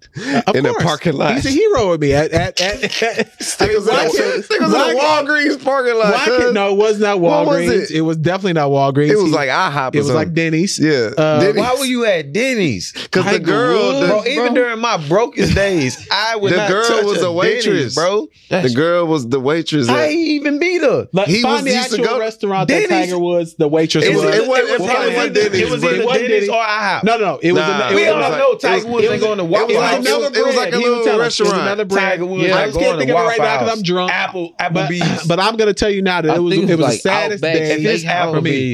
Speaker 1: Of
Speaker 4: in
Speaker 1: course.
Speaker 4: the parking lot.
Speaker 1: He's a hero of me. At, at, at, at, I mean, why can't- why can't-
Speaker 4: Walgreens parking lot.
Speaker 1: why can't- no, it was not
Speaker 4: What was
Speaker 1: Walgreens.
Speaker 4: it?
Speaker 1: it? was definitely not Walgreens.
Speaker 4: It was
Speaker 1: He-
Speaker 4: like IHOP.
Speaker 1: it was like Denny's.
Speaker 4: yeah.
Speaker 1: Uh,
Speaker 3: Why were you at Denny's?
Speaker 4: Because the
Speaker 2: Tiger
Speaker 4: girl,
Speaker 2: Woods,
Speaker 4: the,
Speaker 3: Bro, even during my brokest days, I would
Speaker 4: The
Speaker 3: not
Speaker 4: girl
Speaker 3: touch
Speaker 4: was a
Speaker 3: Denny's,
Speaker 4: waitress.
Speaker 3: bro.
Speaker 4: the girl was the waitress.
Speaker 3: I
Speaker 4: At, it,
Speaker 3: even beat her.
Speaker 1: Like,
Speaker 4: He
Speaker 1: find
Speaker 4: was-
Speaker 1: the
Speaker 4: used to
Speaker 1: actual
Speaker 4: go-
Speaker 1: restaurant that
Speaker 3: Denny's-
Speaker 1: Tiger was the waitress
Speaker 4: It
Speaker 1: was.
Speaker 4: was- it was-
Speaker 1: Well,
Speaker 4: probably
Speaker 1: either-
Speaker 4: wasn't Denny's,
Speaker 3: It was
Speaker 4: but-
Speaker 3: either
Speaker 1: wasn't
Speaker 3: Denny's or IHOP.
Speaker 1: No, no, it was.
Speaker 4: Nah.
Speaker 1: an- it
Speaker 3: we
Speaker 1: was
Speaker 3: all
Speaker 1: an-
Speaker 4: like-
Speaker 3: know
Speaker 4: it was-
Speaker 3: Tiger Woods
Speaker 4: it
Speaker 3: ain't
Speaker 4: was-
Speaker 3: going to
Speaker 4: it
Speaker 3: Waffle
Speaker 4: was
Speaker 3: House.
Speaker 4: like another
Speaker 1: brand.
Speaker 4: like a
Speaker 1: He was
Speaker 4: little
Speaker 1: telling us. It was
Speaker 4: restaurant.
Speaker 1: another brand.
Speaker 3: Tiger Woods.
Speaker 2: Yeah,
Speaker 3: not
Speaker 2: I
Speaker 1: just
Speaker 3: going
Speaker 1: can't
Speaker 3: to
Speaker 1: think of it right
Speaker 3: Waffle
Speaker 1: now 'cause
Speaker 3: House.
Speaker 1: I'm drunk.
Speaker 3: Apple,
Speaker 1: But,
Speaker 3: Applebee's.
Speaker 1: but I'm gonna tell you now that
Speaker 2: I
Speaker 1: it was
Speaker 2: think
Speaker 1: it
Speaker 2: it
Speaker 1: was
Speaker 2: was
Speaker 1: the
Speaker 2: like
Speaker 1: saddest
Speaker 2: Outback.
Speaker 1: day.
Speaker 3: If it's
Speaker 1: for me.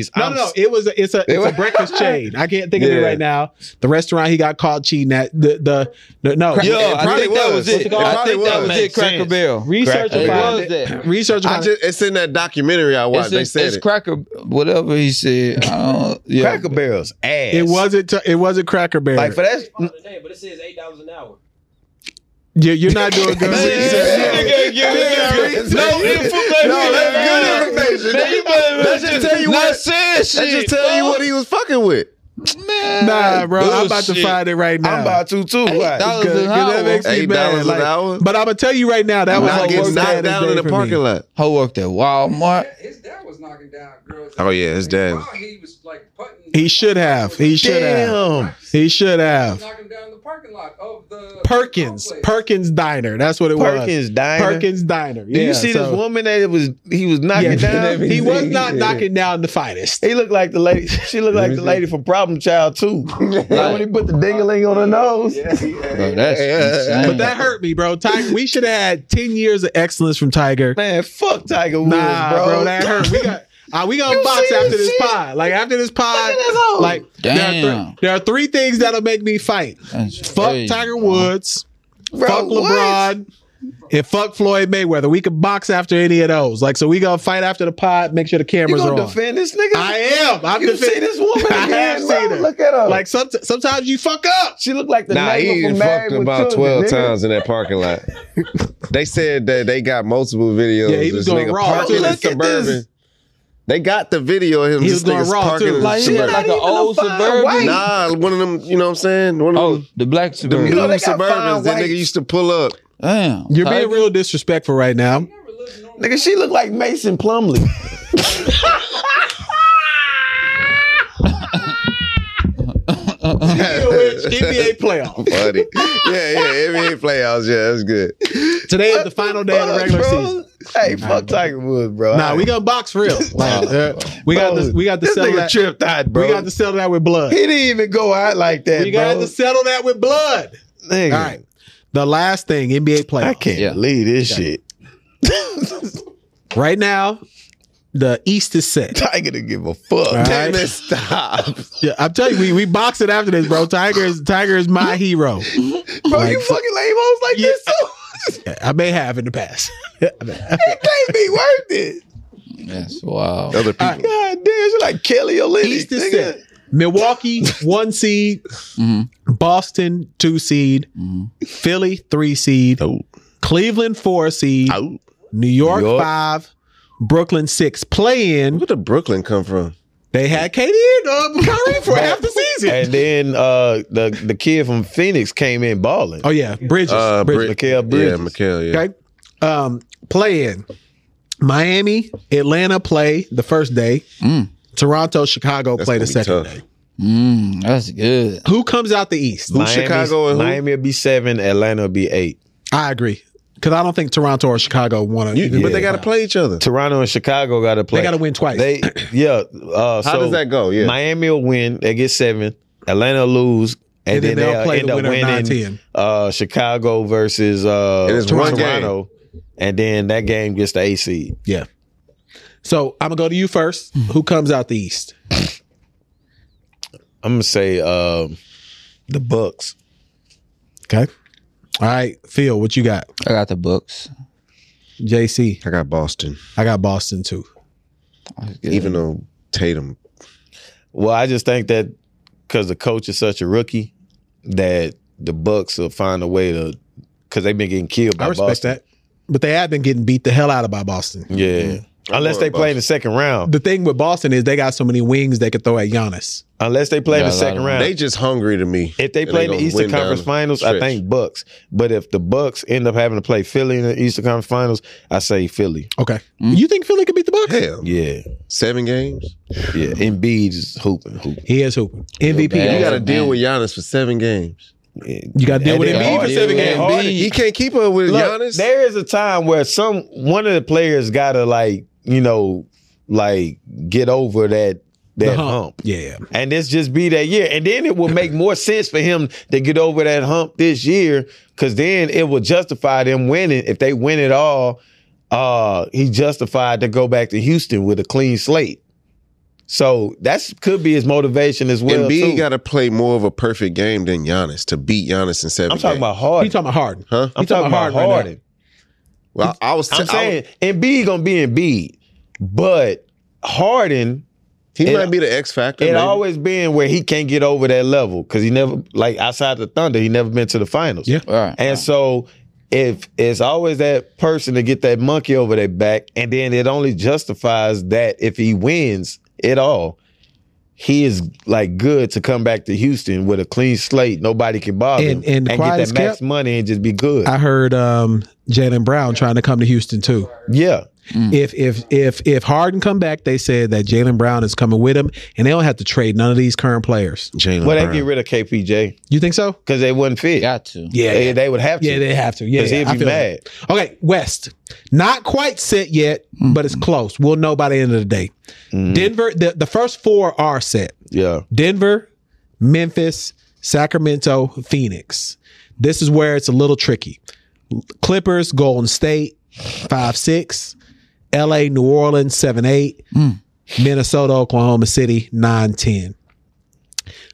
Speaker 3: Applebee's,
Speaker 1: No,
Speaker 3: I'm
Speaker 1: no, no. It was a, it's a it's a breakfast chain. I can't think of it
Speaker 4: Yeah.
Speaker 1: right now. The restaurant he got caught cheating at the the, the no.
Speaker 2: Yo, I
Speaker 4: probably
Speaker 2: think that was
Speaker 4: was.
Speaker 2: it.
Speaker 4: It
Speaker 2: I
Speaker 4: probably
Speaker 2: think that
Speaker 4: was.
Speaker 2: was it,
Speaker 3: Makes
Speaker 2: Cracker
Speaker 3: sense.
Speaker 2: Barrel.
Speaker 1: Research
Speaker 3: Cracker
Speaker 1: will
Speaker 2: Barrel.
Speaker 1: find
Speaker 2: It was
Speaker 1: it. Research will
Speaker 4: I
Speaker 1: find
Speaker 4: just, it's in that documentary I watched.
Speaker 2: It's,
Speaker 4: They
Speaker 2: it's,
Speaker 4: said
Speaker 2: it's
Speaker 4: it.
Speaker 2: Cracker, whatever he said. I don't, yeah.
Speaker 3: Cracker Barrel's ass.
Speaker 1: it. It wasn't. It wasn't Cracker Barrel.
Speaker 3: like for that.
Speaker 5: Today, but it says eight dollars an hour.
Speaker 1: You're, you're not doing good.
Speaker 3: Yeah.
Speaker 1: research.
Speaker 3: No information.
Speaker 4: No, that's good information.
Speaker 3: Man, you better-
Speaker 4: That just tell you
Speaker 2: Not
Speaker 4: what.
Speaker 2: saying
Speaker 4: That
Speaker 2: shit,
Speaker 4: just tell you what he was fucking with.
Speaker 2: man.
Speaker 1: Nah, bro. I'm about to
Speaker 2: Bullshit.
Speaker 1: find it right now.
Speaker 3: I'm about to too. Why?
Speaker 2: that was
Speaker 1: Good,
Speaker 2: an
Speaker 1: good,
Speaker 2: hour.
Speaker 1: that makes me
Speaker 4: Eight
Speaker 1: mad.
Speaker 4: dollars an
Speaker 1: like-
Speaker 4: hour?
Speaker 1: But I'm gonna tell you right now, that was
Speaker 4: Not
Speaker 1: the
Speaker 4: getting
Speaker 1: worst
Speaker 4: knocked
Speaker 1: saddest
Speaker 4: down
Speaker 1: day
Speaker 4: in the
Speaker 1: for me.
Speaker 4: parking lot.
Speaker 2: Ho worked at Walmart.
Speaker 6: His dad was knocking down girls.
Speaker 4: Oh, yeah, his dad.
Speaker 6: While He was like putting.
Speaker 1: He should have. He should have.
Speaker 3: Damn.
Speaker 1: He should
Speaker 6: He
Speaker 1: have.
Speaker 6: knocked him down in the parking lot of the
Speaker 1: Perkins,
Speaker 6: the place.
Speaker 1: Perkins Diner. That's what it was.
Speaker 3: Perkins dying.
Speaker 1: Perkins Diner.
Speaker 3: Did
Speaker 1: yeah,
Speaker 3: you see
Speaker 1: so-
Speaker 3: this woman that it was he was knocking
Speaker 1: Yeah,
Speaker 3: down?
Speaker 1: He was not knocking down the finest.
Speaker 3: He looked like the lady. She looked like the lady from Problem Child too. like when he put the dingaling on her nose.
Speaker 2: Bro, that's insane.
Speaker 1: But that hurt me, bro. Tiger, we should have had ten years of excellence from Tiger.
Speaker 3: Man, fuck Tiger Woods,
Speaker 1: Nah, bro.
Speaker 3: bro.
Speaker 1: that hurt. We got. Uh, we gonna
Speaker 3: You
Speaker 1: box
Speaker 3: see
Speaker 1: after
Speaker 3: this
Speaker 1: this
Speaker 3: shit?
Speaker 1: pod. Like after this pod,
Speaker 3: at this hoe.
Speaker 1: like There, are
Speaker 2: Damn.
Speaker 1: three, there are three things that'll make me fight.
Speaker 2: That's
Speaker 1: Fuck
Speaker 2: crazy,
Speaker 1: Tiger
Speaker 2: bro.
Speaker 1: Woods.
Speaker 3: Bro,
Speaker 1: fuck
Speaker 3: what?
Speaker 1: LeBron. And fuck Floyd Mayweather. We can box after any of those. Like, so we gonna fight after the pod. Make sure the
Speaker 3: You
Speaker 1: cameras are
Speaker 3: gonna
Speaker 1: on.
Speaker 3: defend this nigga?
Speaker 1: I am. I'm
Speaker 3: you
Speaker 1: defend-
Speaker 3: see this woman?
Speaker 1: I have
Speaker 3: again, bro?
Speaker 1: seen her.
Speaker 3: Look at her.
Speaker 1: Like, some, sometimes you fuck up.
Speaker 3: she looked like the
Speaker 4: Nah,
Speaker 3: neighbor
Speaker 4: he
Speaker 3: from Married
Speaker 4: fucked
Speaker 3: with
Speaker 4: about
Speaker 3: Children,
Speaker 4: twelve
Speaker 3: nigga.
Speaker 4: times in that parking lot. they said that they got multiple videos.
Speaker 1: Yeah, he
Speaker 4: of
Speaker 1: was
Speaker 4: this
Speaker 1: going
Speaker 4: nigga
Speaker 1: raw,
Speaker 4: parking
Speaker 1: too.
Speaker 4: in
Speaker 1: Look
Speaker 3: at this.
Speaker 4: suburban. They got the video of him.
Speaker 1: He
Speaker 4: this
Speaker 1: was going
Speaker 4: nigga's
Speaker 1: raw,
Speaker 4: parking
Speaker 1: too.
Speaker 4: in
Speaker 2: Like, yeah,
Speaker 4: suburban.
Speaker 2: like an
Speaker 3: Not even
Speaker 2: old
Speaker 3: a fine
Speaker 2: suburban.
Speaker 3: white.
Speaker 4: Nah, one of them. You know what I'm saying? One of them.
Speaker 2: Oh, the black
Speaker 4: them
Speaker 2: suburban.
Speaker 3: know they
Speaker 4: new
Speaker 3: got fine
Speaker 4: Suburbans that
Speaker 3: whites.
Speaker 4: nigga used to pull up.
Speaker 2: Damn.
Speaker 1: You're
Speaker 2: Tiger.
Speaker 1: being real disrespectful right now.
Speaker 6: He never lived normal.
Speaker 3: Nigga, she looked like Mason Plumley.
Speaker 1: NBA playoff.
Speaker 4: Funny. Yeah, yeah. NBA playoffs. Yeah, that's good.
Speaker 1: Today is the final day of the
Speaker 3: Fuck,
Speaker 1: regular
Speaker 3: bro.
Speaker 1: season.
Speaker 3: Hey, fuck Tiger Woods, bro.
Speaker 1: Nah, we gonna box real. Like, uh, we got this. We got to
Speaker 3: this
Speaker 1: settle
Speaker 3: nigga
Speaker 1: that.
Speaker 3: tripped out, bro.
Speaker 1: We got to settle that with blood.
Speaker 3: he didn't even go out like that,
Speaker 1: We got
Speaker 3: bro.
Speaker 1: to settle that with blood.
Speaker 3: Nigga,
Speaker 1: All right. The last thing, NBA playoff.
Speaker 3: I can't
Speaker 2: Yeah.
Speaker 3: believe this shit.
Speaker 1: Right now, the East is set.
Speaker 3: Tiger didn't give a fuck.
Speaker 1: All right.
Speaker 4: Damn it, stop.
Speaker 1: Yeah, I'm telling you, we, we box it after this, bro. Tiger is Tiger is my hero.
Speaker 3: Bro,
Speaker 1: Like,
Speaker 3: you
Speaker 1: fu-
Speaker 3: fucking lame hoes like
Speaker 1: Yeah.
Speaker 3: this too.
Speaker 1: I may have in the past.
Speaker 3: it can't be worth it.
Speaker 2: Yes. Wow.
Speaker 4: Other people.
Speaker 3: God damn, she like Kelly Olynyk.
Speaker 1: East is
Speaker 3: nigga.
Speaker 1: set. Milwaukee one seed,
Speaker 2: Mhm.
Speaker 1: Boston two seed,
Speaker 2: Mhm.
Speaker 1: Philly three seed,
Speaker 4: Oh.
Speaker 1: Cleveland four seed,
Speaker 4: Oh.
Speaker 1: New York,
Speaker 3: York.
Speaker 1: five, Brooklyn six. Play in.
Speaker 4: Where did Brooklyn come from?
Speaker 1: They had KD and uh, Kyrie for half the season.
Speaker 3: And then uh, the the kid from Phoenix came in balling.
Speaker 1: Oh yeah, Bridges.
Speaker 4: Uh,
Speaker 1: Bridges.
Speaker 4: Bri-
Speaker 3: Mikal Bridges.
Speaker 4: Yeah, Mikael. Yeah.
Speaker 1: Okay. Um, play in Miami, Atlanta play the first day.
Speaker 2: Mm.
Speaker 1: Toronto, Chicago play the
Speaker 4: gonna be
Speaker 1: second
Speaker 4: tough.
Speaker 1: day.
Speaker 2: Mm, that's good.
Speaker 1: Who comes out the East?
Speaker 3: Miami's-
Speaker 4: Chicago and who?
Speaker 3: Miami will be seven, Atlanta will be eight.
Speaker 1: I agree because I don't think Toronto or Chicago want to.
Speaker 4: You- But they got to play each other.
Speaker 3: Toronto and Chicago got to play.
Speaker 1: They got to win twice.
Speaker 3: They yeah. Uh,
Speaker 4: How
Speaker 3: so
Speaker 4: does that go? Yeah.
Speaker 3: Miami will win. They get seven. Atlanta will lose, and, then, they'll,
Speaker 1: play
Speaker 3: end
Speaker 1: the
Speaker 3: up
Speaker 1: winner of
Speaker 3: winning
Speaker 1: 9-10.
Speaker 3: uh, Chicago versus uh,
Speaker 4: And it's one
Speaker 3: Toronto,
Speaker 4: game.
Speaker 3: and then that game gets the A seed.
Speaker 1: yeah. So I'm gonna go to you first. Who comes out the East?
Speaker 3: I'm gonna say um, the Bucks.
Speaker 1: Okay. All right, Phil, what you got?
Speaker 2: I got the books.
Speaker 1: JC,
Speaker 4: I got Boston,
Speaker 1: I got Boston too.
Speaker 2: That's good.
Speaker 4: even though Tatum.
Speaker 3: Well, I just think that because the coach is such a rookie, that the Bucks will find a way to because they've been getting killed by
Speaker 1: I respect
Speaker 3: Boston.
Speaker 1: that, but they have been getting beat the hell out of by Boston.
Speaker 3: Yeah, unless
Speaker 4: going
Speaker 3: they play in the second round.
Speaker 1: The thing with Boston is they got so many wings they could throw at Giannis.
Speaker 3: Unless they play in
Speaker 2: Yeah, a
Speaker 3: the
Speaker 2: lot
Speaker 3: second
Speaker 2: of-
Speaker 3: round.
Speaker 4: They just hungry to me.
Speaker 3: If they
Speaker 4: And
Speaker 3: play in the
Speaker 4: gonna
Speaker 3: Eastern
Speaker 4: win down
Speaker 3: Conference
Speaker 4: the
Speaker 3: Finals, I
Speaker 4: stretch.
Speaker 3: think Bucks. But if the Bucks end up having to play Philly in the Eastern Conference Finals, I say Philly.
Speaker 1: Okay, you think Philly could beat the Bucks?
Speaker 4: Hell,
Speaker 3: Yeah,
Speaker 4: seven games.
Speaker 3: yeah. Embiid's hooping, hooping.
Speaker 1: He is hooping MVP.
Speaker 2: bad.
Speaker 4: You got to
Speaker 2: man.
Speaker 4: deal with Giannis for seven games.
Speaker 1: You got to deal
Speaker 3: And
Speaker 1: with
Speaker 3: then
Speaker 1: Embiid for
Speaker 3: Harden-
Speaker 1: seven
Speaker 3: and
Speaker 1: games.
Speaker 3: Harden-
Speaker 4: He can't keep up with
Speaker 3: Oh, Look,
Speaker 4: Giannis.
Speaker 3: there is a time where some one of the players got to like you know like get over that that
Speaker 1: The hump.
Speaker 3: hump.
Speaker 1: Yeah,
Speaker 3: and this just be that year. And then it will make more sense for him to get over that hump this year, because then it will justify them winning. If they win it all, uh, he justified to go back to Houston with a clean slate. So that's could be his motivation as well.
Speaker 4: Embiid
Speaker 3: too.
Speaker 4: got to play more of a perfect game than Giannis to beat Giannis in seven.
Speaker 3: I'm talking
Speaker 4: games.
Speaker 3: about Harden.
Speaker 1: he talking about Harden.
Speaker 4: huh?
Speaker 3: I'm
Speaker 1: he
Speaker 3: talking,
Speaker 1: talking
Speaker 3: about
Speaker 1: about Harden right
Speaker 3: Harden.
Speaker 4: Well, I was.
Speaker 3: i
Speaker 4: i
Speaker 3: I'm saying Embiid gonna be Embiid, but Harden
Speaker 4: he
Speaker 3: it-
Speaker 4: might be the X factor.
Speaker 3: it
Speaker 4: maybe.
Speaker 3: always been where he can't get over that level because he never like outside the Thunder he never been to the finals.
Speaker 1: Yeah.
Speaker 2: All right.
Speaker 3: And so if it's always that person to get that monkey over their back, and then it only justifies that if he wins at all, he is like good to come back to Houston with a clean slate. Nobody can bother
Speaker 1: And-
Speaker 3: him
Speaker 1: and the
Speaker 3: and get
Speaker 1: quietest
Speaker 3: that max
Speaker 1: kept-
Speaker 3: money and just be good.
Speaker 1: I heard um, Jalen Brown trying to come to Houston too.
Speaker 3: yeah,
Speaker 1: If if if if Harden come back, they said that Jalen Brown is coming with him, and they don't have to trade none of these current players.
Speaker 4: Jalen
Speaker 3: well, they
Speaker 4: Brown.
Speaker 3: get rid of KPJ
Speaker 1: You think so?
Speaker 3: because they wouldn't fit.
Speaker 2: Got to.
Speaker 1: Yeah,
Speaker 3: They, they would have to.
Speaker 1: yeah, they have to. Yeah,
Speaker 3: Because
Speaker 1: yeah, I
Speaker 3: he'd be
Speaker 1: feel
Speaker 3: mad.
Speaker 1: that. Okay, West, not quite set yet, but
Speaker 3: Mm-hmm.
Speaker 1: it's close. We'll know by the end of the day.
Speaker 3: Mm.
Speaker 1: Denver, the, the first four are set.
Speaker 3: Yeah.
Speaker 1: Denver, Memphis, Sacramento, Phoenix. This is where it's a little tricky. Clippers, Golden State, 5 6. LA, New Orleans, 7 8.
Speaker 3: Mm.
Speaker 1: Minnesota, Oklahoma City, 9 10.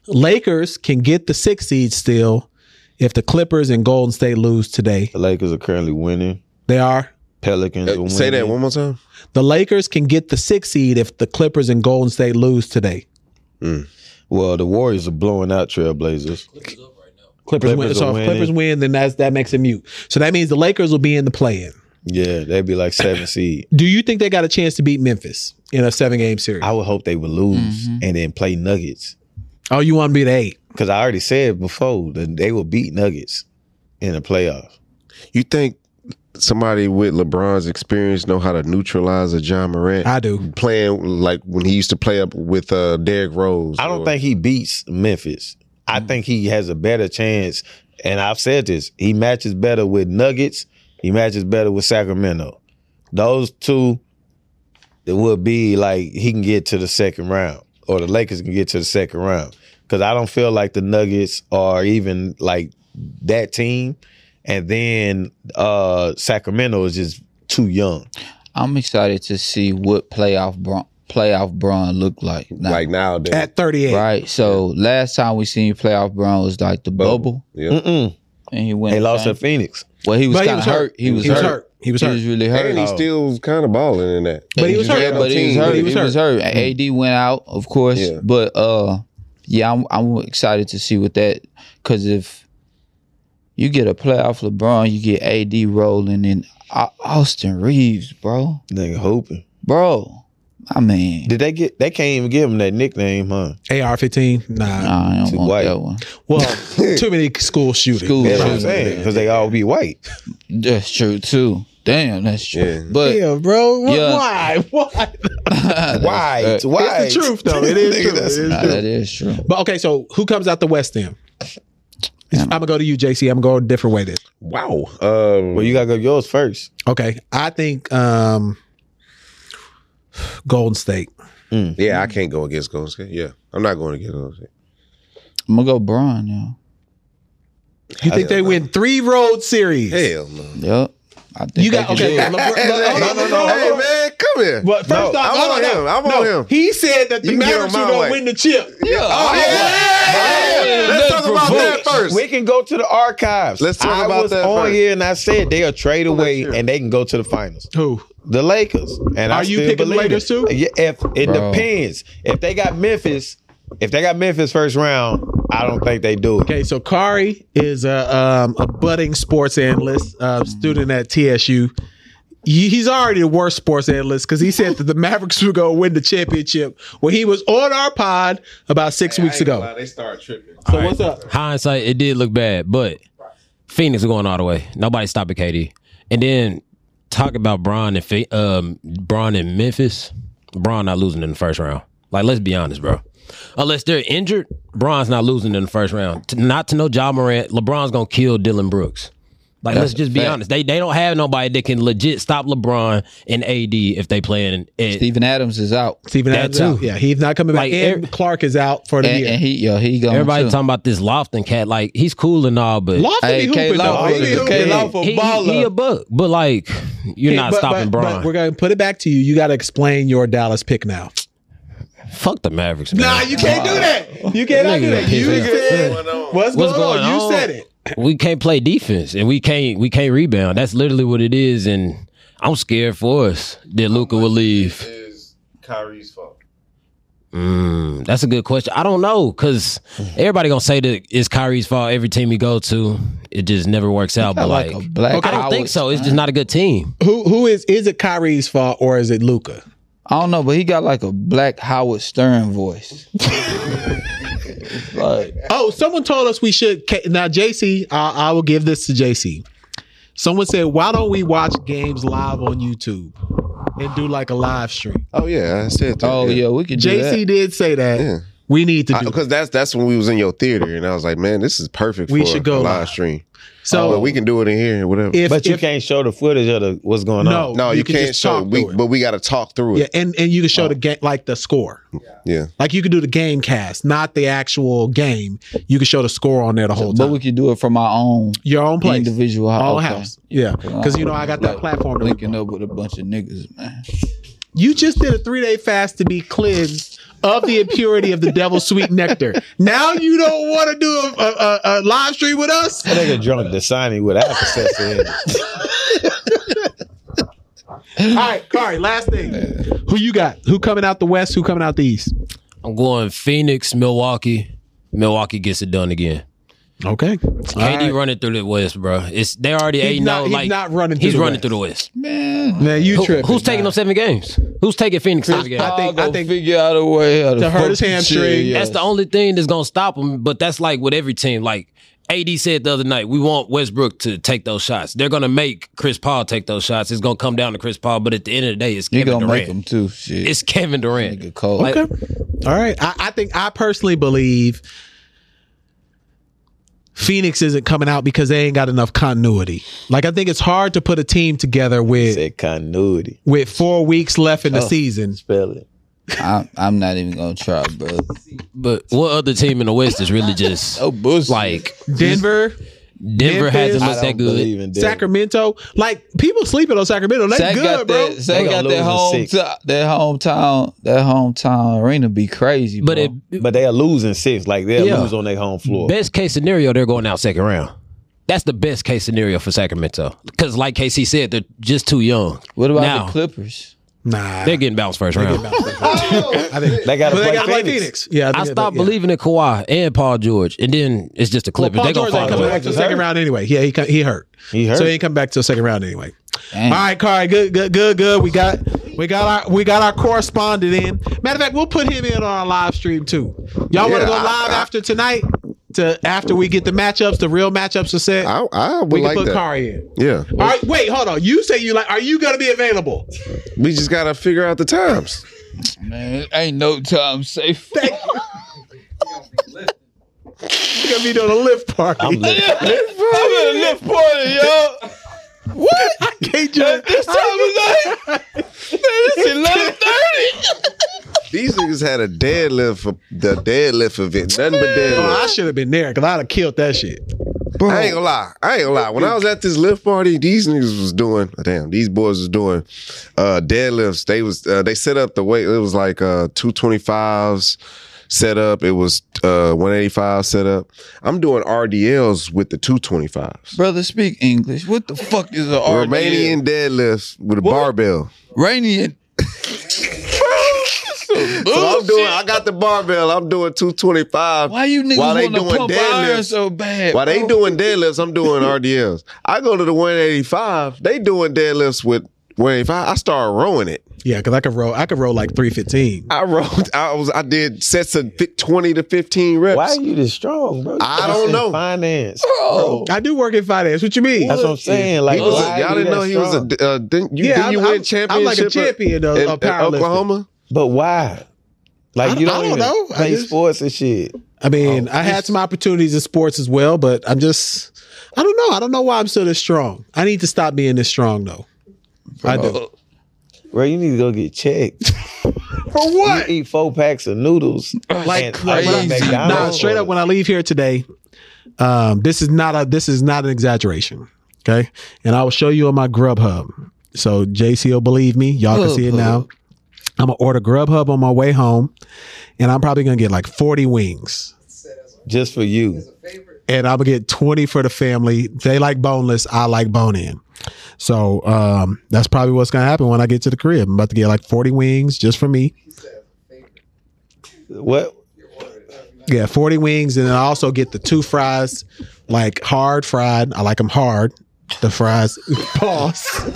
Speaker 1: Lakers can get the six seed still if the Clippers and Golden State lose today.
Speaker 3: The Lakers are currently winning.
Speaker 1: They are.
Speaker 3: Pelicans are
Speaker 4: Uh,
Speaker 3: winning.
Speaker 4: Say that one more time.
Speaker 1: The Lakers can get the six seed if the Clippers and Golden State lose today.
Speaker 3: Well, the Warriors are blowing out Trailblazers.
Speaker 1: Clippers, win.
Speaker 3: Clippers
Speaker 1: So
Speaker 3: will
Speaker 1: if
Speaker 3: win
Speaker 1: Clippers
Speaker 3: it.
Speaker 1: win, then that's, that makes it mute. So that means the Lakers will be in the play in.
Speaker 3: Yeah, they'd be like seven seed.
Speaker 1: Do you think they got a chance to beat Memphis in a seven game series?
Speaker 3: I would hope they would lose
Speaker 1: Mm-hmm.
Speaker 3: and then play Nuggets
Speaker 1: oh, you want to be the eight?
Speaker 3: because I already said before that they will beat Nuggets in the playoffs.
Speaker 4: You think somebody with LeBron's experience know how to neutralize a John Morant?
Speaker 1: I do.
Speaker 4: playing like when he used to play up with uh Derrick Rose.
Speaker 3: I don't
Speaker 4: or-
Speaker 3: think he beats Memphis. I think he has a better chance, and I've said this. He matches better with Nuggets. He matches better with Sacramento. Those two, it would be like he can get to the second round, or the Lakers can get to the second round. Because I don't feel like the Nuggets are even like that team, and then uh Sacramento is just too young.
Speaker 2: I'm excited to see what playoff Bron- playoff Braun look like. Now,
Speaker 4: like nowadays.
Speaker 1: At 38.
Speaker 2: right. So last time we seen playoff Braun was like the bubble,
Speaker 1: Mm,
Speaker 4: yeah.
Speaker 3: Mm-mm.
Speaker 2: and he went.
Speaker 3: They lost to Phoenix.
Speaker 2: Well, he was
Speaker 1: But he
Speaker 2: kind of
Speaker 1: was hurt.
Speaker 2: hurt. He was
Speaker 1: He was
Speaker 2: hurt.
Speaker 1: hurt. He was
Speaker 2: He was
Speaker 1: hurt.
Speaker 2: really hurt.
Speaker 4: And he still kind of balling in that.
Speaker 1: But he was
Speaker 4: just
Speaker 1: hurt.
Speaker 4: had no
Speaker 2: But he was
Speaker 4: team.
Speaker 2: hurt.
Speaker 1: He
Speaker 2: He
Speaker 1: was
Speaker 2: was hurt. AD went out, of course.
Speaker 4: Yeah.
Speaker 2: But uh, yeah, I'm I'm excited to see what that because if you get a playoff LeBron, you get AD rolling and Au- Austin Reeves, bro,
Speaker 3: Nigga hoping.
Speaker 2: bro. I mean,
Speaker 3: Did they get? They can't even give him that nickname, huh?
Speaker 1: AR 15. Nah.
Speaker 2: nah, I don't
Speaker 3: Too
Speaker 2: want
Speaker 3: white.
Speaker 2: that one.
Speaker 1: Well, too many school shootings.
Speaker 2: School
Speaker 3: That's what I'm
Speaker 2: shootings.
Speaker 3: saying. Because they all be white.
Speaker 2: That's true too. Damn, that's true.
Speaker 4: Yeah.
Speaker 2: But
Speaker 1: Yeah, bro. Wh-
Speaker 2: Yeah.
Speaker 1: Why? Why?
Speaker 3: Why? It's why?
Speaker 1: It's the truth, though. It is true. It is
Speaker 2: Nah,
Speaker 1: true.
Speaker 2: that is true.
Speaker 1: But okay, so who comes out the West then? I'm gonna go to you, JC. I'm gonna go a different way. Then.
Speaker 4: Wow. Um,
Speaker 3: Well, you gotta go yours first.
Speaker 1: Okay, I think um, Golden State.
Speaker 4: yeah, I can't go against Golden State. Yeah, I'm not going against Golden State.
Speaker 2: I'm gonna go Braun now.
Speaker 1: You think they win three road series?
Speaker 4: Hell no.
Speaker 2: Yep. I think
Speaker 1: You
Speaker 2: they
Speaker 1: got
Speaker 2: can
Speaker 1: okay.
Speaker 2: do it.
Speaker 1: LeBron- Le-
Speaker 4: no, no, no. Hey, man, come here.
Speaker 1: But first off,
Speaker 4: I want
Speaker 1: no, no,
Speaker 4: him. I want
Speaker 1: no.
Speaker 4: him.
Speaker 1: He said that the
Speaker 4: You can get
Speaker 1: Mavericks
Speaker 4: on
Speaker 1: were
Speaker 4: my
Speaker 1: gonna
Speaker 4: way.
Speaker 1: win the chip.
Speaker 4: Yeah. Oh, yeah. yeah, yeah, yeah. Let's talk about that first.
Speaker 3: We can go to the archives.
Speaker 4: Let's talk
Speaker 3: I
Speaker 4: about
Speaker 3: was
Speaker 4: that
Speaker 3: on
Speaker 4: first.
Speaker 3: here and I said they are trade away and they can go to the finals.
Speaker 1: Who?
Speaker 3: The Lakers. And I
Speaker 1: Are you
Speaker 3: still
Speaker 1: picking the
Speaker 3: believe it.
Speaker 1: Lakers too?
Speaker 3: Yeah, If it
Speaker 2: Bro.
Speaker 3: depends. If they got Memphis, if they got Memphis first round, I don't think they do it.
Speaker 1: Okay, so Kari is a um, a budding sports analyst,
Speaker 7: Hmm.
Speaker 1: uh, student at TSU. He- He's already the worst sports analyst because he said that the Mavericks were going to win the championship when he was on our pod about six weeks ago.
Speaker 4: They start tripping.
Speaker 1: So what's up?
Speaker 7: hindsight, it did look bad, but Phoenix going all the way. Nobody stopping KD. And then talk about Braun and Phe- um, Braun and Memphis. Braun not losing in the first round. Like, let's be honest, bro. Unless they're injured, Braun's not losing in the first round. T- Not to know John Morant, LeBron's gonna kill Dylan Brooks. Like, let's just be
Speaker 2: fact.
Speaker 7: honest. They they don't have nobody that can legit stop LeBron and AD if they playing. At,
Speaker 2: Steven Adams is out.
Speaker 1: Stephen
Speaker 7: That
Speaker 1: Adams
Speaker 7: too.
Speaker 1: out. Yeah, he's not coming back.
Speaker 7: Like,
Speaker 1: and
Speaker 7: every-
Speaker 1: Clark is out for the
Speaker 2: And,
Speaker 1: year.
Speaker 2: and he yo, he going
Speaker 7: everybody
Speaker 2: too.
Speaker 7: talking about this Lofton cat. Like, he's cool and all, but
Speaker 1: Lawful
Speaker 2: Hey,
Speaker 1: be
Speaker 2: K.
Speaker 1: hooping though.
Speaker 2: Lawful
Speaker 1: He be
Speaker 2: is a-
Speaker 1: hooping.
Speaker 2: K. Lawful
Speaker 7: he, he a buck, but like you're
Speaker 1: Okay,
Speaker 7: not
Speaker 1: but-
Speaker 7: stopping
Speaker 1: but- but
Speaker 7: Braun.
Speaker 1: we're going to put it back to you. You got to explain your Dallas pick now.
Speaker 7: Fuck the Mavericks. Man.
Speaker 1: Nah, you can't do that. You cannot do that. You
Speaker 7: Nigga,
Speaker 1: said what's,
Speaker 7: What's
Speaker 1: going
Speaker 7: going
Speaker 1: on. You
Speaker 7: on?
Speaker 1: said it.
Speaker 7: we can't play defense and we can't we can't rebound. That's literally what it is, and I'm scared for us that Luca will leave.
Speaker 4: Is Kyrie's fault?
Speaker 7: Mm, that's a good question. I don't know because everybody gonna say that it's Kyrie's fault. Every team you go to, it just never works out. But like,
Speaker 2: like a black
Speaker 7: I don't
Speaker 2: Howard
Speaker 7: think so. It's just not a good team.
Speaker 1: Who who is is it Kyrie's fault or is it Luca?
Speaker 2: I don't know, but he got like a black Howard Stern voice. like
Speaker 1: Oh, someone told us we should. ca- Now, JC, I, I will give this to JC. Someone said, "Why don't we watch games live on YouTube and do like a live stream?"
Speaker 4: Oh yeah, I said that.
Speaker 2: Oh yeah, we could do
Speaker 1: JC
Speaker 2: that.
Speaker 1: did say that.
Speaker 4: Yeah.
Speaker 1: We need to do.
Speaker 4: because that's that's when we was in your theater, and I was like, man, this is perfect.
Speaker 1: We
Speaker 4: for
Speaker 1: should go
Speaker 4: a
Speaker 1: live.
Speaker 4: live stream.
Speaker 1: so
Speaker 4: but oh, we can do it in here, whatever.
Speaker 1: if,
Speaker 3: But you
Speaker 1: if-
Speaker 3: can't show the footage of the, what's going
Speaker 1: No,
Speaker 3: on.
Speaker 4: no,
Speaker 1: you
Speaker 4: you,
Speaker 1: can
Speaker 4: can't
Speaker 1: just
Speaker 4: show.
Speaker 1: talk
Speaker 4: it. We,
Speaker 1: through it.
Speaker 4: but we got to talk through
Speaker 1: yeah,
Speaker 4: it.
Speaker 1: and and you can show the game like the score,
Speaker 4: Yeah,
Speaker 1: like you could do the game cast, not the actual game. You can show the score on there the whole
Speaker 2: But
Speaker 1: time.
Speaker 2: we could do it from our own
Speaker 1: Your own place,
Speaker 2: individual
Speaker 1: all
Speaker 2: okay.
Speaker 1: house, yeah. Because you know I got that platform. that we
Speaker 2: Linking up with a bunch of niggas, man.
Speaker 1: You just did a three day fast to be cleansed of the impurity of the devil's sweet nectar. Now you don't want to do a, a, a, a live stream with us?
Speaker 3: That nigga drunk Dasani with Alka-Seltzer in it.
Speaker 1: All right, Kari, last thing. Who you got? Who coming out the west? Who coming out the east?
Speaker 7: I'm going Phoenix, Milwaukee. Milwaukee gets it done again.
Speaker 1: Okay.
Speaker 7: KD running through the West, bro. It's they already
Speaker 1: He's
Speaker 7: eight
Speaker 1: not-
Speaker 7: no,
Speaker 1: he's
Speaker 7: like
Speaker 1: not running
Speaker 7: He's
Speaker 1: through the
Speaker 7: running
Speaker 1: West.
Speaker 7: through the West.
Speaker 2: Man,
Speaker 1: Man, you
Speaker 7: Who-
Speaker 1: tripping.
Speaker 7: who's taking them seven games? Who's taking Phoenix seven games?
Speaker 1: I think- I
Speaker 2: Chicago
Speaker 1: think-
Speaker 2: figure out a way how to,
Speaker 1: To hurt his
Speaker 2: fuck the
Speaker 1: hamstring.
Speaker 2: shit, yeah.
Speaker 7: That's the only thing that's gonna stop them. But that's like with every team. Like AD said the other night, we want Westbrook to take those shots. They're gonna make Chris Paul take those shots. It's gonna come down to Chris Paul. But at the end of the day, it's
Speaker 2: You
Speaker 7: Kevin
Speaker 2: gonna
Speaker 7: Durant.
Speaker 2: make him too. Shit,
Speaker 7: It's Kevin Durant.
Speaker 2: nigga cold.
Speaker 7: Like,
Speaker 1: Okay. All right. I, I think I personally believe Phoenix isn't coming out because they ain't got enough continuity. Like I think it's hard to put a team together with
Speaker 3: Said continuity.
Speaker 1: with four weeks left in the season.
Speaker 3: Spell it.
Speaker 2: I'm, I'm not even gonna try, bro.
Speaker 7: but what other team in the West is really just
Speaker 2: Oh, bullshit.
Speaker 7: like
Speaker 1: Denver,
Speaker 7: Denver hasn't
Speaker 1: Memphis.
Speaker 3: I
Speaker 7: looked that
Speaker 3: don't
Speaker 7: good.
Speaker 3: believe in that.
Speaker 1: Sacramento. Like people sleeping on Sacramento. They
Speaker 2: Zach
Speaker 1: good,
Speaker 2: got
Speaker 1: bro.
Speaker 2: that. Zach
Speaker 3: They
Speaker 2: got
Speaker 3: gonna
Speaker 2: that
Speaker 3: lose in
Speaker 2: home.
Speaker 3: six.
Speaker 2: that hometown. That hometown arena be crazy,
Speaker 7: But
Speaker 2: bro.
Speaker 7: it,
Speaker 3: But they are losing six. Like they'll
Speaker 7: Yeah.
Speaker 3: lose on their home floor.
Speaker 7: Best case scenario, they're going out second round. That's the best case scenario for Sacramento. Because, like KC said, they're just too young.
Speaker 2: what about
Speaker 7: now,
Speaker 2: the Clippers?
Speaker 1: nah,
Speaker 7: They're getting bounced first round.
Speaker 1: I think.
Speaker 3: They got to
Speaker 1: But they
Speaker 3: play
Speaker 1: got like
Speaker 3: Phoenix.
Speaker 1: Phoenix. Yeah,
Speaker 7: I
Speaker 1: think they-
Speaker 7: stopped
Speaker 1: yeah.
Speaker 7: believing in Kawhi and Paul George, and then it's just the
Speaker 1: Well,
Speaker 7: Clippers.
Speaker 1: Paul
Speaker 7: they're
Speaker 1: George
Speaker 7: gonna
Speaker 1: ain't
Speaker 7: fall
Speaker 1: coming
Speaker 7: away.
Speaker 1: back to the
Speaker 3: George
Speaker 1: second
Speaker 3: hurt.
Speaker 1: round anyway. Yeah, he co- he hurt.
Speaker 3: He hurt.
Speaker 1: So he ain't come back to the second round anyway.
Speaker 2: Damn.
Speaker 1: All right, Kari, good, good, good, good. We got we got our we got our correspondent in. Matter of fact, we'll put him in on our live stream too. Y'all want to
Speaker 4: Yeah,
Speaker 1: go
Speaker 4: I-
Speaker 1: live
Speaker 4: I-
Speaker 1: after tonight? To after we get the matchups, the real matchups are set.
Speaker 4: I, I would
Speaker 1: we can
Speaker 4: like
Speaker 1: put
Speaker 4: that.
Speaker 1: Kari in.
Speaker 4: Yeah,
Speaker 1: All right, wait, hold on. You say you like? Are you gonna be available?
Speaker 4: we just got to figure out the times.
Speaker 2: Man, ain't no time safe.
Speaker 1: You gonna be doing a lift party?
Speaker 3: I'm lit.
Speaker 2: I'm in a lift party, yo. What?
Speaker 1: I can't judge.
Speaker 2: This time of night? Man, it's eleven thirty.
Speaker 4: These niggas had a deadlift for the deadlift event. Nothing
Speaker 1: Oh,
Speaker 4: but
Speaker 1: I
Speaker 4: deadlift.
Speaker 1: should have been there because I'd have killed that shit.
Speaker 4: I ain't gonna lie. I ain't gonna lie. When I was at this lift party, these niggas was doing. Damn, these boys was doing uh, deadlifts. They was uh, they set up the weight. It was like uh, two twenty fives set up. It was uh, one eighty five set up. I'm doing RDLs with the two twenty fives.
Speaker 2: Brother, speak English. What the fuck is a
Speaker 4: Romanian deadlifts with a barbell.
Speaker 2: Romanian.
Speaker 4: So I'm doing. I got the barbell. I'm doing two twenty five.
Speaker 2: Oh, Why you niggas want to pump iron so bad?
Speaker 4: While they
Speaker 2: bro?
Speaker 4: doing deadlifts, I'm doing RDLs. I go to the 185. They doing deadlifts with 185. I start rowing it.
Speaker 1: Yeah, because I could roll. I could roll like three fifteen.
Speaker 4: I rowed. I was. I did sets of fi- 20 to 15 reps.
Speaker 3: Why are you this strong, bro? You
Speaker 4: I
Speaker 3: just
Speaker 4: don't
Speaker 3: in
Speaker 4: know.
Speaker 3: Finance.
Speaker 2: Bro.
Speaker 1: I do work in finance. What you mean?
Speaker 3: That's what I'm saying. Like
Speaker 4: He was a-
Speaker 3: why
Speaker 4: y'all
Speaker 3: you
Speaker 4: didn't
Speaker 3: that
Speaker 4: know he was a.
Speaker 3: strong?
Speaker 4: d- Uh, didn't you?
Speaker 1: Yeah,
Speaker 4: didn't you
Speaker 1: I'm-
Speaker 4: win
Speaker 1: I'm-
Speaker 4: championship?
Speaker 1: I'm like a
Speaker 4: at-
Speaker 1: champion of-
Speaker 4: in-
Speaker 1: of
Speaker 4: in
Speaker 1: powerlifting.
Speaker 4: Oklahoma.
Speaker 3: But why? Like you
Speaker 1: I- I don't
Speaker 3: don't, even
Speaker 1: know. I
Speaker 3: play
Speaker 1: just-
Speaker 3: sports and shit.
Speaker 1: I mean,
Speaker 4: Oh.
Speaker 1: I had some opportunities in sports as well, but I'm just. I don't know. I don't know why I'm still this strong. I need to stop being this strong though. I do.
Speaker 2: Oh,
Speaker 3: Bro, you need to go get checked.
Speaker 1: For what?
Speaker 3: You eat four packs of noodles.
Speaker 1: Like,
Speaker 3: and-
Speaker 1: like, when I-
Speaker 2: crazy.
Speaker 4: Oh.
Speaker 1: nah, straight up when I leave here today, um, this is not a this is not an exaggeration. Okay. And I will show you on my Grubhub. So JC will believe me. Y'all
Speaker 4: Oh,
Speaker 1: can see it now. I'm gonna order Grubhub on my way home, and I'm probably gonna get like 40 wings.
Speaker 3: just for you.
Speaker 6: favorite.
Speaker 1: And I'm gonna get 20 for the family. They like boneless, I like bone in. So um, that's probably what's gonna happen when I get to the crib. I'm about to get like 40 wings just for me.
Speaker 3: What?
Speaker 1: Yeah, 40 wings. And then I also get the two fries, like hard fried. I like them hard. The fries. Pause.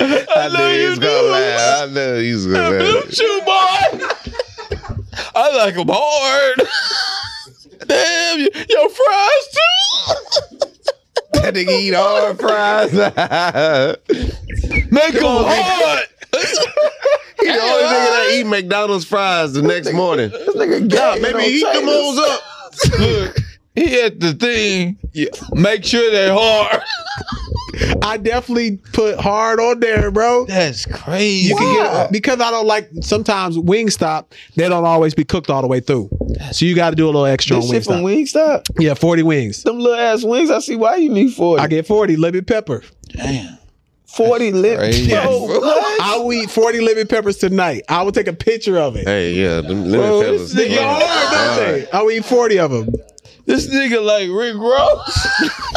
Speaker 4: I knew he was gonna laugh. I knew he was gonna laugh.
Speaker 2: Shoe boy. I like them hard. Damn, you, your fries too.
Speaker 4: That nigga eat hard fries.
Speaker 2: Make them hard.
Speaker 4: he the only nigga that eat McDonald's fries the next morning. This nigga God, maybe eat them hoes up.
Speaker 2: Look, he at the thing. Make sure they're hard.
Speaker 1: I definitely put hard on there, bro.
Speaker 2: That's crazy.
Speaker 1: You can get because I don't like sometimes Wingstop. They don't always be cooked all the way through, so you got to do a little extra on
Speaker 3: This shit from
Speaker 1: Wingstop.
Speaker 3: Wingstop?
Speaker 1: yeah, forty wings.
Speaker 3: Them little ass wings. I see why you need 40.
Speaker 1: I get forty lemon pepper.
Speaker 2: Damn.
Speaker 3: 40 lips.
Speaker 2: crazy.
Speaker 3: Yo,
Speaker 2: Bro.
Speaker 3: what?
Speaker 1: I will eat forty lemon peppers tonight. I will take a picture of it.
Speaker 4: Hey, yeah, them
Speaker 3: Bro,
Speaker 4: lemon
Speaker 3: this
Speaker 4: peppers.
Speaker 3: nigga
Speaker 4: Oh,
Speaker 1: Hard, don't they? I will eat forty of them.
Speaker 2: This nigga like Rick Ross.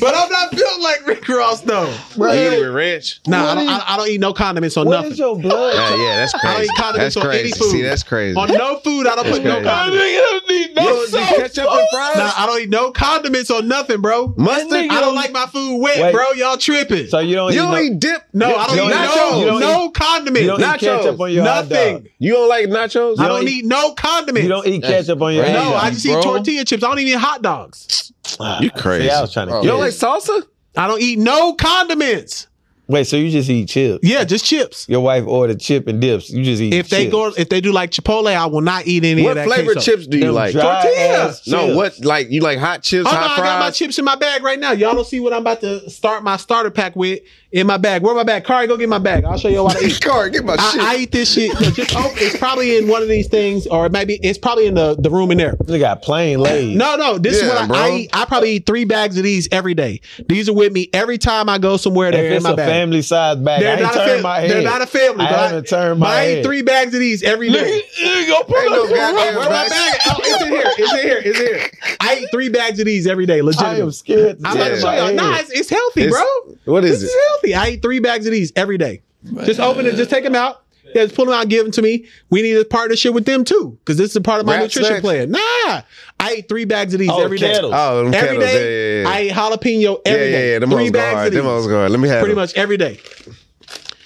Speaker 1: But I'm not built like Rick Ross though.
Speaker 4: all right. Eat it with ranch.
Speaker 1: Nah, I don't, I I don't eat no condiments on
Speaker 3: What
Speaker 1: nothing.
Speaker 3: is your blood?
Speaker 4: Yeah, yeah, that's
Speaker 1: I don't
Speaker 4: crazy.
Speaker 1: eat condiments
Speaker 4: That's
Speaker 1: on any
Speaker 4: crazy.
Speaker 1: food.
Speaker 4: See, that's crazy.
Speaker 1: on no food, I don't put no
Speaker 4: crazy.
Speaker 2: That
Speaker 1: condiments.
Speaker 2: nigga don't need
Speaker 4: You
Speaker 2: no
Speaker 4: don't just
Speaker 2: sauce.
Speaker 4: ketchup and fries?
Speaker 1: Nah, I don't eat no condiments on nothing, bro.
Speaker 4: Mustard?
Speaker 1: I don't like my food wet,
Speaker 3: Wait.
Speaker 1: bro. Y'all tripping.
Speaker 3: So you don't
Speaker 4: You
Speaker 3: eat no-
Speaker 4: don't eat dip.
Speaker 1: No, I don't
Speaker 3: You
Speaker 1: eat
Speaker 3: don't eat nachos. You
Speaker 1: no,
Speaker 3: don't
Speaker 1: no condiment.
Speaker 3: you don't eat ketchup on your hot
Speaker 1: nothing.
Speaker 3: dog.
Speaker 4: You don't like nachos?
Speaker 1: I
Speaker 3: You don't
Speaker 1: don't
Speaker 3: eat-
Speaker 1: eat no condiments.
Speaker 3: You don't eat ketchup on your
Speaker 2: That's
Speaker 1: no,
Speaker 2: crazy,
Speaker 1: I just
Speaker 2: bro.
Speaker 1: eat tortilla chips. I don't even eat hot dogs.
Speaker 4: You crazy.
Speaker 3: Yeah, I was trying to.
Speaker 2: Bro.
Speaker 4: You
Speaker 3: get
Speaker 4: don't
Speaker 3: it.
Speaker 4: like salsa?
Speaker 1: I don't eat no condiments.
Speaker 3: Wait, so you just eat chips?
Speaker 1: Yeah, just chips.
Speaker 3: Your wife ordered chip and dips. You just eat.
Speaker 1: If they
Speaker 3: Mm, chips.
Speaker 1: go, if they do like Chipotle, I will not eat any of
Speaker 4: What
Speaker 1: that.
Speaker 4: flavor
Speaker 1: queso.
Speaker 4: chips do you
Speaker 3: Them
Speaker 4: like?
Speaker 3: dry
Speaker 4: Tortillas.
Speaker 3: ass
Speaker 4: No,
Speaker 3: chips.
Speaker 4: what like you like hot chips,
Speaker 1: Oh no,
Speaker 4: hot
Speaker 1: I got my
Speaker 4: fries?
Speaker 1: chips in my bag right now. Y'all don't see what I'm about to start my starter pack with in my bag. Where my bag? Kari, go get my bag. I'll show you how to eat.
Speaker 4: Car, get my
Speaker 1: I, I eat this shit. Look, just open- it's probably in one of these things, or maybe it's probably in the, the room in there.
Speaker 3: They got plain laid.
Speaker 1: No, no. This
Speaker 4: Yeah,
Speaker 1: is what
Speaker 4: bro.
Speaker 1: I, I eat. I probably eat three bags of these every day. These are with me every time I go somewhere. They're
Speaker 3: if
Speaker 1: in
Speaker 3: it's
Speaker 1: my
Speaker 3: a
Speaker 1: bag.
Speaker 3: family size bag,
Speaker 1: they're,
Speaker 3: I ain't
Speaker 1: not a
Speaker 3: turn
Speaker 1: fam-
Speaker 3: my head.
Speaker 1: they're not a family.
Speaker 3: I
Speaker 1: but
Speaker 3: haven't turned my
Speaker 1: but I eat
Speaker 3: head.
Speaker 1: three bags of these every
Speaker 2: Nigga,
Speaker 1: day.
Speaker 2: nigga, go put up
Speaker 4: Ain't no
Speaker 2: some
Speaker 4: goddamn
Speaker 1: Where my
Speaker 4: bags.
Speaker 1: bag? Oh, it's in here. It's in here. It's in here. I eat three bags of these every day.
Speaker 3: I am
Speaker 1: Legitimate.
Speaker 3: scared.
Speaker 1: I'm about to
Speaker 4: Yeah.
Speaker 1: show y'all. Nah, it's, it's healthy,
Speaker 4: It's-
Speaker 1: bro.
Speaker 4: What
Speaker 1: This
Speaker 4: is it?
Speaker 1: is healthy. I eat three bags of these every day. Just open it. Just take them out. Yeah, just pull them out. and Give them to me. We need a partnership with them too, because this is a part of my
Speaker 4: Wrap
Speaker 1: nutrition
Speaker 4: snacks?
Speaker 1: plan. Nah, I eat three bags of these
Speaker 3: Oh,
Speaker 1: every day.
Speaker 3: Kettles.
Speaker 4: Oh, them
Speaker 1: Every
Speaker 4: kettles.
Speaker 1: day,
Speaker 4: yeah, yeah, yeah.
Speaker 1: I eat jalapeno
Speaker 4: yeah,
Speaker 1: every day.
Speaker 4: yeah, yeah. Them
Speaker 1: Three
Speaker 4: hoes
Speaker 1: bags
Speaker 4: guard.
Speaker 1: of
Speaker 4: Them
Speaker 1: these.
Speaker 4: hoes guard. Let me have
Speaker 1: Pretty
Speaker 4: them.
Speaker 1: much every day.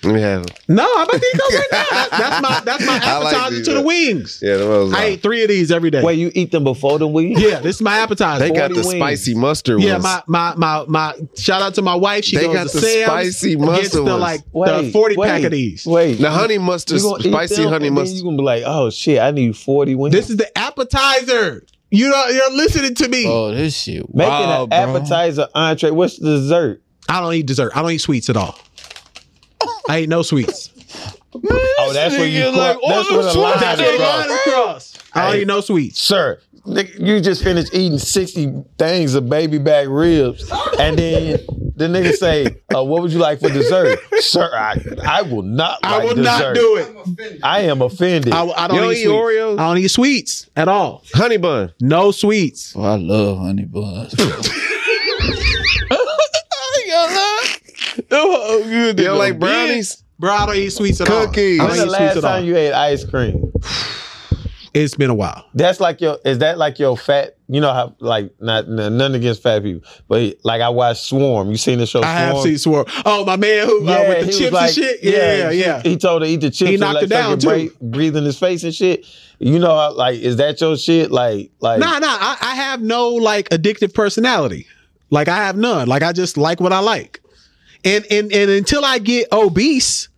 Speaker 4: Let me have them.
Speaker 1: No, I'm about to eat those right now. That's, that's my that's my
Speaker 4: I like
Speaker 1: appetizer
Speaker 4: these,
Speaker 1: to the
Speaker 4: uh,
Speaker 1: wings.
Speaker 4: Yeah, them hoes
Speaker 1: I
Speaker 4: guard.
Speaker 1: ate three of these every day.
Speaker 3: Wait, you eat them before the week?
Speaker 1: Yeah, this is my appetizer.
Speaker 4: They got
Speaker 3: 40
Speaker 4: the
Speaker 3: wings.
Speaker 4: spicy mustard
Speaker 1: yeah,
Speaker 4: ones.
Speaker 1: my, my my my shout out to my wife. She
Speaker 4: They
Speaker 1: goes
Speaker 4: got
Speaker 1: to
Speaker 4: the
Speaker 1: Sam's,
Speaker 4: spicy
Speaker 1: gets the
Speaker 4: mustard ones.
Speaker 1: like the
Speaker 3: Wait,
Speaker 1: forty
Speaker 3: wait,
Speaker 1: pack of these.
Speaker 3: Wait,
Speaker 4: the honey mustard,
Speaker 3: You gonna eat
Speaker 4: spicy
Speaker 3: them,
Speaker 4: honey
Speaker 3: and Then you
Speaker 4: mustard.
Speaker 3: gonna be like, oh shit, I need forty wings.
Speaker 1: This is the appetizer. You know, you're listening to me.
Speaker 2: Oh, this shit.
Speaker 3: making
Speaker 2: wow,
Speaker 3: an
Speaker 2: bro.
Speaker 3: appetizer, entree. What's the dessert?
Speaker 1: I don't eat dessert. I don't eat sweets at all. I eat no sweets.
Speaker 3: Oh, that's where you
Speaker 2: nigga
Speaker 3: cro-
Speaker 2: like
Speaker 3: that's
Speaker 2: all
Speaker 3: where the
Speaker 2: the
Speaker 3: line
Speaker 2: sweets
Speaker 1: That's
Speaker 2: Hey,
Speaker 1: where
Speaker 3: is,
Speaker 1: the
Speaker 2: bro.
Speaker 1: line is crossed. I don't eat no sweets.
Speaker 3: sir. nigga, You just finished eating sixty things of baby back ribs, and then the nigga say, uh, "What would you like for dessert, sir?" I I will not.
Speaker 1: I
Speaker 3: like
Speaker 1: will not
Speaker 3: dessert.
Speaker 1: do it.
Speaker 6: I'm offended.
Speaker 3: I am offended.
Speaker 1: I, I don't,
Speaker 4: You don't
Speaker 1: eat,
Speaker 4: eat
Speaker 1: sweets.
Speaker 4: Oreos?
Speaker 1: I don't eat sweets at all.
Speaker 4: Honey bun.
Speaker 1: No sweets.
Speaker 2: Oh, I love honey buns. bro. I love them hoes good.
Speaker 4: You don't like brownies?
Speaker 1: Bro, I don't eat sweets at
Speaker 4: Cookies.
Speaker 1: all. I
Speaker 3: When's
Speaker 1: don't
Speaker 3: the
Speaker 1: eat sweets
Speaker 3: last
Speaker 1: at all.
Speaker 3: time you ate ice cream?
Speaker 1: it's been a while.
Speaker 3: That's like your. Is that like your fat? You know how like not n- nothing against fat people, but like I watched Swarm. You seen the show?
Speaker 1: I have
Speaker 3: Swarm?
Speaker 1: seen Swarm. Oh, my man who uh,
Speaker 3: Yeah,
Speaker 1: with
Speaker 3: he
Speaker 1: the
Speaker 3: was
Speaker 1: chips
Speaker 3: like-
Speaker 1: and shit. Yeah, yeah.
Speaker 3: He, he told her to eat the chips.
Speaker 1: He
Speaker 3: and
Speaker 1: knocked
Speaker 3: let
Speaker 1: her down,
Speaker 3: fucking
Speaker 1: too.
Speaker 3: break- breathe in his face and shit. You know, how, like, is that your shit? Like, like,
Speaker 1: Nah, nah. I, I have no like addictive personality. Like I have none. Like I just like what I like. And and and until I get obese,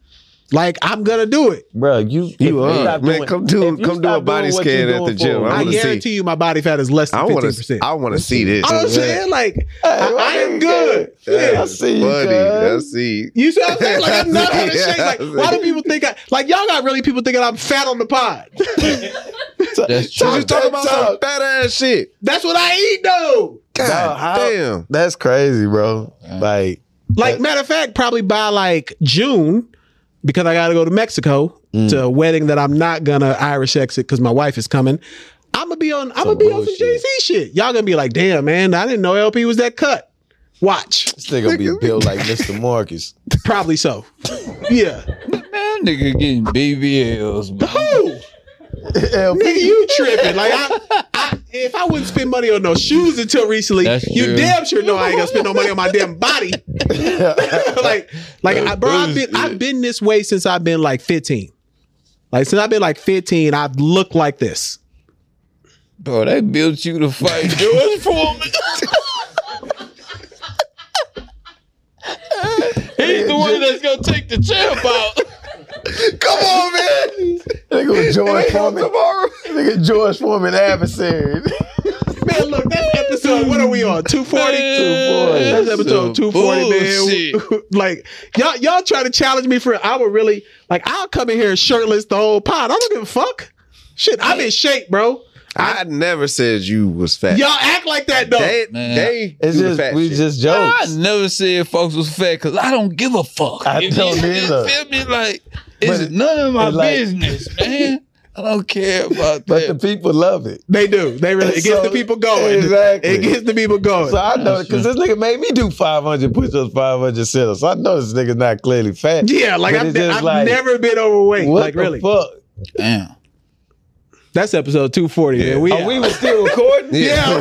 Speaker 1: like I'm gonna do it.
Speaker 3: bro, you if
Speaker 4: You are.
Speaker 3: stop
Speaker 4: Man,
Speaker 3: doing-
Speaker 4: come do-
Speaker 3: if you
Speaker 4: come do
Speaker 3: stop
Speaker 4: a body
Speaker 3: doing what
Speaker 4: scan
Speaker 3: you're
Speaker 4: at
Speaker 3: doing
Speaker 4: the gym.
Speaker 3: for-
Speaker 4: I
Speaker 1: I,
Speaker 4: wanna see.
Speaker 1: guarantee you, my body fat is less
Speaker 4: I
Speaker 1: than
Speaker 4: want
Speaker 1: fifteen
Speaker 4: to.
Speaker 1: percent. Oh,
Speaker 4: I want to see this.
Speaker 1: I don't saying like I, I am good.
Speaker 4: That
Speaker 1: Yeah.
Speaker 4: is
Speaker 3: see you,
Speaker 4: funny.
Speaker 3: cuz.
Speaker 4: Let's see.
Speaker 1: You see what I'm saying? Like I'm not out of shape. Like why do
Speaker 4: Yeah.
Speaker 1: people think I like y'all got really people thinking I'm fat on the pod?
Speaker 2: That's
Speaker 4: You
Speaker 2: true.
Speaker 4: just talking about some fat ass shit.
Speaker 1: That's what I eat though.
Speaker 4: God
Speaker 3: Dog, how-
Speaker 4: damn.
Speaker 3: That's crazy, bro. Like,
Speaker 1: Like matter of fact, probably by like June, because I got to go to Mexico to a wedding that I'm not gonna Irish exit because my wife is coming. I'm gonna be on. I'm gonna be on some Jay Z shit. Y'all gonna be like, damn man, I didn't know LP was that cut. Watch,
Speaker 3: this nigga be built like Mr. Marcus.
Speaker 1: probably so. Yeah.
Speaker 2: Man, nigga getting BBLs, bro.
Speaker 1: Who? Nigga, you tripping. Like, I, I, if I wouldn't spend money on no shoes until recently,
Speaker 2: That's
Speaker 1: you
Speaker 2: true.
Speaker 1: damn sure know I ain't gonna spend no money on my damn body. like, like, I, bro, I've been, I've been this way since I've been like 15. Like, since I've been like 15, I've looked like this.
Speaker 2: Bro, they built you to fight. Do it for me. He's the one that's gonna take the champ out.
Speaker 4: Come on, man.
Speaker 3: Nigga was George Foreman.
Speaker 4: Tomorrow.
Speaker 3: Nigga George Foreman adversary.
Speaker 1: Man, look, that's episode, what are we on? 240? That's episode two forty, man. like y'all, y'all try to challenge me for. I would really like. I'll come in here shirtless the whole pod. I don't give a fuck. Shit, I'm in shape, bro.
Speaker 4: I never said you was fat.
Speaker 1: Y'all act like that though.
Speaker 4: they,
Speaker 2: Man.
Speaker 4: they
Speaker 3: It's
Speaker 4: do the
Speaker 3: just
Speaker 4: fat
Speaker 3: we
Speaker 4: shit.
Speaker 3: just
Speaker 2: I
Speaker 3: jokes.
Speaker 2: never said folks was fat because I don't give a fuck.
Speaker 3: I don't
Speaker 2: you,
Speaker 3: either.
Speaker 2: You feel me? Like it's
Speaker 3: But it-
Speaker 2: none of my
Speaker 3: it's like-
Speaker 2: business, man. I don't care about
Speaker 3: But the
Speaker 2: that.
Speaker 3: people love it.
Speaker 1: they do. They really. It gets
Speaker 3: So-
Speaker 1: the people going.
Speaker 3: Exactly.
Speaker 1: It gets the people going.
Speaker 3: So I know because this nigga made me do 500 push-ups, 500 sit-ups. So I know this nigga's not clearly fat.
Speaker 1: yeah, like
Speaker 3: But
Speaker 1: I've,
Speaker 3: it's
Speaker 1: been,
Speaker 3: just
Speaker 1: I've
Speaker 3: like,
Speaker 1: never been overweight.
Speaker 3: What
Speaker 1: Like
Speaker 3: the
Speaker 1: really.
Speaker 3: fuck?
Speaker 2: Damn.
Speaker 1: That's episode two forty. Man, we.
Speaker 3: Oh,
Speaker 1: out.
Speaker 3: we were still recording.
Speaker 1: yeah.